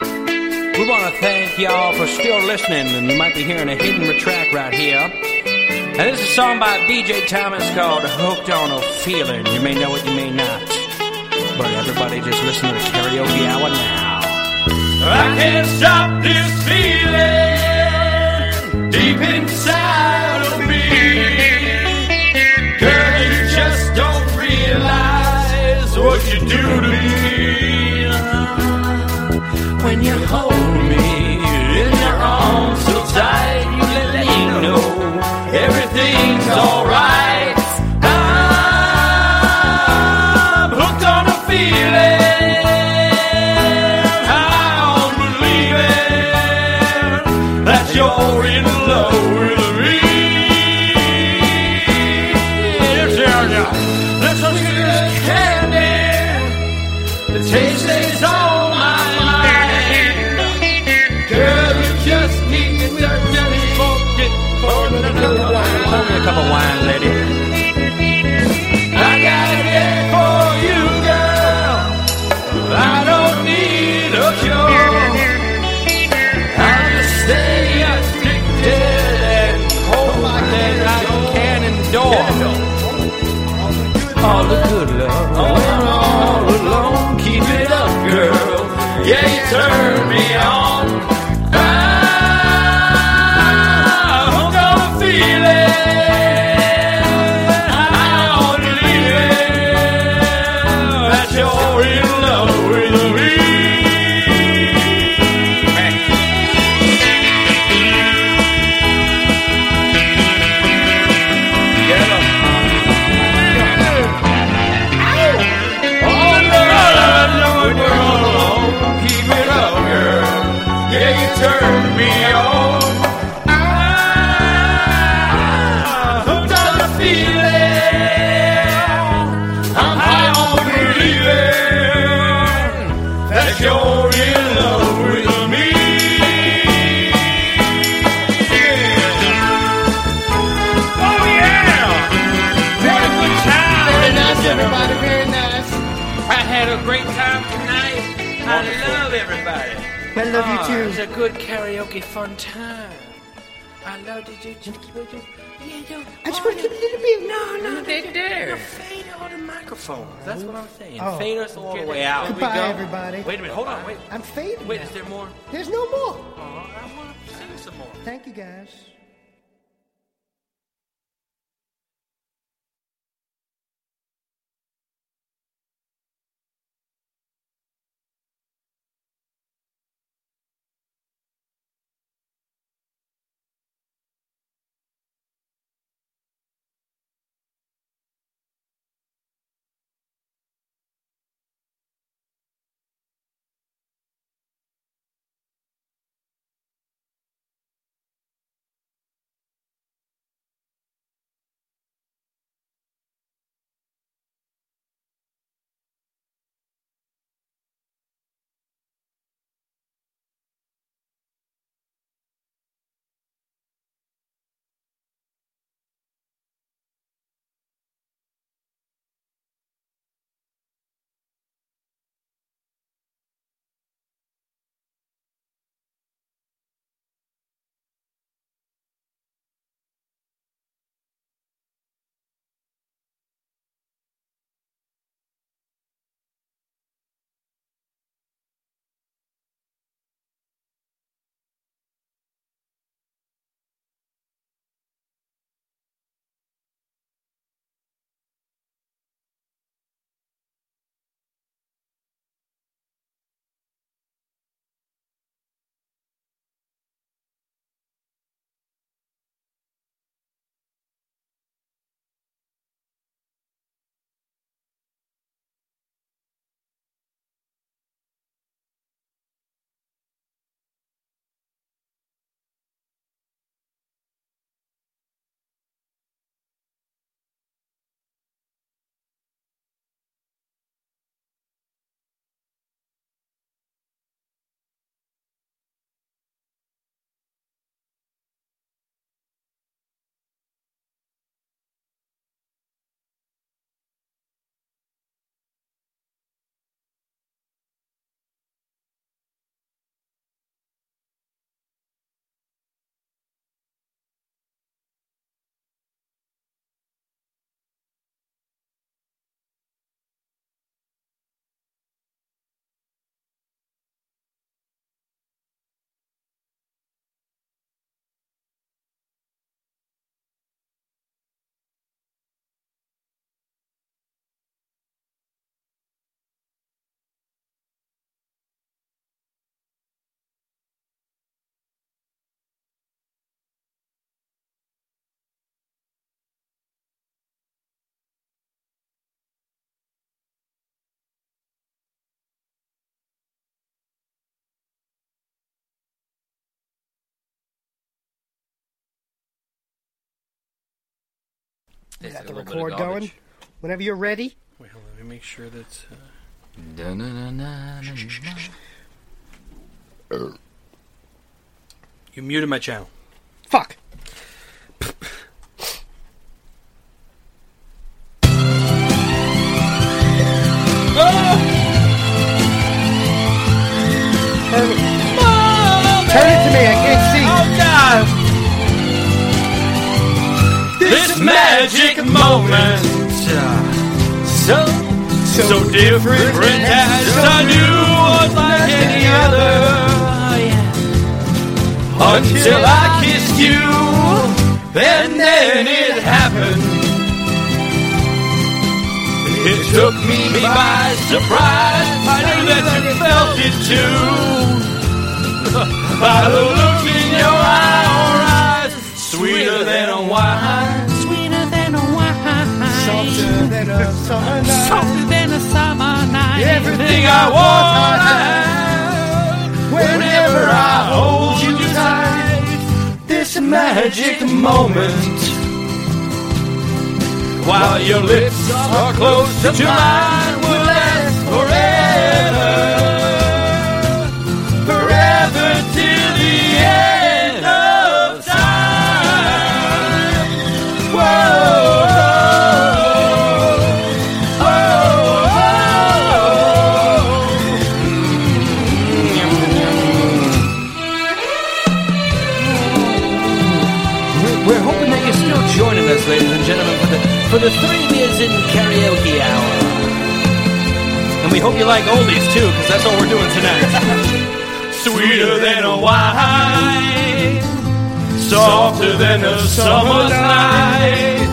Speaker 1: want to thank y'all for still listening, and you might be hearing a hidden track right here. And this is a song by BJ Thomas called Hooked on a Feeling. You may know it, you may not. But everybody just listen to the karaoke hour now.
Speaker 3: I can't stop this feeling deep inside of me. Girl, you just don't realize what you do to me when you hold me in your arms so tight. You let me know everything's alright. I'm hooked on a feeling. I'm believing that you're in love with me. Let's go get that candy. The taste is on my mind. Girl, you just need to forget for another
Speaker 1: Pour me a
Speaker 3: while.
Speaker 1: cup of wine, lady.
Speaker 3: I got it for you, girl. I don't need a cure. I'm just stay addicted and hope that I can endure. All the good love. When all alone, keep it up, girl. Yeah, you turn me on. I'm hooked on a feeling. I don't believe it. That you're in love with me. You're in love with me. Yeah. Oh yeah! What a good time!
Speaker 2: Very nice, everybody. Very nice.
Speaker 3: I had a great time tonight. I love everybody.
Speaker 2: I love you
Speaker 1: Oh.
Speaker 3: It's
Speaker 2: too.
Speaker 3: a good karaoke fun time. I love to do
Speaker 2: I just want to keep a little bit. No,
Speaker 3: Oh,
Speaker 2: no.
Speaker 3: They there. Fade all the microphones. That's what I'm saying.
Speaker 2: Oh.
Speaker 1: Fade us all the way
Speaker 3: way
Speaker 1: out.
Speaker 3: out.
Speaker 2: Goodbye, everybody.
Speaker 1: Wait a minute, hold on, wait.
Speaker 2: I'm fading.
Speaker 1: Wait,
Speaker 2: now.
Speaker 1: is there more?
Speaker 2: There's no more.
Speaker 1: I want to sing some more.
Speaker 2: Thank you, guys.
Speaker 3: There's
Speaker 2: Got
Speaker 3: a
Speaker 2: the
Speaker 3: little bit
Speaker 2: record
Speaker 3: of
Speaker 2: going.
Speaker 3: garbage.
Speaker 2: Whenever you're ready.
Speaker 1: Wait, hold on. Let me make sure that's. Uh,
Speaker 3: Da-na-na-na-na-na.
Speaker 1: you muted my channel.
Speaker 2: Fuck. Turn it turn it to me. I can't
Speaker 3: Oh God! This magic moment, uh, so
Speaker 2: see.
Speaker 3: so different as I knew was like any
Speaker 5: Oh,
Speaker 3: other. Until I kissed you, and then it happened. It took me by surprise. I knew that you felt it too. By the look in your eyes, sweeter than a wine,
Speaker 5: sweeter than a wine, softer,
Speaker 2: Then, uh, summer night.
Speaker 5: than a summer night.
Speaker 3: everything I want. I Whenever I hold you tight, this magic moment. While your lips are close to mine, will last forever. Forever till the end of time. Whoa. Oh,
Speaker 6: We're hoping that you're still joining us, ladies and gentlemen, for the for the three beers in karaoke hour.
Speaker 1: And we hope you like oldies too, because that's what we're doing tonight.
Speaker 3: sweeter than a wine, softer than a summer's night.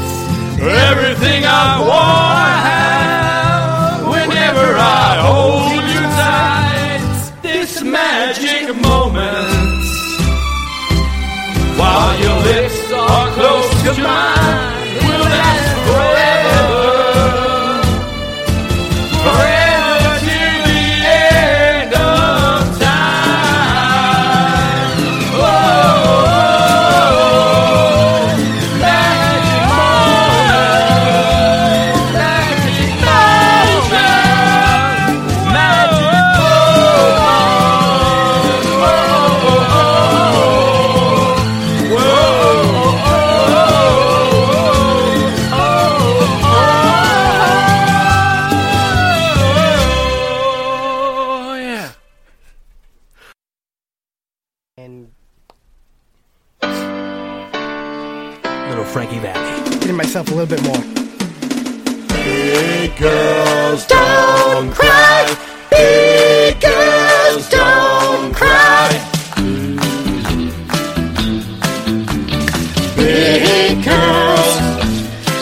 Speaker 3: Everything I want, I have whenever I hold you tight. This magic moment, while your lips are close to mine, will last forever. Forever till the end of time. Whoa, magic moment, magic moment, magic moment.
Speaker 1: oh yeah.
Speaker 2: And
Speaker 1: Little Frankie Valley.
Speaker 2: getting myself a little bit more.
Speaker 3: Big girls don't cry. Big girls don't cry. Big girls,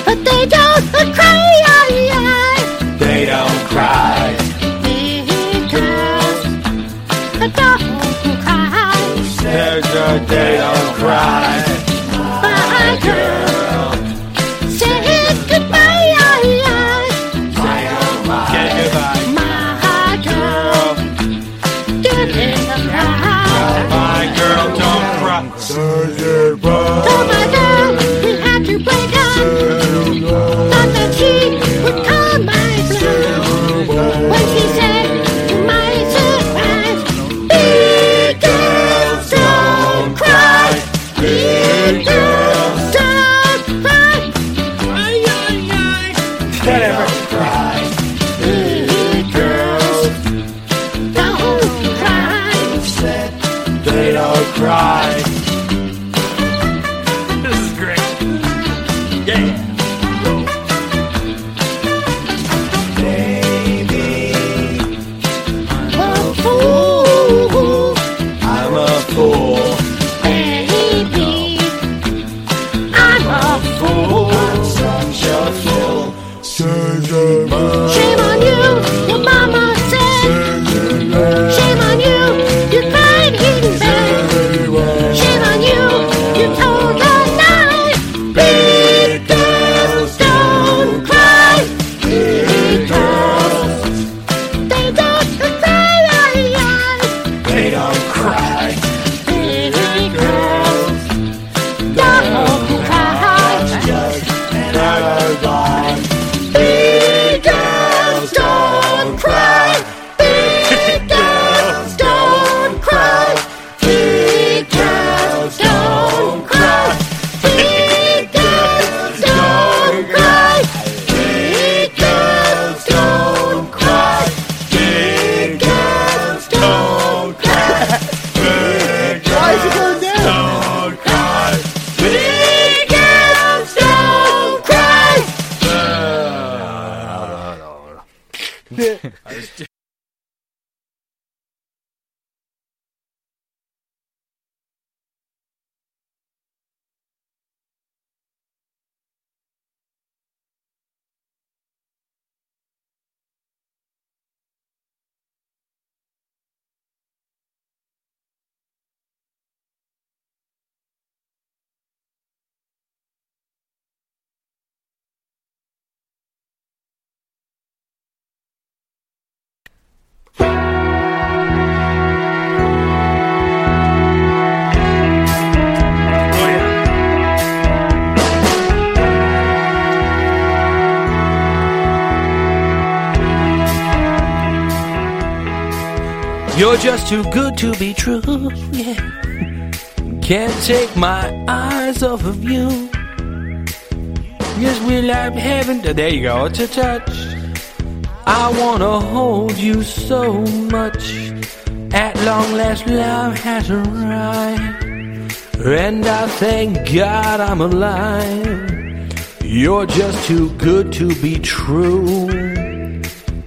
Speaker 7: But they don't cry, aye, aye.
Speaker 3: they don't cry.
Speaker 7: Big girls don't cry.
Speaker 3: There's a they don't cry.
Speaker 7: Bye, girl. Say goodbye, aye, aye.
Speaker 3: Get goodbye,
Speaker 7: My girl didn't cry.
Speaker 3: my girl don't cry.
Speaker 7: Though Oh, my girl, he had to break up. Thought that she would call my bluff. When she said, to my surprise, big girls don't cry. Big girls don't cry. Ay, ay, ay. Big girls don't cry.
Speaker 3: They don't cry. This is great. Yeah.
Speaker 7: Oh, fool.
Speaker 3: I'm a fool.
Speaker 7: Baby, I'm a
Speaker 3: Fool. Such a fool.
Speaker 7: Shame on you, your mama said. Shame on you, you cried in bed. Shame on you, you told the lie. Big girls don't cry. Big girls, they don't cry.
Speaker 3: They don't cry.
Speaker 7: Big girls don't cry.
Speaker 3: Cry.
Speaker 1: You're just too good to be true. Yeah. Can't take my eyes off of you. Yes, we like heaven. There you go. It's a touch. I wanna hold you so much. At long last, love has arrived. And I thank God I'm alive. You're just too good to be true.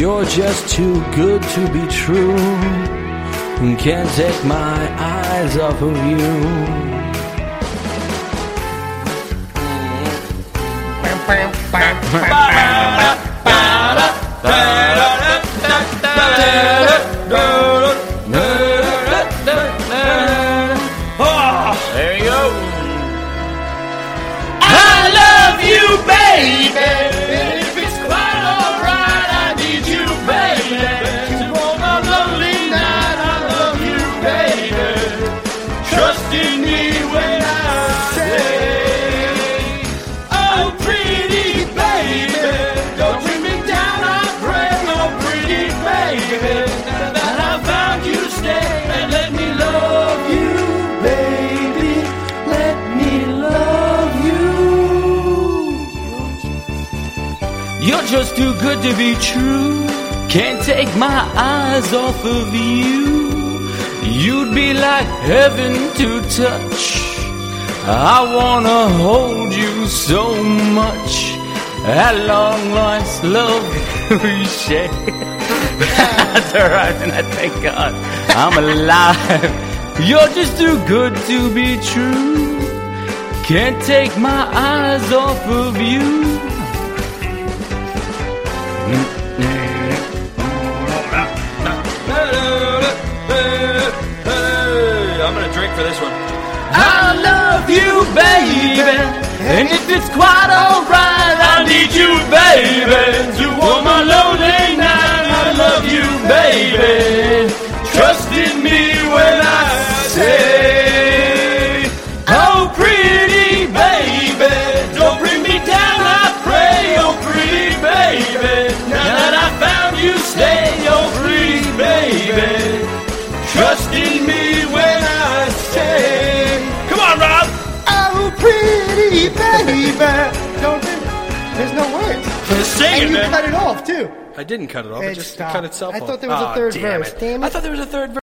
Speaker 1: You're just too good to be true. Can't take my eyes off of you.
Speaker 3: There you go. You're just too good to be true. Can't take my eyes off of you. You'd be like heaven to touch. I wanna hold you so much. At long last, love we share. That's alright, and I thank God I'm alive. You're just too good to be true. Can't take my eyes off of you.
Speaker 4: I'm gonna drink for this one.
Speaker 3: I love you, baby. And if it's quite alright, I need you, baby. You want my lonely night, I love you, baby. Trust in me when I say, Oh, pretty baby, don't bring me down, I pray. Oh, pretty baby, now that I found you, stay. Oh, pretty baby, trust in me when I say, Come on, Rob.
Speaker 2: Oh, pretty baby. Don't think there's no words.
Speaker 3: Sing
Speaker 2: And you cut it off too.
Speaker 1: I didn't cut it off.
Speaker 2: It
Speaker 1: it just
Speaker 2: stopped.
Speaker 1: cut itself
Speaker 2: I
Speaker 1: off.
Speaker 2: thought there was a
Speaker 1: Aw,
Speaker 2: third
Speaker 1: damn
Speaker 2: verse.
Speaker 1: It.
Speaker 2: Damn
Speaker 1: I
Speaker 2: it.
Speaker 1: thought there was a third verse.